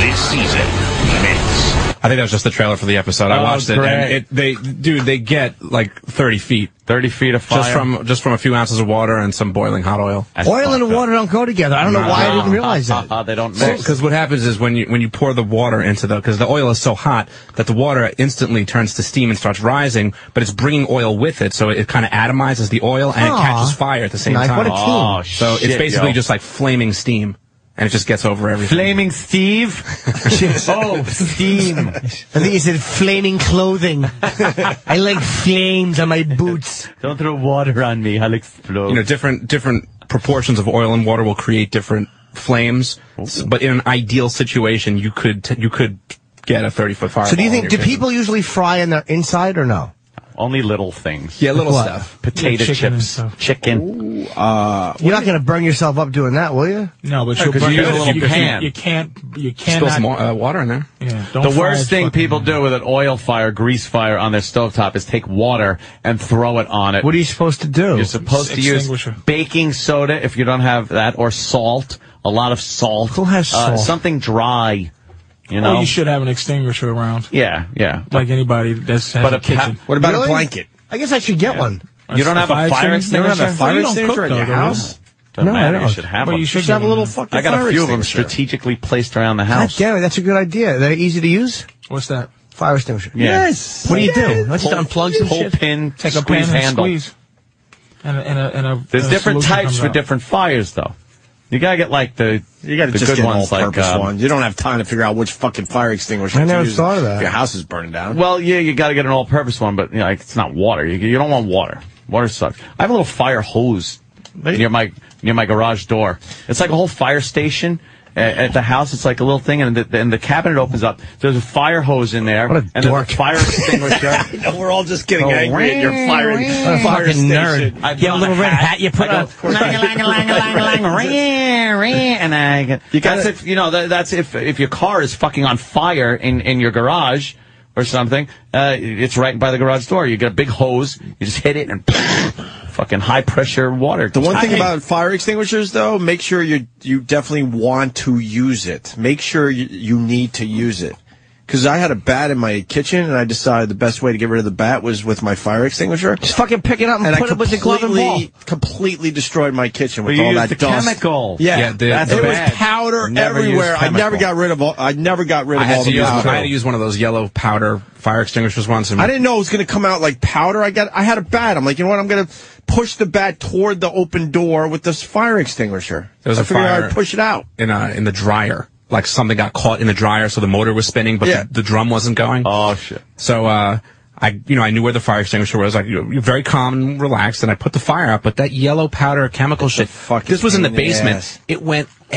V: This season, Mets.
M: I think that was just the trailer for the episode. I
E: Oh,
M: watched it,
E: great.
M: and it, they, dude, they get like thirty feet,
E: thirty feet of
M: just
E: fire.
M: from just from a few ounces of water and some boiling hot oil.
B: Oil and water don't go together. I don't know why I didn't realize that.
E: Uh-huh, they don't mix.
M: Because what happens is when you when you pour the water into the because the oil is so hot that the water instantly turns to steam and starts rising, but it's bringing oil with it, so it kind of atomizes the oil and
B: Aw.
M: it catches fire at the same
B: Nice.
M: time.
B: What a team. Oh,
M: so
B: shit,
M: it's basically
B: yo.
M: just like flaming steam, and it just gets over everything.
E: Flaming
M: [laughs]
E: Steve.
B: [laughs]
D: [laughs]
E: oh, steam.
B: I think he said flaming
D: [laughs]
B: clothing. I like flames on my boots.
E: [laughs] Don't throw water on me. I'll explode.
M: you know different different proportions of oil and water will create different flames S- but in an ideal situation you could t- you could get a 30 foot fire
B: So do you think do people usually fry in their inside or no?
E: Only little things.
B: Yeah, little What? stuff.
E: Potato
B: Yeah, chicken and
E: chips,
B: stuff.
E: chicken.
B: Uh, You're not going to burn yourself up doing that, will you?
D: No, but
B: Right,
D: you'll
B: 'cause
D: burn
B: you
D: it.
B: use a little
D: you,
B: pan.
D: You, you can't. You
M: Spill
D: cannot.
M: some wa- uh, water in there.
D: Yeah, don't
E: The
D: fry
E: worst
D: it
E: thing people do with an oil fire, grease fire on their stovetop is take water and throw it on it.
B: What are you supposed to do?
E: You're supposed to use
B: Extinguisher.
E: baking soda if you don't have that, or salt. A lot of salt. Who
D: has salt?
E: something dry. You know.
D: Oh, you should have an extinguisher around.
E: Yeah, yeah.
D: Like anybody that's has
E: But
D: a,
E: a pa-
D: kitchen.
E: what about a Really? blanket?
B: I guess I should get one.
E: You don't have a fire
D: You don't
E: extinguisher.
D: have a fire extinguisher at your house?
E: Doesn't
D: No, I
E: matter. You
D: don't.
E: should have
D: But
E: them.
D: you should You should have get a little one. fucking
E: I got
D: fire
E: a few of them
D: extinguisher.
E: strategically placed around the
B: God
E: house.
B: damn it, that's a good idea. They're easy to use.
D: What's that?
B: Fire extinguisher.
E: Yeah.
B: What do you do?
E: Yes.
B: Let's just
E: Pull-
B: unplug some
E: pull
B: shit.
E: pin,
D: Take a
E: squeeze
D: pan and
E: handle.
D: squeeze. And a, and a, and a
E: There's
D: a
E: different
D: solution
E: types
D: comes
E: for
D: out.
E: different fires, though. You gotta get like the
A: You got to
E: the
A: just
E: good
A: get an
E: ones, like
A: all-purpose
E: um,
A: one. You don't have time to figure out which fucking fire extinguisher.
E: I
A: to
E: never
A: use
E: thought of
A: if
E: that.
A: Your house is burning down.
E: Well, yeah, you got to get an all-purpose one, but you know, like, it's not water. You, you don't want water. Water sucks. I have a little fire hose near my near my garage door. It's like a whole fire station a- at, the house. It's like a little thing, and the, and the cabinet opens up. There's a fire hose in there, and then the fire [laughs] extinguisher.
A: I know [laughs] we're all just getting
E: Oh,
A: angry at your
E: wing,
A: fire,
E: wing.
A: fire
E: Fucking
A: station.
E: nerd. I You have a put little on a red hat. hat you put I go, on. of course I do.
A: [laughs]
E: and I get, that's if you know that, that's if if your car is fucking on fire in in your garage or something. Uh, it's right by the garage door. You get a big hose. You just hit it and [laughs] fucking high pressure water.
A: The one thing
E: [laughs]
A: about fire extinguishers, though, make sure you you definitely want to use it. Make sure you, you need to use it. Because I had a bat in my kitchen, and I decided the best way to get rid of the bat was with my fire extinguisher. Just
B: fucking pick it up and
A: I
B: put it with the glove and ball.
A: completely- Completely destroyed my kitchen with
E: But you
A: all
E: used
A: that
E: the
A: dust.
E: chemical.
A: Yeah,
E: Yeah, the-
A: that's
E: the
A: it was
E: bad.
A: powder
E: Never used
A: everywhere. I never
M: chemical.
A: got rid of all. I never got rid
M: I
A: of all
M: had, to
A: the
M: use,
A: powder.
M: I had to use one of those yellow powder fire extinguishers once. And
A: I didn't know it was going to come out like powder. I got, I had a bat. I'm like, you know what? I'm going to push the bat toward the open door with this fire extinguisher.
M: There was
A: I
M: a
A: figured
M: fire-
A: I'd push it out.
M: in uh, in the dryer. Like something got caught in the dryer, so the motor was spinning, but
A: Yeah.
M: the, the drum wasn't going.
E: Oh shit!
M: So uh, I, you know, I knew where the fire extinguisher was. Like, you know, very calm and relaxed, and I put the fire out. But that yellow powder chemical shit. This was in
A: pain in
M: the
A: the
M: basement.
A: ass.
M: it went
A: throughout the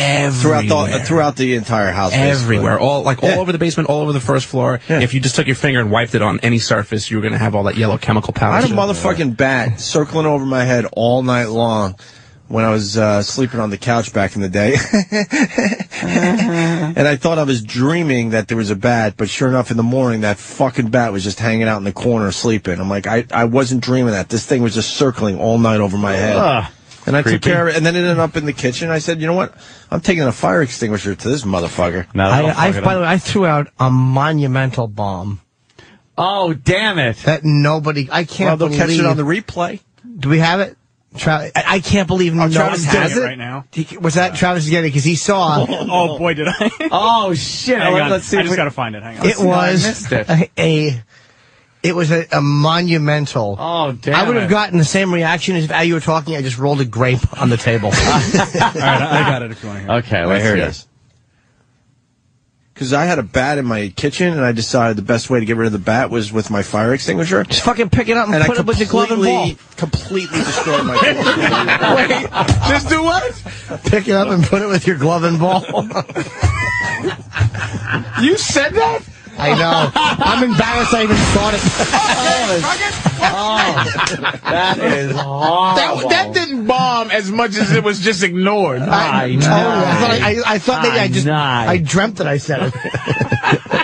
M: everywhere.
A: throughout the entire house, basically.
M: e-, Everywhere, all like
A: Yeah.
M: all over the basement, all over the first floor. If you just took your finger and wiped it on any surface, you were gonna have all that yellow chemical powder.
A: I had a
M: shit.
A: motherfucking bat circling over my head all night long when I was uh, sleeping on the couch back in the day. [laughs] and I thought I was dreaming that there was a bat, but sure enough, in the morning, that fucking bat was just hanging out in the corner sleeping. I'm like, I, I wasn't dreaming that. This thing was just circling all night over my head.
E: Ugh.
A: and I took
E: Creepy.
A: care of it, and then it ended up in the kitchen. I said, you know what? I'm taking a fire extinguisher to this motherfucker.
E: No,
B: I, I, by the way, I threw out a monumental bomb
E: oh damn it!
B: that nobody. I
A: well,
B: can't
A: they'll
B: believe.
A: catch it on the replay. Oh,
B: do we have it? Tra- I, I can't believe no
A: Travis
B: one
A: has
B: has
A: it
B: it
A: right now.
B: He- was that Travis is getting because he
A: [laughs]
B: saw
G: Oh boy, did I!
E: oh shit!
G: Hang
E: Let-
G: on.
E: Let's see.
G: I
E: if
G: just
E: we-
G: gotta find it. Hang on.
B: it
E: No, I
B: was
E: missed it.
B: a, a- it was a, a monumental.
E: Oh damn!
B: I would have
E: it.
B: gotten the same reaction as if as you were talking. I just rolled a grape on the table.
G: All right, I I got it. If you want to hear.
E: [laughs] Okay,
A: Well,
E: let's
A: here
E: see
A: it is. Because I had a bat in my kitchen, and I decided the best way to get rid of the bat was with my fire extinguisher.
B: just fucking pick it up and,
A: And I
B: put it with your glove and ball.
A: completely, completely destroyed [laughs] my kitchen.
E: Just do what?
B: Pick it up and put it with your glove and
E: [laughs]
B: ball. [laughs]
E: You said that?
B: I know. I'm embarrassed I even thought it.
E: That is horrible.
D: That, that didn't bomb as much as it was just ignored.
E: [laughs] I
B: Oh, I thought,
E: know.
B: I, I thought maybe I just
E: Nice.
B: I dreamt that I said it.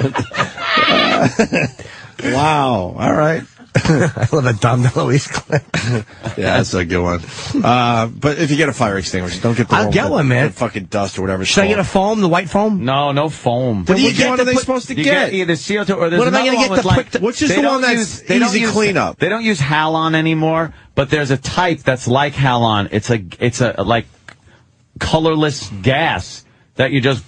E: [laughs]
A: wow. All right.
B: [laughs] I love that Dom DeLuise clip.
E: [laughs]
A: [laughs] Yeah, that's a good one. Uh, but if you get a fire extinguisher, don't get the
B: I'll
A: one
B: get
A: with
B: one, man.
A: the Fucking dust or whatever. it's
B: Should I get a
A: called.
B: foam, the white foam?
E: No, no foam.
A: What do you
B: Which
A: get?
B: one
A: What
B: are
A: are they
B: put-
A: supposed to
E: You
A: get?
E: get either CO2 or there's
B: What am I
E: another one
B: gonna get
E: with
B: the
E: like,
B: quick-
A: which is
E: they
A: the
E: don't
A: one that's
E: use- they don't
A: easy
E: use-
A: cleanup?
E: They don't use Halon anymore, but there's a type that's like Halon. It's a it's a like colorless gas that you just [laughs]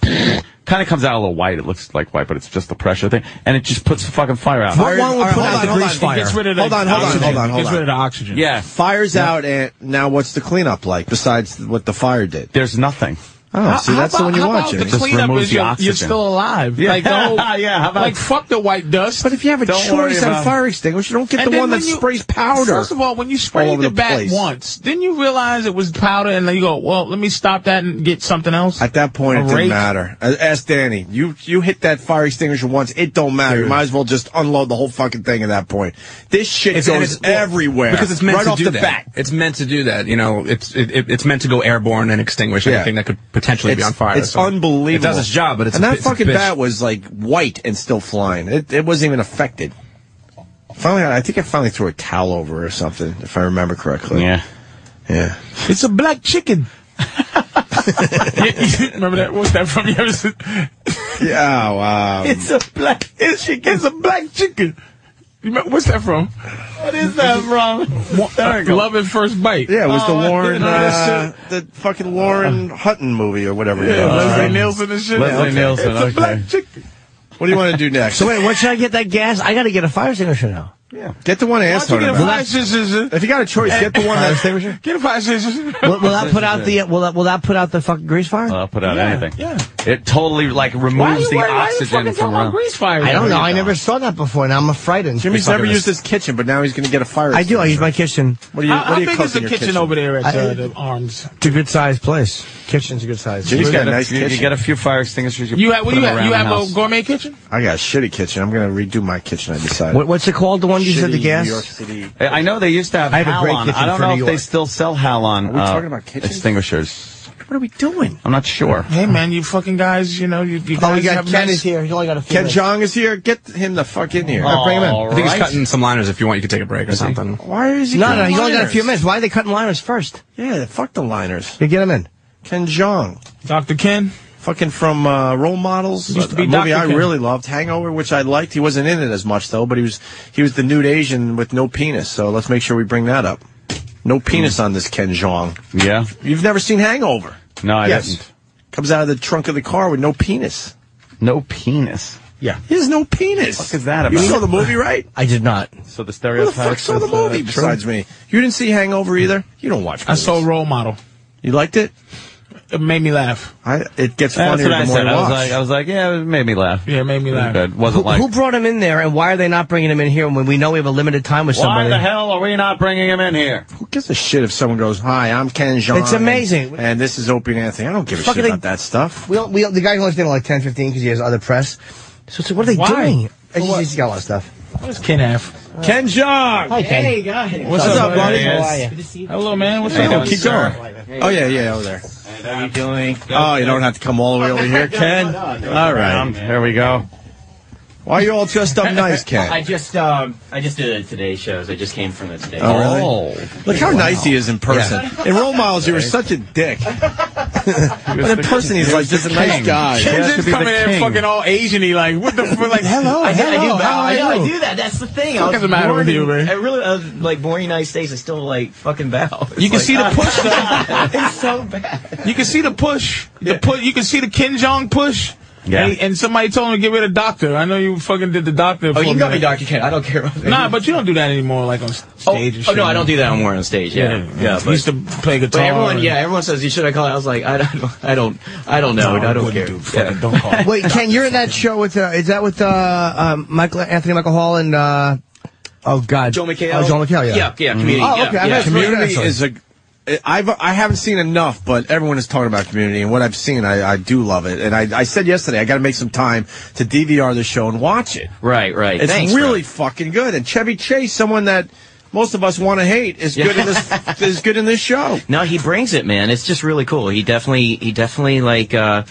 E: kind of comes out a little white. It looks like white, but it's just the pressure thing, and it just puts the fucking fire out.
A: Fire-
B: one
A: all
B: would
A: right,
B: put
A: hold
B: out
A: on,
B: the
A: hold
B: grease
A: on.
B: fire?
D: Gets rid of the
A: Hold on, hold on,
D: oxygen.
A: hold on, hold
D: Gets rid of
A: on.
D: the oxygen.
E: Yeah,
A: Fire's out, and now what's the cleanup like besides what the fire did?
E: there's nothing.
A: Oh,
D: How-
A: see,
D: how
A: that's the
D: about-
A: one you
D: how
A: want,
D: about
A: Jim.
D: The
A: Just
D: cleanup
A: removes
D: is
A: the
D: you're, you're
A: oxygen.
D: still alive.
A: Yeah.
D: Like, the
A: [laughs]
D: whole,
A: Yeah, how about-
D: like fuck the white dust.
A: But if you have a
D: Don't worry
A: choice on
D: about-
A: fire extinguisher, don't get
D: And
A: the
D: then
A: one that
D: when you-
A: sprays powder.
D: First of all, when you
A: all
D: sprayed
A: over
D: the,
A: the
D: bat
A: place.
D: once, didn't you realize it was powder? And then you go, well, let me stop that and get something else.
A: At that point,
D: A
A: it didn't
D: rake?
A: matter. A- Ask Danny. You you hit that fire extinguisher once, it don't matter. You might as well just unload the whole fucking thing at that point. This shit
M: It's- and
A: goes
M: it's- well,
A: everywhere
M: because it's meant
A: right
M: to
A: off
M: do
A: the
M: that.
A: bat.
M: It's meant to do that. You know, it's it, it, it's meant to go airborne and extinguish
A: Yeah.
M: anything that could potentially be
A: It's-
M: on fire.
A: It's
M: so
A: unbelievable.
M: It does its job, but it's
A: and
M: a
A: that
M: bi- it's a
A: fucking
M: bitch.
A: bat was like white and still flying. It it wasn't even affected. Finally, I think I finally threw a towel over it or something, if I remember correctly.
E: Yeah.
A: Yeah.
D: It's a
A: [laughs]
D: black chicken. [laughs] Remember that? What's that [laughs] from?
A: yeah. Wow.
D: It's a black. It's, chick- it's a black chicken. You remember- What's that from? What is that from? Love at first bite.
A: Yeah, it was
D: Oh,
A: the
D: I
A: Warren,
D: didn't
A: [laughs]
D: know that shit.
A: uh, the fucking Warren Hutton movie or whatever.
D: Yeah,
A: it was.
D: Leslie
A: Right.
D: Nielsen and shit.
A: Leslie
D: Yeah, okay.
A: Nielsen,
D: It's a
A: okay.
D: black chicken.
A: What do you want to do next?
B: So wait, what should I get that gas? I got to get a fire extinguisher now.
A: Get the one I
D: Why
A: asked
D: don't you
A: her
D: get a
A: about.
D: fire extinguisher?
A: If you got a choice, get the one
B: Fire
A: that
B: extinguisher?
D: Get a fire extinguisher.
B: Will, will that put out the? Will that, will that put out the fucking grease fire?
E: I'll put out
B: Yeah,
E: anything.
D: Yeah.
E: It totally like
B: Why
E: removes
B: you
E: the
B: worried- why you
E: oxygen
B: fucking
E: from
B: talking about
E: around.
D: grease fire?
B: I don't know. I never saw that before, and I'm a frightened.
A: Jimmy's never used his kitchen, but now he's going to get a fire.
B: I do. I use my kitchen.
A: What do you?
D: How-
A: what
D: how
A: do you
D: big
A: cook
D: is
A: in
D: the
A: your
D: kitchen over there at, uh, the Arms?
B: It's a good sized place. Kitchen's a good size.
A: Jimmy's got a nice
E: you,
A: kitchen.
E: you get a few fire extinguishers. You,
D: You have
E: put
D: you
E: them
D: have, you
E: around the
D: have a
E: house.
D: gourmet kitchen?
A: I got a shitty kitchen. I'm going to redo my kitchen. I decided.
B: What, what's it called? The one you said the
A: Shitty
B: gas.
A: New York City.
E: I I know they used to have,
B: I have a great
E: halon.
B: kitchen
E: I don't
B: for
E: know
B: New
E: if
B: York.
E: they still sell halon
A: Are we
E: uh,
A: talking about kitchens?
E: extinguishers.
A: What are we doing?
E: I'm not sure.
D: Hey man, you fucking guys, you know you, you guys
B: Oh, we got
D: have
B: Ken
D: nice-
B: is here. He's only got a few.
A: Ken
B: minutes.
A: Jong is here. Get him the fuck in here.
E: All right, bring him in.
M: I think he's
E: Right.
M: cutting some liners. If you want, you could take a break or something.
A: Why is he?
B: No,
A: cutting
B: no, you only got a
A: liners?
B: few minutes. Why are they cutting liners first?
A: Yeah, fuck the liners.
B: You get him in.
A: Ken Jong.
D: Dr. Ken.
A: Fucking from uh, Role Models,
D: Used to
A: a
D: be
A: movie
D: Dr.
A: I
D: Ken.
A: really loved. Hangover, which I liked. He wasn't in it as much though, but he was he was the nude Asian with no penis. So let's make sure we bring that up. No penis on this Ken Jeong.
E: Yeah.
A: You've never seen Hangover?
E: No, I
A: yes.
E: didn't.
A: Comes out of the trunk of the car with no penis.
E: No penis.
A: Yeah, he has no penis.
E: What the fuck is that
A: You
E: about?
A: saw the movie, right?
B: I did not.
E: So the uh,
A: Who the
E: stereotype.
A: fuck saw the movie besides me? You didn't see Hangover either. You don't watch.
D: I
A: Movies.
D: saw role model.
A: You liked it?
D: It made me laugh.
A: I. It gets
E: That's
A: funnier
E: what
A: the
E: I
A: more
E: said.
A: you
E: I was
A: watch.
E: like, I was like, yeah, it made me laugh.
D: Yeah, it made me laugh.
E: Good.
B: Who,
E: Wasn't like.
B: who brought him in there, and why are they not bringing him in here when we know we have a limited time with
E: Why
B: somebody?
E: the hell are we not bringing him in here?
A: Who gives a shit if someone goes, "Hi, I'm Ken Jeong."
B: It's amazing.
A: And, and this is Opie and Anthony. I don't give a
B: Fucking
A: shit about
B: they-
A: that stuff.
B: We, don't- we don't- the guy only stayed like 10, 15 because he has other press. So it's like, what are they
D: Why?
B: doing?
D: For
B: He's,
D: what?
B: he's got a lot of stuff. Uh,
D: What does Ken have?
A: Ken Jeong.
B: Hi, Ken. Hey,
D: guys.
A: What's up, buddy?
D: Hello, man. What's
A: Hey,
D: up?
A: keep going. Oh yeah, yeah, over there.
D: uh,
E: How you doing?
A: Oh, you don't have to come all the way over
D: [laughs]
A: here, Ken. All right.
E: Um, There we go.
A: Why are you all dressed up nice,
D: [laughs]
A: Ken?
H: just um I just did the Today shows. I just came from the Today.
A: Oh, really?
E: Oh.
A: Look how nice he is in person. In role models,
D: [laughs]
A: you were such a dick. But in person, he's like just a nice guy.
D: Ken's
E: has to
D: just
E: be
D: coming
E: the
D: in
E: king.
D: fucking all Asiany, like what the fuck?
C: [laughs]
D: Like hello,
H: I, do- I, do,
D: hello, how
H: I,
D: are
H: know I
D: you?
H: do that. That's the thing. I
D: What
H: was
D: the matter
H: born
D: with you,
H: in-
D: man?
H: I really, I was, like born in the United States, I still like fucking bow. It's
D: You can
H: like,
D: see the push
H: [laughs]
D: though.
H: it's so bad.
D: You can see the push. The push. You can see the Kim Jong push.
E: Yeah.
D: And, and somebody told him to get rid of doctor. I know you fucking did the doctor.
H: Oh,
D: for
H: you
D: a
H: got me,
D: minute.
H: Doctor Ken. I don't care. About that.
D: Nah, but you don't do that anymore, like on s-
H: Oh,
D: stage. and
H: oh,
D: shit.
H: no, I don't do that anymore on stage. Yeah, yeah.
D: He used to play
H: But
D: guitar.
H: everyone,
D: and-
H: yeah, everyone says you should. I call it. I was like, I don't, I don't, I don't know.
D: No,
H: I don't
D: wouldn't
H: care.
D: do-
H: yeah.
D: fucking Don't
A: [laughs]
D: call. him.
B: Wait, Ken, you're in that show with, uh, is that with uh, um, Michael, Anthony Michael Hall and, uh, oh, God.
H: Joe McHale.
B: Oh, Joe McHale, yeah.
H: yeah, yeah, comedian.
B: Oh,
H: yeah,
B: okay. I
H: yeah.
B: bet-
A: Community
B: Excellent.
A: is a. I've I haven't seen enough, but everyone is talking about Community, and what I've seen, I, I do love it. And I, I said yesterday, I got to make some time to DVR the show and watch it.
H: [laughs] Right, right.
A: It's
H: Thanks,
A: really fucking good. And Chevy Chase, someone that most of us want to hate, is good in
H: [laughs]
A: this is good in this show.
H: No, he brings it, man. It's just really cool. He definitely, he definitely like, uh,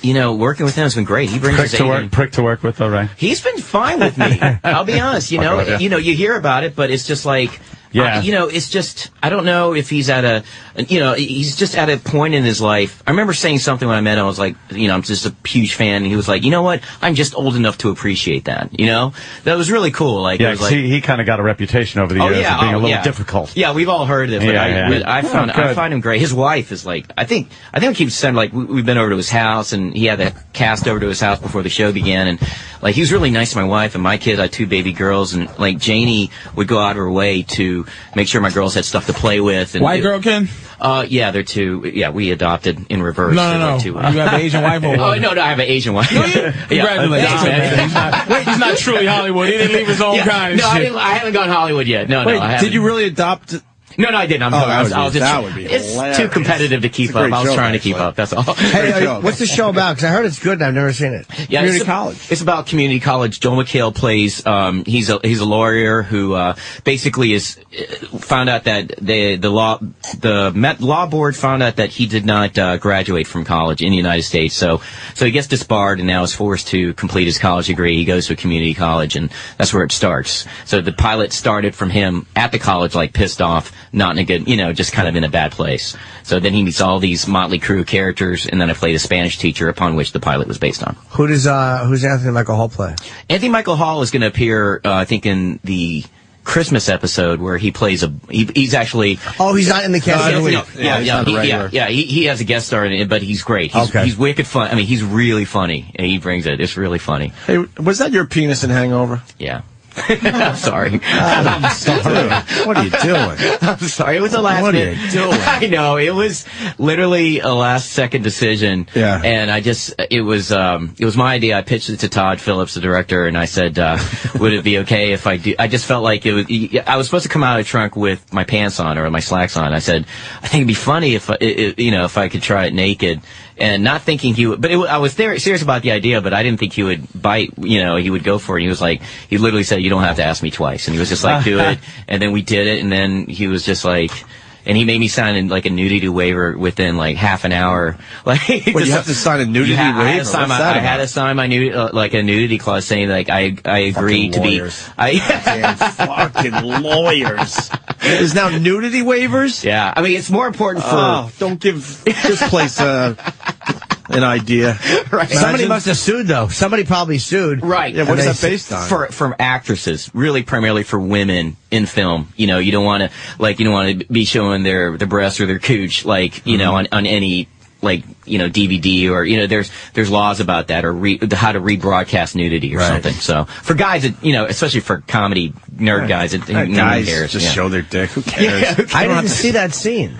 H: you know, working with him has been great. He brings
E: Prick
H: his
E: to
H: A
E: work.
H: game.
E: Prick to work with. All right.
H: He's been fine with
E: [laughs]
H: me. I'll be honest. You know,
E: God, yeah.
H: you know, you hear about it, but it's just like,
E: Yeah.
H: I- you know, it's just I don't know if he's at a, you know, he's just at a point in his life. I remember saying something when I met him. I was like, you know, I'm just a huge fan. And he was like, you know what? I'm just old enough to appreciate that. You know, that was really cool. Like, it
E: Yeah,
H: was
E: 'cause
H: like,
E: he, he kind of got a reputation over the
H: Oh
E: years
H: yeah,
E: of being
H: oh,
E: a little
H: yeah.
E: difficult.
H: Yeah, we've all heard of it.
E: Yeah,
H: I,
E: yeah.
H: we- I
E: Oh,
H: found I
E: good.
H: find him great. His wife is like I think I think he keeps saying like we, we've been over to his house and he had the cast over to his house before the show began and like he was really nice to my wife and my kids. I had two baby girls and like Janie would go out of her way to to make sure my girls had stuff to play with. And
D: White girl, Ken?
H: Uh, yeah, they're two. Yeah, we adopted in reverse.
D: No, no,
H: They were
D: no.
H: two-
D: You have an Asian wife
H: [laughs]
D: or
H: oh,
D: what?
H: no, no, I have an Asian wife. [laughs]
D: Congratulations,
H: Yeah.
D: man. He's not- wait, he's not truly Hollywood. He didn't leave his own
H: Yeah.
D: kind and
H: No, I,
D: shit.
H: didn't, I haven't gone Hollywood yet. No,
D: Wait,
H: no, I
D: did
H: haven't.
D: you
A: really adopt?
H: No, no, I didn't. I'm,
A: Oh,
H: I was,
A: that
H: I
A: would
H: was
A: be-
H: just,
A: that would be
H: It's
A: hilarious.
H: too competitive to keep
A: It's a
H: up.
A: great
H: I was
A: joke,
H: trying to keep up. That's all.
B: Hey, uh,
H: [laughs]
B: what's the show about? Because I heard it's good and I've never seen it.
H: Yeah, it's, college. It's about community college. Joel McHale plays. Um, he's a he's a lawyer who uh, basically is uh, found out that the the law the Met law board found out that he did not uh, graduate from college in the United States. So so he gets disbarred and now is forced to complete his college degree. He goes to a community college and that's where it starts. So the pilot started from him at the college, like pissed off, not in a good, you know, just kind of in a bad place. So then he meets all these motley crew characters, and then I played a Spanish teacher upon which the pilot was based on.
B: Who does uh, who's Anthony Michael Hall play?
H: Anthony Michael Hall is going to appear, uh, I think, in the Christmas episode where he plays a. He, he's actually.
B: Oh, he's not in the cast.
H: No,
B: every
H: Uh,
B: week.
H: no,
B: Oh,
H: yeah, yeah, he, yeah, yeah. He, he has a guest star in it, but he's great. He's,
A: Okay.
H: he's wicked fun. I mean, he's really funny. and He brings it. It's really funny.
A: Hey, was that your penis in Hangover?
H: Yeah. [laughs] I'm [laughs] sorry.
A: What are you doing?
H: [laughs] I'm sorry. It was a last
A: What are
H: minute.
A: you doing?
H: I know. It was literally a last second decision. Yeah. And I just, it was, um, it was my idea. I pitched it to Todd Phillips, the director, and I said, uh, [laughs] would it be okay if I do? I just felt like it was, I was supposed to come out of the trunk with my pants on or my slacks on. I said, I think it'd be funny if, I, i i- you know, if I could try it naked. And not thinking he would, but it, wa- I was there, serious about the idea, but I didn't think he would bite, you know, he would go for it. He was like, he literally said, you don't have to ask me twice. And he was just like, do it. And then we did it. And then he was just like, and he made me sign in like a nudity waiver within like half an hour. [laughs] Like,
A: Wait,
H: just-
A: you have to sign a nudity
H: You ha- I had,
A: waiver?
H: to sign
A: What's
H: my-
A: that
H: I had
A: about?
H: to sign my nu- uh, like a nudity clause saying like I I agree to be
A: lawyers.
H: I
A: fucking lawyers. There's now nudity waivers?
H: Yeah. I mean, it's more important for-
A: Oh, don't give this place uh, an idea.
B: Somebody
A: Imagine-
B: must have sued though. Somebody probably sued.
H: Right.
B: And they s-
H: For from actresses, really primarily for women in film. You know, you don't want to like you don't want to be showing their their breasts or their cooch like you know on on any like you know DVD or you know there's there's laws about that or re, how to rebroadcast nudity or something. So for guys, it, you know, especially for comedy nerd guys, it, no
A: Hey,
H: one
A: guys
H: cares,
A: just
H: yeah.
A: show their dick. Who cares?
H: [laughs] Yeah, who
B: I didn't see that scene.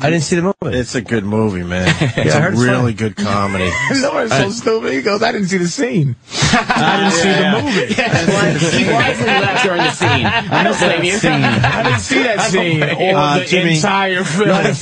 B: I didn't see the movie.
A: It's a good movie,
B: [laughs]
A: man. It's
D: I
A: a
D: heard it's
A: really good comedy.
D: No, it's so stupid. He goes, I didn't see the scene. [laughs] I didn't see the movie.
H: he wisely left during the scene. I don't blame you.
D: I didn't see that scene or
A: Uh,
D: the
A: Jimmy,
D: entire film.
A: no, for,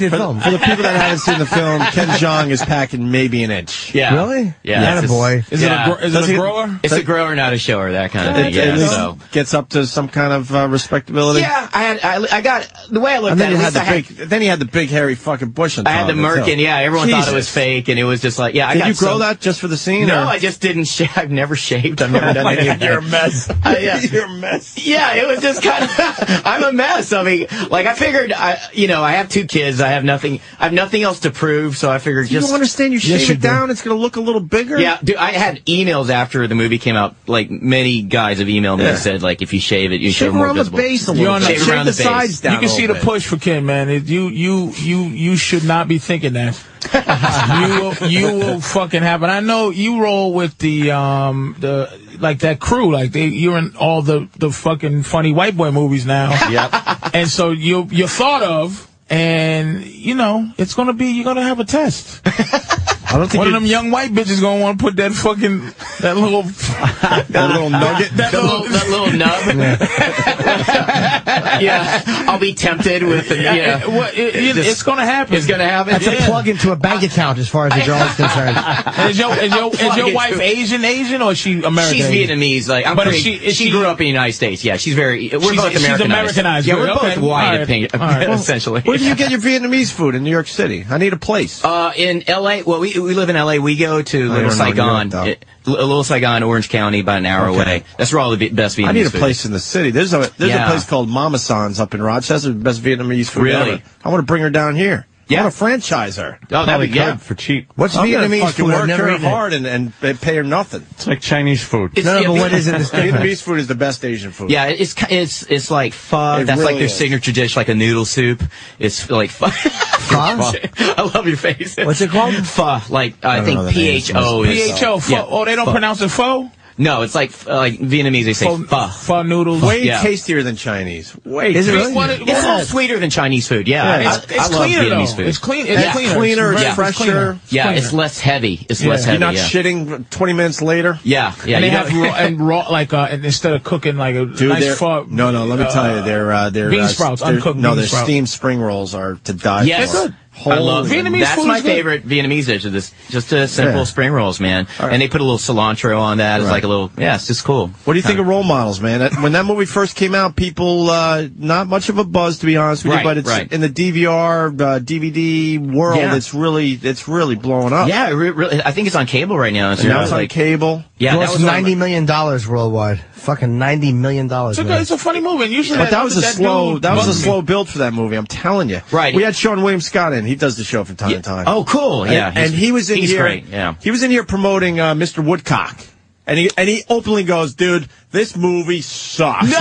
A: for the people that haven't seen the
H: [laughs]
A: film, Ken Jeong is packing maybe an inch.
H: Yeah.
B: Really?
H: Yeah.
B: Atta
H: it's just-
B: boy.
D: Is it a gro- is it
A: Does
D: a
A: he-
D: grower?
H: It's a grower, not a shower, that kind of
A: At
H: thing. Yeah.
A: least
H: So.
A: gets up to some kind of uh, respectability.
H: Yeah, I had I, I got the way I looked
A: And
H: at
A: then
H: it.
A: you
H: at
A: had
H: least
A: the
H: I had
A: big, then he had the big hairy fucking bush on
H: I
A: top.
H: had the
A: of it,
H: merkin,
A: too.
H: yeah. Everyone thought it was
A: Oh, Jesus.
H: fake, and it was just like, yeah. I
A: Did
H: got
A: you grow
H: some-
A: that just for the scene?
H: No,
A: or-
H: I just didn't. Sh- I've never shaved. I've never done
A: my
H: any
A: God,
H: of [laughs] that.
A: you're a mess.
H: I, yeah.
A: [laughs] You're a mess.
H: [laughs] Yeah, it was just kind of. [laughs] I'm a mess. I mean, like I figured, I you know, I have two kids. I have nothing. I have nothing else to prove. So I figured,
A: Do you
H: just
A: understand? You shave
H: Yes, you
A: it down, it's going to look a little bigger.
H: yeah, dude, I had emails after the movie came out. Like many guys have emailed me
A: Yeah.
H: and said, like, if you shave it, you
A: Shave
H: show more
A: around the
H: visible.
A: base a
H: You're
A: little
H: on
A: bit. Shave
H: around
A: the
H: base.
A: sides down.
D: You can
A: a
D: see the
A: little bit.
D: push for Ken, man. It- you you you you should not be thinking
A: [laughs]
D: that. you will, you will fucking happen. I know you roll with the um the like that crew. Like they, you're in all the the fucking funny white boy movies now. Yep. and so you you're thought of. And you know it's gonna be you're gonna have a test.
A: I don't think
D: One of
A: you-
D: them young white bitches gonna want to put that fucking that little that
A: little nugget
D: that little
A: [laughs]
H: that little nub.
D: [laughs]
H: yeah, I'll be tempted with the,
D: Yeah,
H: yeah.
D: it- what- it- it-
H: Just-
D: it's gonna happen.
H: It's gonna happen.
B: That's a plug into a bank account as far as the girl is
H: [laughs]
B: concerned.
D: Is your is your, is
H: Plug
D: your
H: into
D: wife
H: it.
D: Asian Asian or is she American?
H: She's Vietnamese. Like, I'm
D: But
H: pretty,
D: if
H: she,
D: she- if
H: she,
D: she-
H: grew up in the United States. Yeah, she's very. We're
D: She's-
H: both
D: she's
H: Americanized.
D: Americanized,
H: Yeah,
D: good,
H: we're both
D: okay.
H: white,
D: All right.
H: opinion-
D: All
H: [laughs]
D: right. Well,
H: essentially.
A: Where do you get your Vietnamese food in New York City? I need a place.
H: Uh, in L.A., well, we, we live in L.A. We go to
A: don't know
H: Little Saigon,
A: New York,
H: it- L- Little Saigon, Orange County, about an hour
A: Okay.
H: away. That's where all the vi- best Vietnamese
A: I need a
H: food
A: place
H: is.
A: in the city. There's a there's
H: Yeah.
A: a place called Mama San's up in Rochester. The best Vietnamese food
H: Really?
A: ever. I want to bring her down here. I want to franchise her.
H: Oh, that would yeah.
E: for cheap.
B: What's
A: I'm gonna
B: Vietnamese
A: fucking
B: food? I've
A: Work
B: never
A: her
B: eaten it.
A: hard and, and they pay her nothing.
E: It's like Chinese food.
H: It's-
B: No, no,
H: yeah,
B: but
H: we-
E: [laughs]
B: what is it?
H: [laughs]
B: That's different?
A: Vietnamese food is the best Asian food.
H: Yeah, it's ki- it's it's like pho.
A: It
H: That's like
A: really
H: their
A: is.
H: signature dish, like a noodle soup. It's like [laughs] pho.
B: Pho?
H: I love your face.
B: What's it called?
H: Pho. Like I,
A: don't know
H: think
A: the name.
H: P H O is
D: PHO. Pho.
H: Yeah.
D: Oh, they don't
H: Pho.
D: pronounce it pho.
H: No, it's like f- like Vietnamese. They say
A: Pho-
H: pho.
D: Pho noodles.
A: Way
H: Yeah.
A: tastier than Chinese. Way
H: Is it
A: tastier.
H: really? It's a little sweeter than Chinese food. Yeah,
A: Yeah.
H: It's,
A: I- it's
H: I love
A: cleaner,
H: Vietnamese
A: though.
H: food.
A: It's clean- it's
H: yeah.
A: cleaner. It's
H: yeah.
A: cleaner. It's cleaner.
H: Yeah,
A: It's
H: it's
A: cleaner.
H: less heavy. It's
A: Yeah.
H: less heavy.
A: You're not
H: yeah.
A: shitting 20 minutes later?
H: Yeah, yeah.
D: and they
H: you
D: have
H: know-
D: raw,
H: [laughs]
D: and raw like uh, and instead of cooking like a
A: Dude,
D: nice
A: they're-
D: pho.
A: no, no. Let me
D: uh,
A: tell you, they're uh, they're
D: bean
A: uh,
D: sprouts,
A: they're-
D: uncooked
A: No,
D: bean
A: their
D: sprouts.
A: steamed spring rolls are to die
H: Yes,
A: for.
H: I love
A: Holy-
H: Vietnamese. That's my favorite Vietnamese dish. Is this just a simple
A: Yeah.
H: spring rolls, man? And they put a little cilantro on that. It's
A: Right.
H: like a little. Yeah, it's just cool.
A: What do you think of role models, man? That- When that movie first came out, people uh, not much of a buzz, to be honest with
H: Right,
A: you. But it's
H: right.
A: in the DVR, uh, DVD world,
H: Yeah.
A: it's really it's really blowing up.
H: Yeah, it re- really, I think it's on cable right now.
A: And now it's on cable.
H: Yeah, that
B: Grossed
H: was on-
B: ninety million dollars worldwide. Fucking ninety million dollars.
D: It's a,
B: man.
D: it's a funny movie. And usually
A: But that was a
D: that
A: slow
D: dude
A: that was a
D: bugs me.
A: slow build for that movie. I'm telling you.
H: Right.
A: We had Sean William Scott in. He does the show from time
H: Yeah.
A: to time.
H: Oh, cool.
A: And-
H: Yeah,
A: And,
H: he's-
A: he was in
H: he's
A: here.
H: great, yeah.
A: He was in here promoting uh, Mr. Woodcock. And he and he openly goes, dude, this movie sucks. [laughs]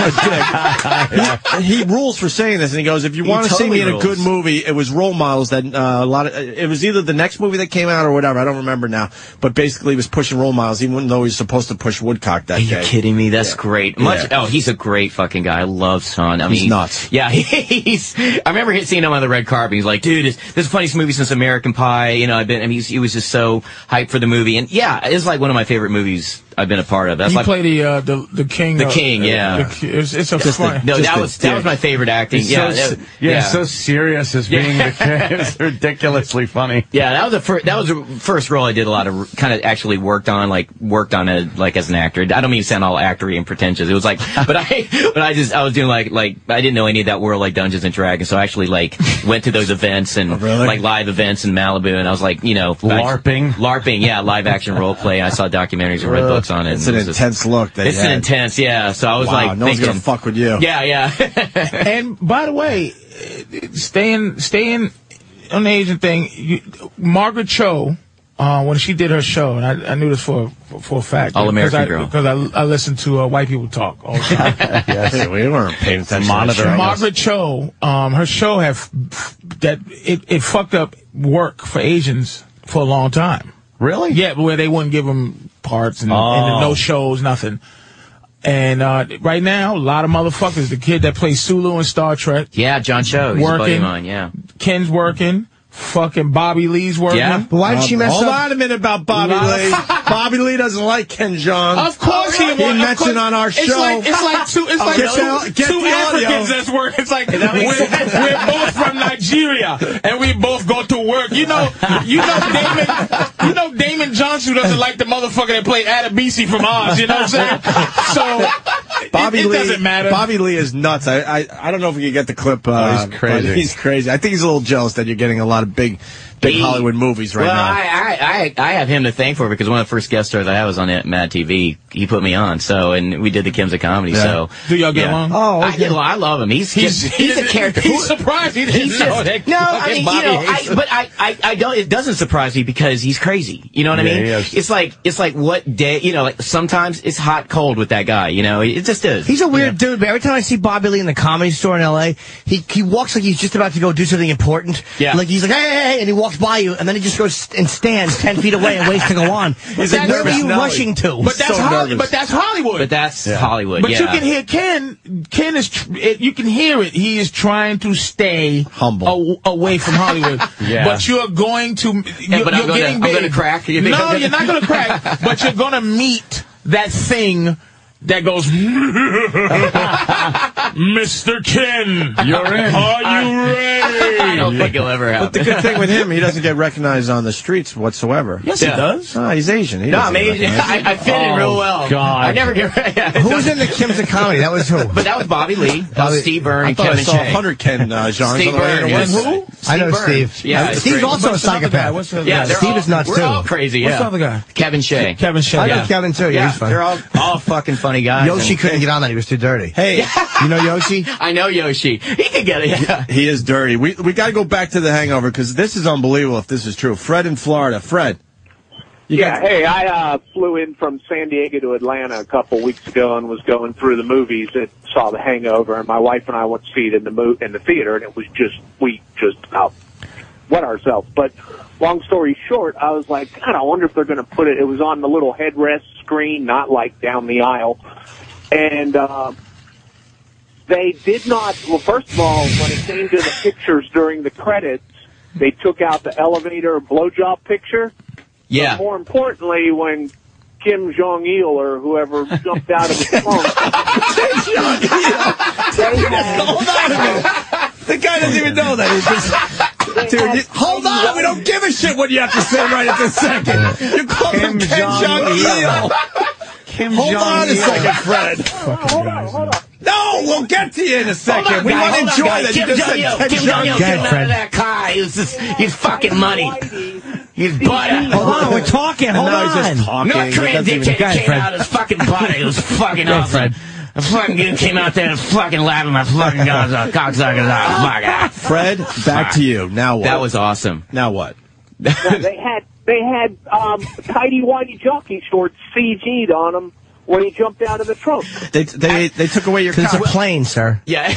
A: he, he rules for saying this, and he goes, if you
H: He
A: want to see
H: totally
A: me in
H: rules.
A: a good movie, it was role models that uh, a lot of. It was either the next movie that came out or whatever. I don't remember now, but basically, he was pushing role models, even though he was supposed to push Woodcock that
H: Are you
A: day.
H: kidding me? That's great. Much.
A: Yeah.
H: Oh, he's a great fucking guy. I love Son. I mean,
A: He's nuts.
H: Yeah, [laughs] he's. I remember seeing him on the red carpet. He's like, dude, this, this is the funniest movie since American Pie. You know, I've been. I mean, he's, he was just so hyped for the movie, and yeah, it's like one of my favorite movies I've been a part of. That's
D: He
H: like
D: played the uh, the the king.
H: The
D: of-
H: king, yeah.
D: the ki- it's, it's a fun.
H: no,
D: just
H: that
D: the
H: was that was
D: dick.
H: my favorite acting.
E: He's
H: yeah,
E: so,
H: that-
E: se- yeah, so serious as being [laughs] the kid. It's ridiculously funny.
H: Yeah, that was the first. That was the first role I did a lot of kind of actually worked on, like worked on it, like as an actor. I don't mean to sound all actory and pretentious. It was like, but I, [laughs] but I just I was doing like like I didn't know any of that world like Dungeons and Dragons, so I actually like went to those events
A: Oh,
H: and like live events in Malibu, and I was like, you know, larping, larping, yeah, live action role play. I saw documentaries and read books on it.
A: It's an
H: and it was just-
A: intense look. That he
H: It's an
A: had.
H: intense, yeah. So I was
A: wow,
H: like,
A: no one's
H: thinking,
A: gonna fuck with you.
H: yeah, yeah. [laughs]
D: and by the way, uh, staying staying on the Asian thing, you, Margaret Cho, uh, when she did her show, and I, I knew this for for a fact,
H: All American
D: because I,
H: Girl.
D: because I, I listened to uh, white people talk all the
H: [laughs]
D: time.
A: [laughs] Hey, we weren't paying attention.
E: monitor.
A: To that show.
D: Margaret Cho, um, her show have f- that it, it fucked up work for Asians for a long time.
E: Really?
D: Yeah, where they wouldn't give them parts and,
E: Oh.
D: and no shows, nothing. And uh, right now, a lot of motherfuckers. The kid that plays Sulu in Star Trek,
H: yeah, John Cho, oh, he's a buddy
D: Working.
H: of mine, yeah.
D: Ken's working, fucking Bobby Lee's working.
H: Yeah.
B: But why did she mess
A: Hold
B: up?
A: on a minute about Bobby
D: Lot of-
A: Lee.
D: [laughs]
A: Bobby Lee doesn't like Ken Jong.
D: Of course he
A: He
D: won't. Of
A: mentioned
D: course-
A: on our
D: It's
A: show.
D: like, it's like two,
A: [laughs]
D: it's like
A: Get
D: two,
A: the- get
D: two
A: the audio.
D: Africans that's working. It's like we're, we're both from Nigeria and we both go to work. You know, you know Damon, you know Damon Johnson doesn't like the motherfucker that played Adabisi from Oz. You know what I'm saying? So it-
A: [laughs] Bobby
D: it,
A: Lee
D: doesn't matter.
A: Bobby Lee is nuts. I, I I don't know if we can get the clip. Uh,
E: he's crazy.
A: but He's crazy. I think he's a little jealous that you're getting a lot of big, big
H: He-
A: Hollywood movies right
H: well,
A: now.
H: I, I, I, I have him to thank for because one of the first guest stars I had was on it- Mad TV. He put me on, so and we did the Kim's of Comedy. So
D: Do y'all get
H: yeah.
D: along?
B: Oh,
H: I get along. I love him. He's he's,
D: he
H: he's a
D: [laughs] didn't-
H: character.
D: He's surprised he didn't
H: He's
D: know
H: just-
D: that
H: no, I
D: fucking
H: mean,
D: Bobby
H: you know,
D: hates
H: I, but I, I, I don't. It doesn't surprise me because he's crazy. You know what
E: Yeah,
H: I mean?
E: he is.
H: It's like it's like what day? You know, like sometimes it's hot cold with that guy. You know, it just is.
B: He's a weird dude, but every time I see Bobby Lee in the comedy store in L.A., he he walks like he's just about to go do something important.
H: Yeah.
B: Like he's like, hey, hey, hey, and he walks by you, and then he just goes st- and stands 10 feet away and waits to go
H: [laughs]
B: on. He's like,
D: that's-
B: where were you
D: no,
B: rushing to?
D: But that's
A: so
D: Hollywood.
A: nervous.
D: But that's Hollywood.
H: but that's Hollywood.
D: But
H: yeah.
D: you can hear Ken. Ken is. Tr- it, you can hear it. He is trying to stay
A: Humble.
D: a- away from Hollywood.
E: Yeah.
D: But you're going to. You're,
H: but I'm
D: you're
H: gonna-
D: getting
H: I'm
D: big.
H: gonna crack. You think
D: no,
H: I'm
D: you're not going
H: [laughs]
D: to crack. But you're going to meet that thing that goes, [laughs] Mr. Ken.
E: You're in.
D: Are you
H: I
D: ready?
H: don't think he'll ever happen.
A: but the good thing with him, he doesn't
H: [laughs]
A: get recognized on the streets whatsoever.
D: yes,
H: Yeah.
D: it does.
A: Ah, he's Asian. He
H: no, I
A: doesn't get
H: [laughs] mean,
A: recognized.
H: I, I fit in
E: Oh,
H: real well.
E: God.
H: I never get. [laughs]
B: Who was in the Kim's of Comedy? That was who?
H: But that was Bobby Lee, that was
B: Bobby-
H: Steve Byrne,
A: I
H: and
A: thought
H: Kevin
A: I saw
H: Shea.
A: 100 Ken uh, Jean.
H: Steve Byrne. is-
D: Who?
B: I know
H: Byrne.
B: Steve.
H: Yeah, it's
B: Steve's
H: great.
B: also a
D: What's the other guy?
B: psychopath.
D: What's the other
H: Yeah,
D: guy?
H: they're
B: Steve
H: all,
B: is nuts,
H: we're
B: too.
H: all crazy. Yeah.
D: What's the other guy?
H: Kevin Shea.
D: [laughs] Kevin Shea.
B: I know Kevin too. Yeah,
H: Yeah,
B: he's fun.
H: they're all all fucking funny guys.
B: Yoshi
H: And-
B: couldn't get on that; he was too dirty.
A: Hey,
B: [laughs] you know Yoshi?
H: [laughs] I know Yoshi. He could get it. Yeah.
A: he is dirty. We we got to go back to the hangover because this is unbelievable if this is true. Fred in Florida. Fred.
N: yeah, hey, I uh, flew in from San Diego to Atlanta a couple weeks ago and was going through the movies and saw The Hangover, and my wife and I went to see it in the mo- in the theater, and it was just we just out wet ourselves. But long story short, I was like, God, I wonder if they're going to put it. It was on the little headrests screen, not like down the aisle. And uh, they did not. Well, first of all, when it came to the pictures during the credits, they took out the elevator blowjob picture.
E: Yeah.
N: More importantly, when Kim Jong Il or whoever jumped out of his trunk.
B: [laughs] Hold on a minute. The guy doesn't even know that. He's just. Dude, you- hold on. We don't give a shit what you have to say right at this second. You call him Kim Jong Il. Kim hold on a
O: Jong-il.
B: second, Fred. hold on, hold on. No, we'll get to you in a second. we want to enjoy that. You
H: Kim
B: just
H: Jong
B: said
H: Il, Kim Jong Il,
B: Go
H: get
B: ahead,
H: out of
B: Fred.
H: that car. Ah, He's just, he's fucking money. He's butter.
B: Hold on, we're talking. Hold
H: no, He's
B: on.
H: just talking. North Korean
B: That's even-
H: dickhead
B: Go ahead,
H: came
B: Fred.
H: out of his fucking body. [laughs] It was fucking
B: Go ahead,
H: awesome.
B: Fred.
H: I fucking dude came out there and fucking laughing my fucking
A: [laughs]
H: guns out, cocksuckers out. Fuck.
A: Fred, back to you. Now what?
H: That was awesome.
A: Now what?
N: Yeah, they had they had um, tidy whitey jockey shorts CG'd on him when he jumped out of the trunk.
A: They they they took away your.
B: 'Cause it's a
A: cock.
B: plane, sir.
H: Yeah.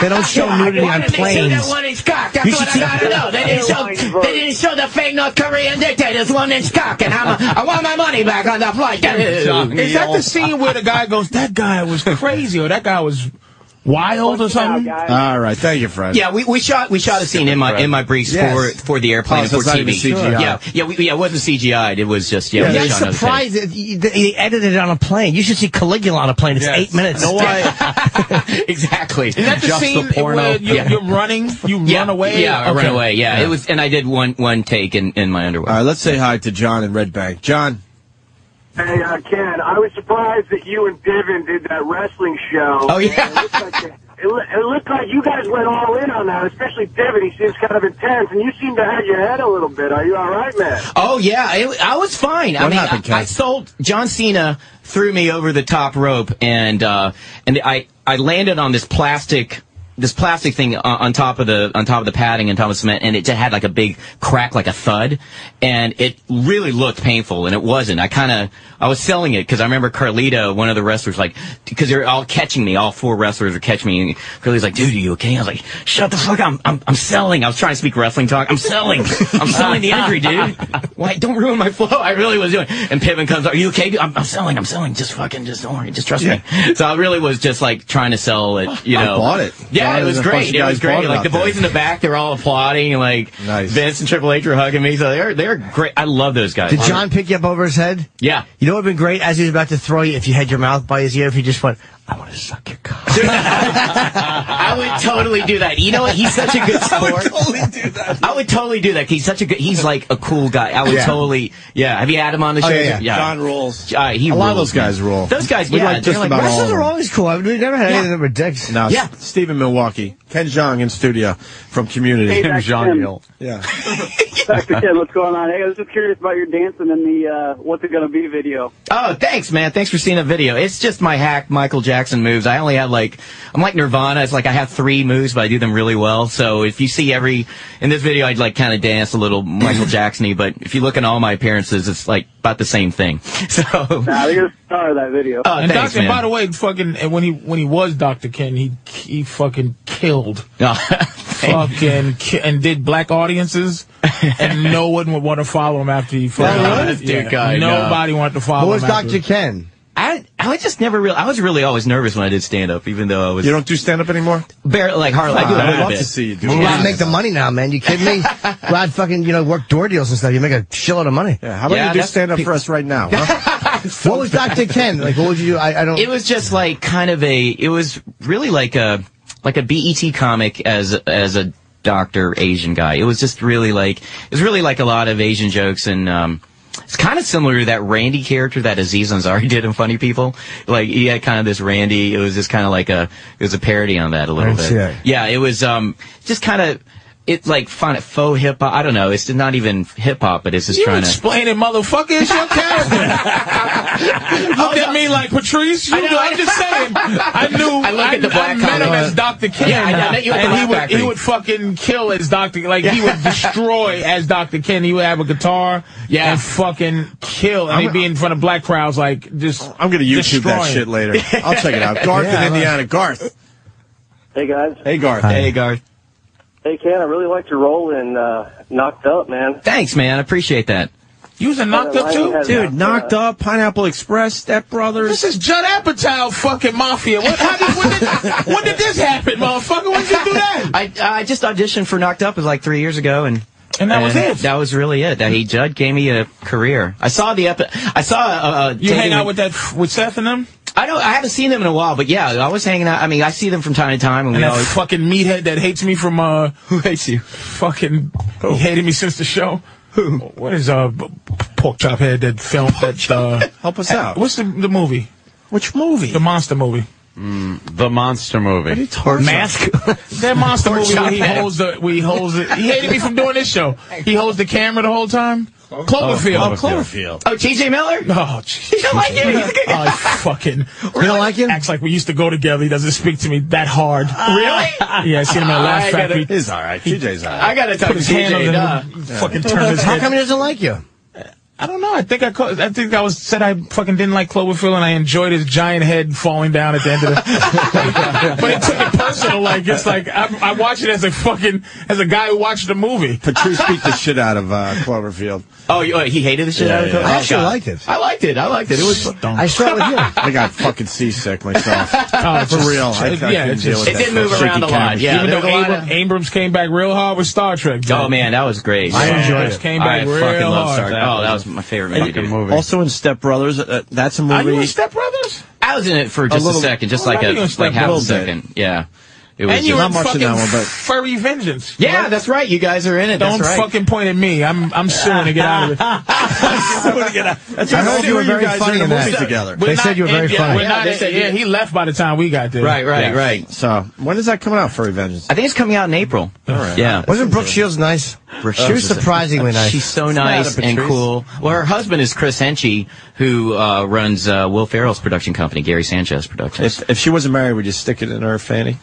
B: They don't [laughs] show nudity
H: Why
B: on
H: didn't they show that
B: planes.
H: one inch cock? That's
B: You
H: what I
B: should
H: gotta
B: see-
H: know. They didn't, show, they didn't show the fake North Korean dictator's one inch cock, and I'm a, I want my money back on the flight.
D: Is that the scene where the guy goes, that guy was crazy, or that guy was wild or something?
A: All right, thank you, Fred.
H: Yeah, we, we shot we shot a scene in my in my briefs
A: Yes.
H: for for the airplane
A: Oh,
H: and
A: so
H: for
A: it's not even
H: TV.
A: CGI.
H: Yeah, yeah, we, yeah, it wasn't CGI. It was just yeah. we
B: I'm
H: shot another thing.
B: surprised that you- that they edited it on a plane. You should see Caligula on a plane. It's
H: Yes.
B: eight minutes.
H: No, [laughs] exactly.
D: Is that the
H: Just
D: scene
H: the porno.
D: where you're,
H: Yeah.
D: you're running, you run away?
H: Yeah, I
D: Okay.
H: ran away. Yeah, it was, and I did one one take in, in my underwear.
A: All right, let's say hi to John in Red Bank. John,
F: Hey, uh, Ken, I was surprised that you and Divin did that wrestling show.
H: Oh, yeah.
F: It looked, like, it loo- it looked like you guys went all in on that, especially Divin. He seems kind of intense, and you seem to have your head a little bit. Are you all right, man?
H: Oh yeah, it, I was fine. I
F: What
H: mean,
F: happened,
H: I, I
F: Ken?
H: sold John Cena threw me over the top rope, and uh, and I I landed on this plastic this plastic thing on, on top of the on top of the padding and top of the cement, and it just had like a big crack, like a thud, and it really looked painful, and it wasn't. I kind of I was selling it because I remember Carlito, one of the wrestlers, like because they're all catching me, all four wrestlers were catching me, and Carlito's like, "Dude, are you okay?" I was like, "Shut the fuck up! I'm I'm, I'm selling." I was trying to speak wrestling talk. I'm selling. I'm [laughs] selling the injury, dude. Why? Don't ruin my flow. I really was doing. And Piven comes. Are you okay? dude? I'm, I'm selling. I'm selling. Just fucking. Just don't worry. Just trust me. So I really was just like trying to sell it. You
A: I
H: know.
A: bought it.
H: Yeah,
A: Bought
H: it
A: it
H: was
A: and a bunch
H: great.
A: of
H: It was
A: guys bought
H: great.
A: it
H: Like
A: out
H: the boys in the back, they're all applauding. Like Vince and Triple H were hugging me. So they're they're great. I love those guys.
B: Did John pick you up over his head?
H: Yeah.
B: You know what would have been great as he was about to throw you if you had your mouth by his ear if he just went, I want to suck your cock.
H: I would totally do that. You know what? He's such a
A: [laughs]
H: good sport. I would totally do that. I would totally do that. He's such a good. He's like a cool guy. I would
A: Yeah.
H: totally. Yeah. Have you had him on the show?
A: Oh, yeah, yeah. John rules.
H: Uh, he
A: a lot of
H: rules,
A: those guys
H: man.
A: rule.
H: Those guys,
A: We
H: yeah,
A: like
H: they're
A: just
H: like-
A: about all of
B: Wrestlers
A: them.
B: are always cool. I've never had any of them were dicks.
A: No,
B: yeah.
A: yeah. Stephen Milwaukee, Ken Jong in studio from Community.
I: Hey, Kim that's Jong him. Il.
A: Yeah.
H: [laughs]
I: Dr. Ken, what's going on? Hey, I was just curious about your dancing in the uh, What's It Gonna Be video.
H: Oh, thanks, man. Thanks for seeing a video. It's just my hack Michael Jackson moves. I only had like, I'm like Nirvana. It's like I have three moves, but I do them really well. So if you see every, in this video, I'd like kind of dance
A: [clears throat]
H: a little Michael Jackson-y, but if you look at all my appearances, it's like about the same thing. [laughs] So.
I: Nah, they're gonna star that video.
H: Oh,
D: and
H: thanks,
D: Dr.
H: man.
D: By the way, fucking and when he when he was Dr. Ken, he he fucking
H: [laughs]
D: killed. fucking ki- and did black audiences,
H: [laughs]
D: and no one would want to follow him after he fucking. Yeah. Nobody wanted to follow. him after.
B: Ken?
H: I I was just never real. I was really always nervous when I did stand up, even though I was. You
A: don't do stand up anymore.
H: Barely, like hardly. I do
A: Ah,
H: a
A: I'd
H: little
A: love
H: bit.
A: to see you do
B: Well,
A: Yeah.
B: Rod make the money now, man. You kidding me? Rod fucking, you know, work door deals and stuff. You make a shitload of money.
A: How about you do stand up for us right now? huh?
B: [laughs] what was Dr. Ken? Like, what would you do? I, I don't.
H: It was just like kind of a. It was really like a like a BET comic as as a doctor Asian guy. It was just really like it was really like a lot of Asian jokes and. um it's kind of similar to that Randy character that Aziz Ansari [laughs] did in Funny People. Like he had kind of this Randy. It was just kind of like a it was a parody on that a little
B: didn't
H: bit.
B: see that.
H: Yeah, it was um just kind of it's like fun faux hip hop. I don't know. It's not even hip hop, but it's just
D: You
H: trying to
D: explain it, motherfucker. It's your character.
H: [laughs]
D: Look at me like Patrice. You
H: I know,
D: do.
H: I-
D: I'm just saying. I knew.
H: I look at the black
D: I met him
H: comic.
D: as Dr. Ken.
H: Yeah, I know, I met you at the
D: and he
H: Black
D: would
H: Factory.
D: he would fucking kill as Dr. Like he
H: [laughs]
D: would destroy as Dr. Ken. He would have a guitar. Yeah. and fucking kill. And he'd be in front of black crowds like just.
A: I'm gonna YouTube that
D: destroying.
A: shit later. I'll check it
D: [laughs]
A: out. Garth
D: Yeah, I
A: in
D: like-
A: Indiana. Garth.
I: Hey, guys.
A: Hey Garth.
H: Hey Garth.
I: Hey, Ken, I really liked your role in uh, Knocked Up, man.
H: Thanks, man. I appreciate that.
D: You was a knocked up too?
A: Dude,
I: uh,
A: knocked up, Uh, Pineapple Express, Step Brothers.
D: This is Judd Apatow fucking mafia. What, how did, when, did, when did this happen, motherfucker? When did you do that?
H: I I just auditioned for Knocked Up it was like three years ago, and
D: And that was it.
H: That was really it. That he Judd gave me a career. I saw the epi- I saw. Uh, uh,
D: You hang out with that with Seth and them.
H: I don't. I haven't seen them in a while, but yeah, I was hanging out. I mean, I see them from time to time, and,
D: And
H: we
D: that
H: always
D: fucking meathead that hates me from uh, who hates you? Fucking he hated me since the show. Who? What is uh, b- pork chop head that filmed that? Uh,
A: Help us out.
D: What's the, the movie?
A: Which movie?
D: The monster movie.
E: Mm, the monster movie.
D: Mask. that monster
E: Pork
D: movie
E: chop
D: where he
E: head.
D: holds the where he holds it. He hated me from doing this show. He holds the camera the whole time. Cloverfield.
A: Oh, Cloverfield.
H: Oh, T.J. Miller.
D: Oh, jeez.
H: You don't like him? He's a good guy.
D: I fucking. You don't like him? Acts like we used to go together. He doesn't speak to me that hard.
H: Uh, Really?
D: [laughs] Yeah, I seen him at Laugh
H: I gotta-
D: Factory.
A: He's all right. TJ's all right.
H: I gotta talk
D: Put his
H: to
D: hand
H: TJ
D: on the-
H: now.
D: [laughs] Fucking
A: [laughs]
D: turn his
B: How
D: head.
B: come he doesn't like you?
D: I don't know. I think I called, I think I was said I fucking didn't like Cloverfield and I enjoyed his giant head falling down at the [laughs] end of the. but it took it [laughs] personal. Like it's like I, I watch it as a fucking as a guy who watched the movie.
A: Patrice beat the shit out of uh, Cloverfield.
H: Oh, you- oh, he hated the shit
A: Yeah,
H: out of
A: yeah.
H: it.
A: I
H: Oh,
A: actually
H: God.
A: liked it.
H: I liked it. I liked it. It was.
B: I saw it with you.
A: [laughs] I got fucking seasick
H: [laughs]
A: myself.
D: Oh,
A: For real. I, I
D: yeah,
A: couldn't
D: it's
A: deal
D: just-
A: with
H: It
A: that
H: did move
A: shaky
H: around a lot,
A: camera.
H: yeah.
D: Even
H: there's
D: though
H: a lot
D: Abram, Abrams came back real hard with Star Trek.
H: Oh man, that was great.
D: I
H: Yeah.
D: enjoyed it. Came
H: I
D: back real
H: fucking love Star
D: hard.
H: Trek. Oh, that was my favorite movie. dude.
A: Also in Step Brothers, uh, that's a
D: Are you
A: movie.
D: in Step Brothers?
H: I was in it for just a,
A: little-
H: second, just
D: Oh,
H: like
D: I
H: a
D: think it was
H: like
D: like a
H: half a
A: little bit.
H: second. Yeah, it was.
D: And
H: just-
D: you were
A: not
D: in
A: much in
D: fucking
A: that one, but-
D: Furry
H: [laughs]
D: Vengeance.
H: yeah, that's right. You guys are in it.
D: Don't
H: that's right.
D: fucking point at me. I'm I'm suing to get
H: [laughs]
D: out of it.
A: That's I heard you were very funny in that. together.
D: We're
B: They
D: not
B: said you were very
D: in- yeah,
B: funny.
D: we're not
H: Yeah, they
D: in-
H: said
D: yeah,
H: you-
D: he left by the time we got there.
H: Right, right, right.
A: So when is that coming out? Furry
D: [laughs]
A: Vengeance.
H: I think it's coming out in April.
A: right.
H: Yeah.
B: Wasn't Brooke Shields nice? she was surprisingly nice.
H: She's so nice
A: not a
H: and
A: Patrice.
H: cool. Well, her husband is Chris Henchy, who uh, runs uh, Will Ferrell's production company, Gary Sanchez Productions.
A: If, if she wasn't married, would you stick it in her fanny?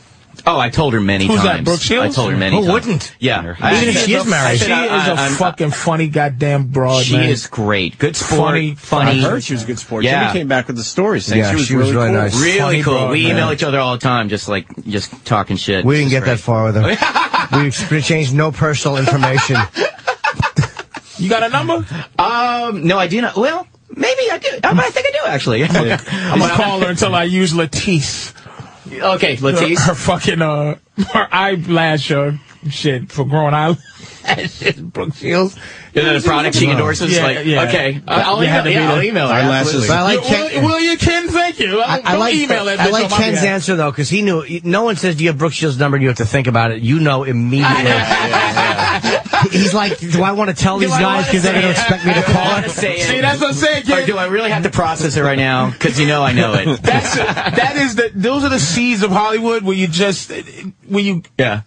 H: oh, I told her many
D: Who's that,
H: times.
D: Brooke
H: I
D: Shields?
H: told her many
B: Who
H: times.
B: wouldn't?
H: Yeah.
B: Even if
H: I-
B: she is married.
H: I
D: She
H: said, I-
D: is
H: I-
D: a
H: I'm-
D: fucking funny goddamn broad,
H: She
D: man.
H: is great. Good sport.
D: Funny,
A: I
H: funny.
A: heard she was a good sport.
H: Yeah.
A: Jimmy came back with the story saying
B: Yeah,
A: she was
B: she was
A: really,
B: really
A: cool.
B: nice.
H: Really
D: Funny
H: cool.
D: broad,
H: we
D: man.
H: email each other all the time, just like just talking shit.
B: we didn't
H: She's
B: get that
H: great.
B: far with her. we exchanged no personal information.
D: You got a number?
H: Um, no, I do not. Well, maybe I do. I, I think I do actually. [laughs]
D: I'm gonna call her until I use Latisse.
H: okay,
D: Her,
H: Latisse.
D: her fucking uh, her eyelash uh, shit for
H: [laughs]
D: growing eyelashes. Brooke Shields.
H: Is it a product she endorses?
D: Yeah,
H: like,
D: yeah.
H: okay, I- I'll
D: You
H: email,
D: had to be
H: yeah, I'll
D: there.
H: email her.
A: Eyelashes.
H: absolutely.
B: But I like
D: Yeah, will,
B: Ken.
D: will you, Ken? Thank you. I,
B: I
D: don't
B: like,
D: email that.
B: I
D: bitch
B: like
D: on my
B: Ken's
D: behalf.
B: answer though, because he knew. No one says, "Do you have Brooke Shields' number?" and You have to think about it. You know immediately. He's like, "Do I want to tell these
H: I
B: guys
H: wanna
B: because they're
H: say
B: going to
H: it?
B: expect
H: [laughs]
B: me to
H: Do I
B: call?"
H: wanna say it?
D: See, that's what I'm saying,
H: Or
D: Ken.
H: do I really have to process it right now? Because you know I know it.
D: [laughs] That's that is the those are the seeds of Hollywood where you just where you
H: Yeah.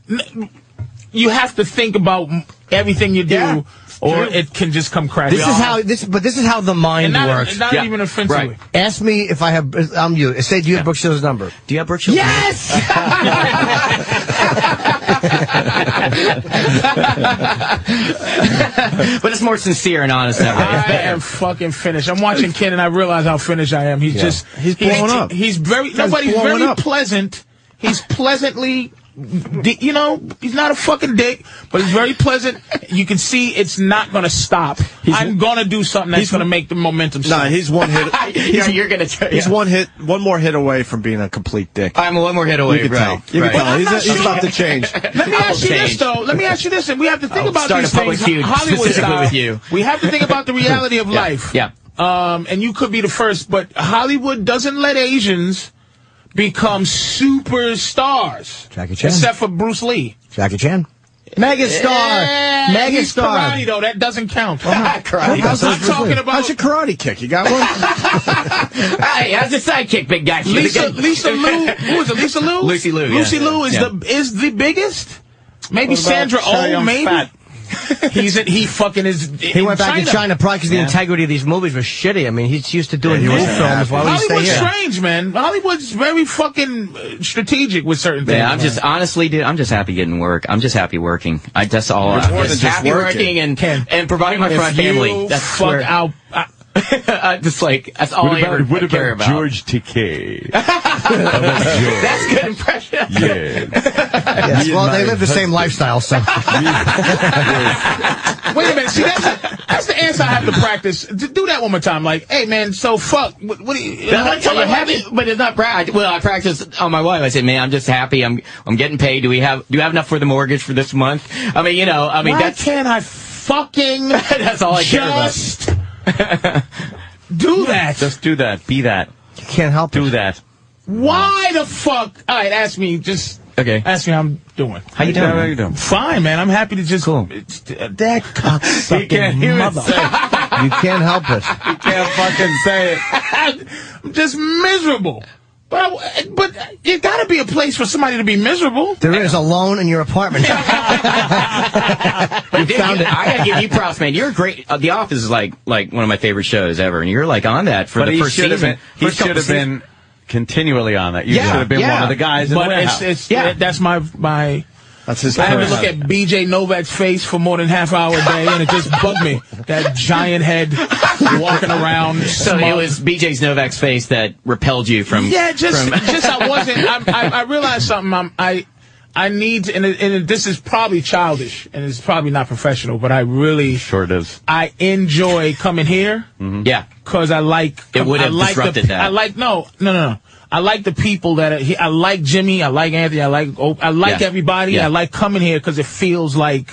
D: you have to think about everything you do
B: Yeah.
D: or it can just come crashing.
B: This is how this, but this is how the
D: and
B: mind
D: not,
B: works.
D: and not
H: Yeah.
D: even offensively.
H: Right.
B: Ask me if I have. I'm you. Say, "Do you have Brooke Shields' number?"
H: Do you have Brooke Shields?
B: Yes.
H: but it's more sincere and honest that way.
D: I am fucking finished. I'm watching Ken and I realize how finished I am. He's just
A: He's blowing up.
D: He's very nobody's
A: blowing
D: very
A: up.
D: pleasant. He's pleasantly di- you know, he's not a fucking dick, but he's very pleasant. You can see it's not going to stop. I'm going to do something that's
A: he's-
D: going to make the momentum
A: Nah,
D: stop.
A: he's one
D: [laughs]
A: hit.
H: yeah, you're gonna. Tell,
A: He's
H: yeah.
A: one hit, one more hit away from being a complete dick.
H: I'm one more hit away,
A: you can
H: right?
A: tell. You
H: right.
A: can tell. He's,
H: [laughs]
D: not
A: he's
D: sure.
A: about to change.
D: [laughs] Let me
H: I'll
D: ask you this
H: change.
D: though. Let me ask you this, and we have to think
H: I'll
D: about
H: start
D: these
H: a public
D: things
H: feud
D: Hollywood
H: specifically
D: style.
H: with you.
D: We have to think
H: [laughs]
D: about the reality of life.
H: yeah.
D: Um, and you could be the first, but Hollywood doesn't let Asians become superstars.
B: Jackie Chan.
D: except for Bruce Lee.
B: Jackie Chan. Megastar.
D: Yeah, he's karate
B: Megastar.
D: though. That doesn't
H: [laughs]
D: count.
A: Hey,
D: I'm talking about
A: How's your karate kick? You got
D: [laughs]
A: one?
H: Hey, how's the sidekick, big guy?
D: Lisa. Lisa
H: [laughs]
D: Liu. Who is it? Lisa Liu.
H: Lucy Liu, yeah.
D: Lucy Liu is
H: Yeah.
D: the is the biggest. Maybe
A: What about
D: Sandra
A: Cherry
D: Oh.
A: on
D: Maybe. [laughs] He's in, he fucking is.
B: He went back to China probably because the integrity of these movies was shitty. I mean, he's used to doing
A: Yeah, he
B: new
A: wasn't
B: films. Why would he stay
D: Hollywood's
B: here?
D: strange, man. Hollywood's very fucking uh, strategic with certain things.
H: Man, I'm just honestly, dude. I'm just happy getting work. I'm just happy working. I that's all. I'm
A: more than
H: just
A: just
H: happy
A: working.
H: working [laughs] and
D: Ken,
H: and providing my
D: if
H: front family.
D: you
H: That's
D: fuck
H: where,
D: out. I,
H: I just like that's all I ever care about.
E: Takei?
H: [laughs] That's good impression.
B: [laughs]
E: Yeah.
B: Yes,
E: Me
B: well,
E: and
B: they
E: my
H: [laughs]
B: live the same lifestyle, so.
D: wait a minute. See, that's, that's the answer I have to practice. D- Do that one more time. Like, hey man, so fuck. What, what do you?
H: That's
D: I
H: what I tell you, happy, but it's not pra- Well, I practiced on my wife. I said, "Man, I'm just happy. I'm I'm getting paid. Do we have Do you have enough for the mortgage for this month? I mean, you know, I mean,
D: Why
H: that's
D: can't I
H: [laughs]
D: fucking?
H: that's all I care about.
D: just do that.
E: Just do that. Be that.
B: You can't help
E: Do that.
D: Why the fuck? All right, ask me. Just
E: Okay.
D: ask me how I'm doing.
E: How you doing? How you doing?
D: Fine, man. I'm happy to just. Cool. That cocksucking mother.
C: [laughs]
B: you can't help it.
E: You can't fucking say it.
D: [laughs] I'm just miserable. But I, but you got to be a place for somebody to be miserable.
B: There is a loan in your apartment.
H: You found it. I gotta give you props, man. You're great. Uh, the Office is like like one of my favorite shows ever, and you're like on that for
E: But
H: the
E: he
H: first
E: should have
H: season.
E: been- he
H: First couple
E: should have been
H: seasons.
E: Continually on that. You
H: Yeah,
E: should have been
H: yeah.
E: one of the guys in
D: but
E: the
D: it's,
E: warehouse.
D: it's yeah. that's my my.
A: That's his.
D: I had to
A: curse.
D: look at BJ Novak's face for more than half hour a day, and it just bugged me. That giant head walking
E: [laughs]
D: around.
H: So it
D: smug.
H: was BJ's Novak's face that repelled you from.
D: yeah,
H: [laughs]
D: just
H: from-
D: just I wasn't. I, I, I realized something. I'm, I I need to- and, it- and it- this is probably childish and it's probably not professional, but I really
E: sure it is. Mm-hmm.
D: I enjoy coming here
H: Yeah.
D: because I like
H: It would
D: I
H: have
D: like
H: disrupted
D: the,
H: that.
D: I like no no no no. I like the people that are here. I like Jimmy. I like Anthony. I like oh, I like
H: Yeah.
D: everybody.
H: Yeah.
D: I like coming here because it feels like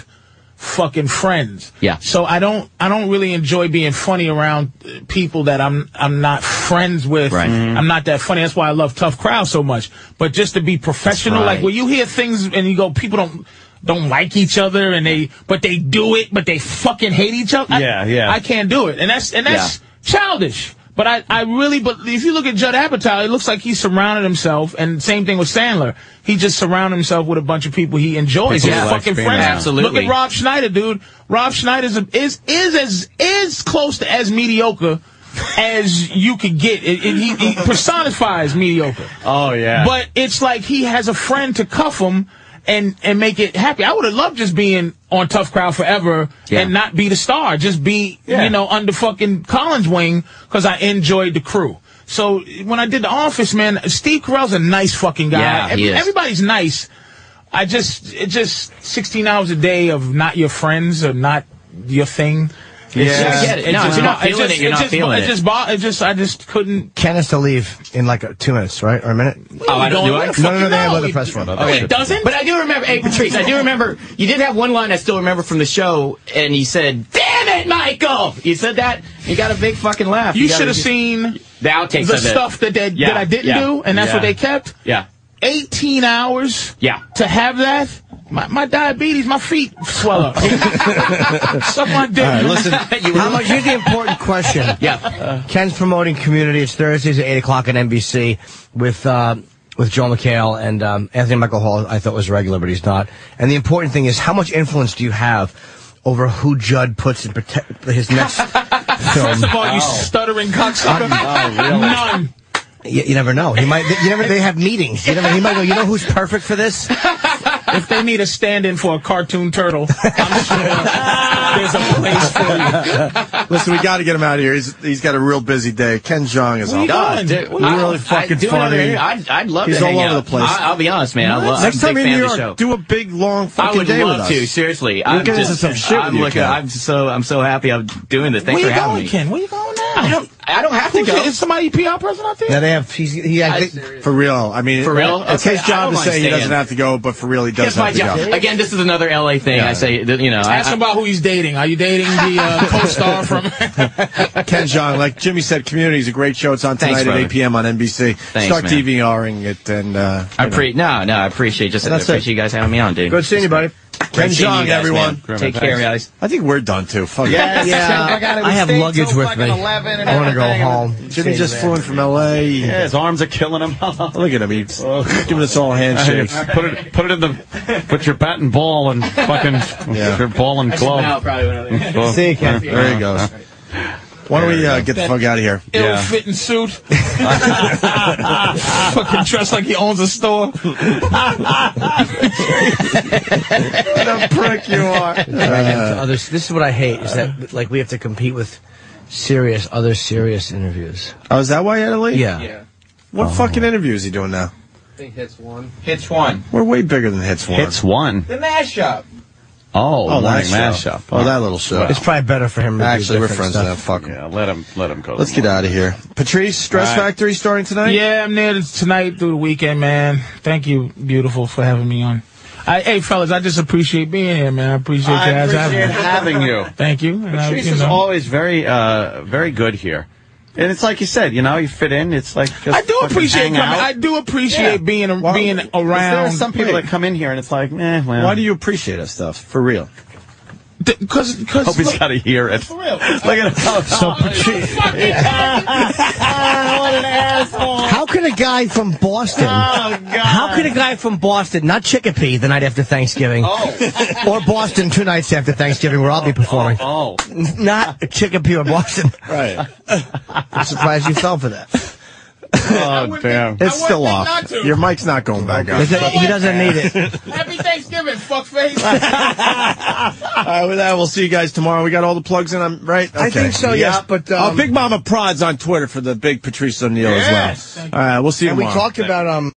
D: fucking friends.
H: Yeah.
D: So I don't I don't really enjoy being funny around uh, people that I'm I'm not friends with. Mm-hmm.
H: Right. Mhm.
D: I'm not that funny. That's why I love tough crowds so much. But just to be professional,
H: right.
D: like when you hear things and you go, people don't don't like each other and they but they do it, but they fucking hate each other. I-
E: Yeah, yeah.
D: I can't do it, and that's and that's childish. But I, I really, but if you look at Judd Apatow, it looks like he surrounded himself, and same thing with Sandler. He just surrounded himself with a bunch of people he enjoys.
H: People
D: He's
H: he likes
D: fucking
H: being
D: friends.
H: around. Absolutely.
D: Look at Rob Schneider, dude. Rob Schneider's a, is is as is close to as mediocre as you could get. It, it- he, he personifies mediocre.
E: Oh yeah.
D: But it's like he has a friend to cuff him and and make it happy. I would have loved just being on Tough Crowd forever
H: Yeah.
D: and not be the star, just be
E: Yeah.
D: you know under fucking Collins wing because I enjoyed the crew. So when I did The Office, man, Steve Carell's a nice fucking guy.
H: Yeah, he
D: Every-
H: is.
D: Everybody's nice. I just it just 16 hours a day of not your friends or not your thing.
E: Yeah.
H: I get it. No, if you're not feeling it, you're not
D: just,
H: feeling
D: it.
H: it.
D: Just, bo- it just, I just couldn't.
B: Ken has to leave in like uh, two minutes, right? Or a minute?
H: Oh, I don't do I?
B: No, no, no, they have other press for
D: Oh, it doesn't.
H: But I do remember, hey Patrice, I do remember you did have one line I still remember from the show, and you said, "Damn it, Michael!" You said that. You got a big fucking laugh.
D: You
H: got
D: should
H: a-
D: have seen
H: the outtakes
D: the
H: of it.
D: stuff that they,
H: Yeah,
D: that I didn't
H: yeah,
D: do, and that's
E: yeah.
D: what they kept.
H: Yeah.
D: 18 hours.
H: Yeah.
D: To have that, my, my diabetes, my feet swell up. Suck my dick. [laughs]
B: listen, how much, here's the important question. Uh,
H: Yeah.
B: Ken's promoting Community. It's Thursdays at 8 o'clock on NBC with uh, with Joel McHale and um, Anthony Michael Hall, I thought was regular, but he's not. And the important thing is, how much influence do you have over who Judd puts in prote- his
D: [laughs]
B: next film?
D: First of all, you
H: Oh.
D: stuttering cocksucker. [laughs] None.
B: Oh, You, you never know. He might. You never. They have meetings. You never. He might go. You know who's perfect for this?
D: [laughs] If they need a stand-in for a
B: [laughs]
D: cartoon turtle, I'm sure [laughs] there's a place for you.
A: Listen,
H: [laughs]
A: we got to get him out of here. He's he's got a real busy day. Ken Jong is
D: Where
A: on.
D: you going? Where you
H: I-
A: really
H: I-
A: fucking
H: do another
A: funny.
H: interview. I'd, I'd love
A: He's
H: to
A: all
H: hang
A: over
H: out.
A: the place.
H: I, will be honest, man. I love,
A: Next
H: I'm a
A: time
H: big
A: you're in New
H: fan of the show.
A: York, do a big long
H: I
A: fucking
H: would
A: day
H: love
A: with
H: to.
A: us.
H: Seriously,
A: We'll
H: I'm
A: get into
H: just
A: some shit
H: I'm
A: with you,
H: looking.
A: Ken.
H: I'm so I'm so happy I'm doing this. Thanks
D: Where
H: for
D: you
H: having
D: going,
H: me.
D: Ken? Where you going now?
H: I don't. I don't have to
D: Who's
H: go.
D: it? Is somebody PR person out there?
B: Now they have. He's, he, I think,
A: For real. I mean,
H: For real?
A: It's
H: Okay,
A: his
H: I
A: job
H: don't
A: to
H: mind
A: say he
H: staying.
A: doesn't have to go, but for real, he does
H: It's my
A: have to
H: job.
A: go.
H: Again, this is another LA thing. I say, that, you know, I,
D: Ask him about who he's dating. Are you dating the uh,
B: [laughs]
D: co-star from?
A: Ken Jong, like Jimmy said, Community is a great show. It's on
H: Thanks,
A: tonight at
H: brother.
A: 8 p.m. on NBC.
H: Thanks,
A: Start
H: man.
A: DVRing it, and uh,
H: I, I
A: you know.
H: pre- no, no, I appreciate just I
A: That's it.
H: appreciate you guys having me on, dude.
B: good seeing you, buddy.
A: Ken
H: Great seeing
A: Jong,
H: you guys,
A: everyone.
H: man. Take care, guys.
A: I think we're done too. Fuck it.
B: Yeah, I have luggage with me. I want to go home.
A: Jimmy just flew in from L.A.
E: Yeah, his arms are killing him. [laughs] Oh.
A: Look at him. He's giving us all handshakes.
E: put it, put it in the, put your bat and ball and fucking
A: Yeah.
E: your ball and glove. Oh. Well,
B: See you, Ken.
A: There he goes. Why don't we uh, get the fuck out of here?
D: ill-fitting suit. Fucking dressed like he owns a store.
A: What a prick you
B: [laughs]
A: are.
B: uh,
D: [laughs]
B: others, this is what I hate is that like we have to compete with serious other serious interviews.
A: Oh, is that why you had to leave?
B: Yeah.
A: What fucking interview is he doing now?
G: I think hits one.
A: We're way bigger than Hits One.
E: Hits one.
G: The mashup.
E: Oh,
A: Oh, that
E: morning
A: show.
E: mashup.
A: Oh, that little show. It's probably better for him to do
E: Actually, we're
A: different
E: friends
A: stuff.
E: now. Fuck him. Yeah, let him. Let him go.
A: Let's get out of here. Patrice, Stress
D: All right.
A: Factory starting [laughs] tonight?
D: Yeah, I'm there tonight through the weekend, man. Thank you, beautiful, for having me on. I, hey, fellas, I just appreciate being here, man. I appreciate
E: I
D: you guys
E: appreciate
D: having,
E: having
D: me.
E: you.
D: Thank you. And I,
E: Patrice
D: you
E: is
D: know.
E: always very, uh, very good here, and it's like you said. You know, you fit in. It's like just
D: I do
E: fucking
D: appreciate
E: hang
D: coming.
E: out.
D: I do appreciate
E: Yeah.
D: being
E: Well,
D: being
E: 'cause
D: around.
E: There are some people that come in here and it's like, eh, well.
A: Why do you appreciate us stuff? For real.
D: Because, because.
E: Hope he's got to hear it. For real. Look at
A: [laughs]
E: him.
A: So Patrice.
E: what an asshole.
B: How could a guy from Boston?
E: Oh,
B: How could a guy from Boston, not Chicopee, the night after Thanksgiving, or Boston two nights after Thanksgiving, where I'll be performing?
E: Oh,
B: not Chicopee or Boston. Right. [laughs] I'm surprised you fell for that.
A: Oh, damn. It's still
D: think
A: off.
D: not to.
A: Your mic's not going back up.
B: Is it- he doesn't need it.
D: Happy Thanksgiving, fuckface.
A: [laughs]
E: [laughs]
A: All right, with that, we'll see you guys tomorrow. We got all the plugs in, I'm right?
D: I think so, yes,
A: Yep.
D: but,
A: Oh,
D: um,
A: Big Mama Prod's on Twitter for the big Patrice O'Neill
B: Yes.
A: as well. All right, we'll see you
B: and we
A: tomorrow.
B: talked about um.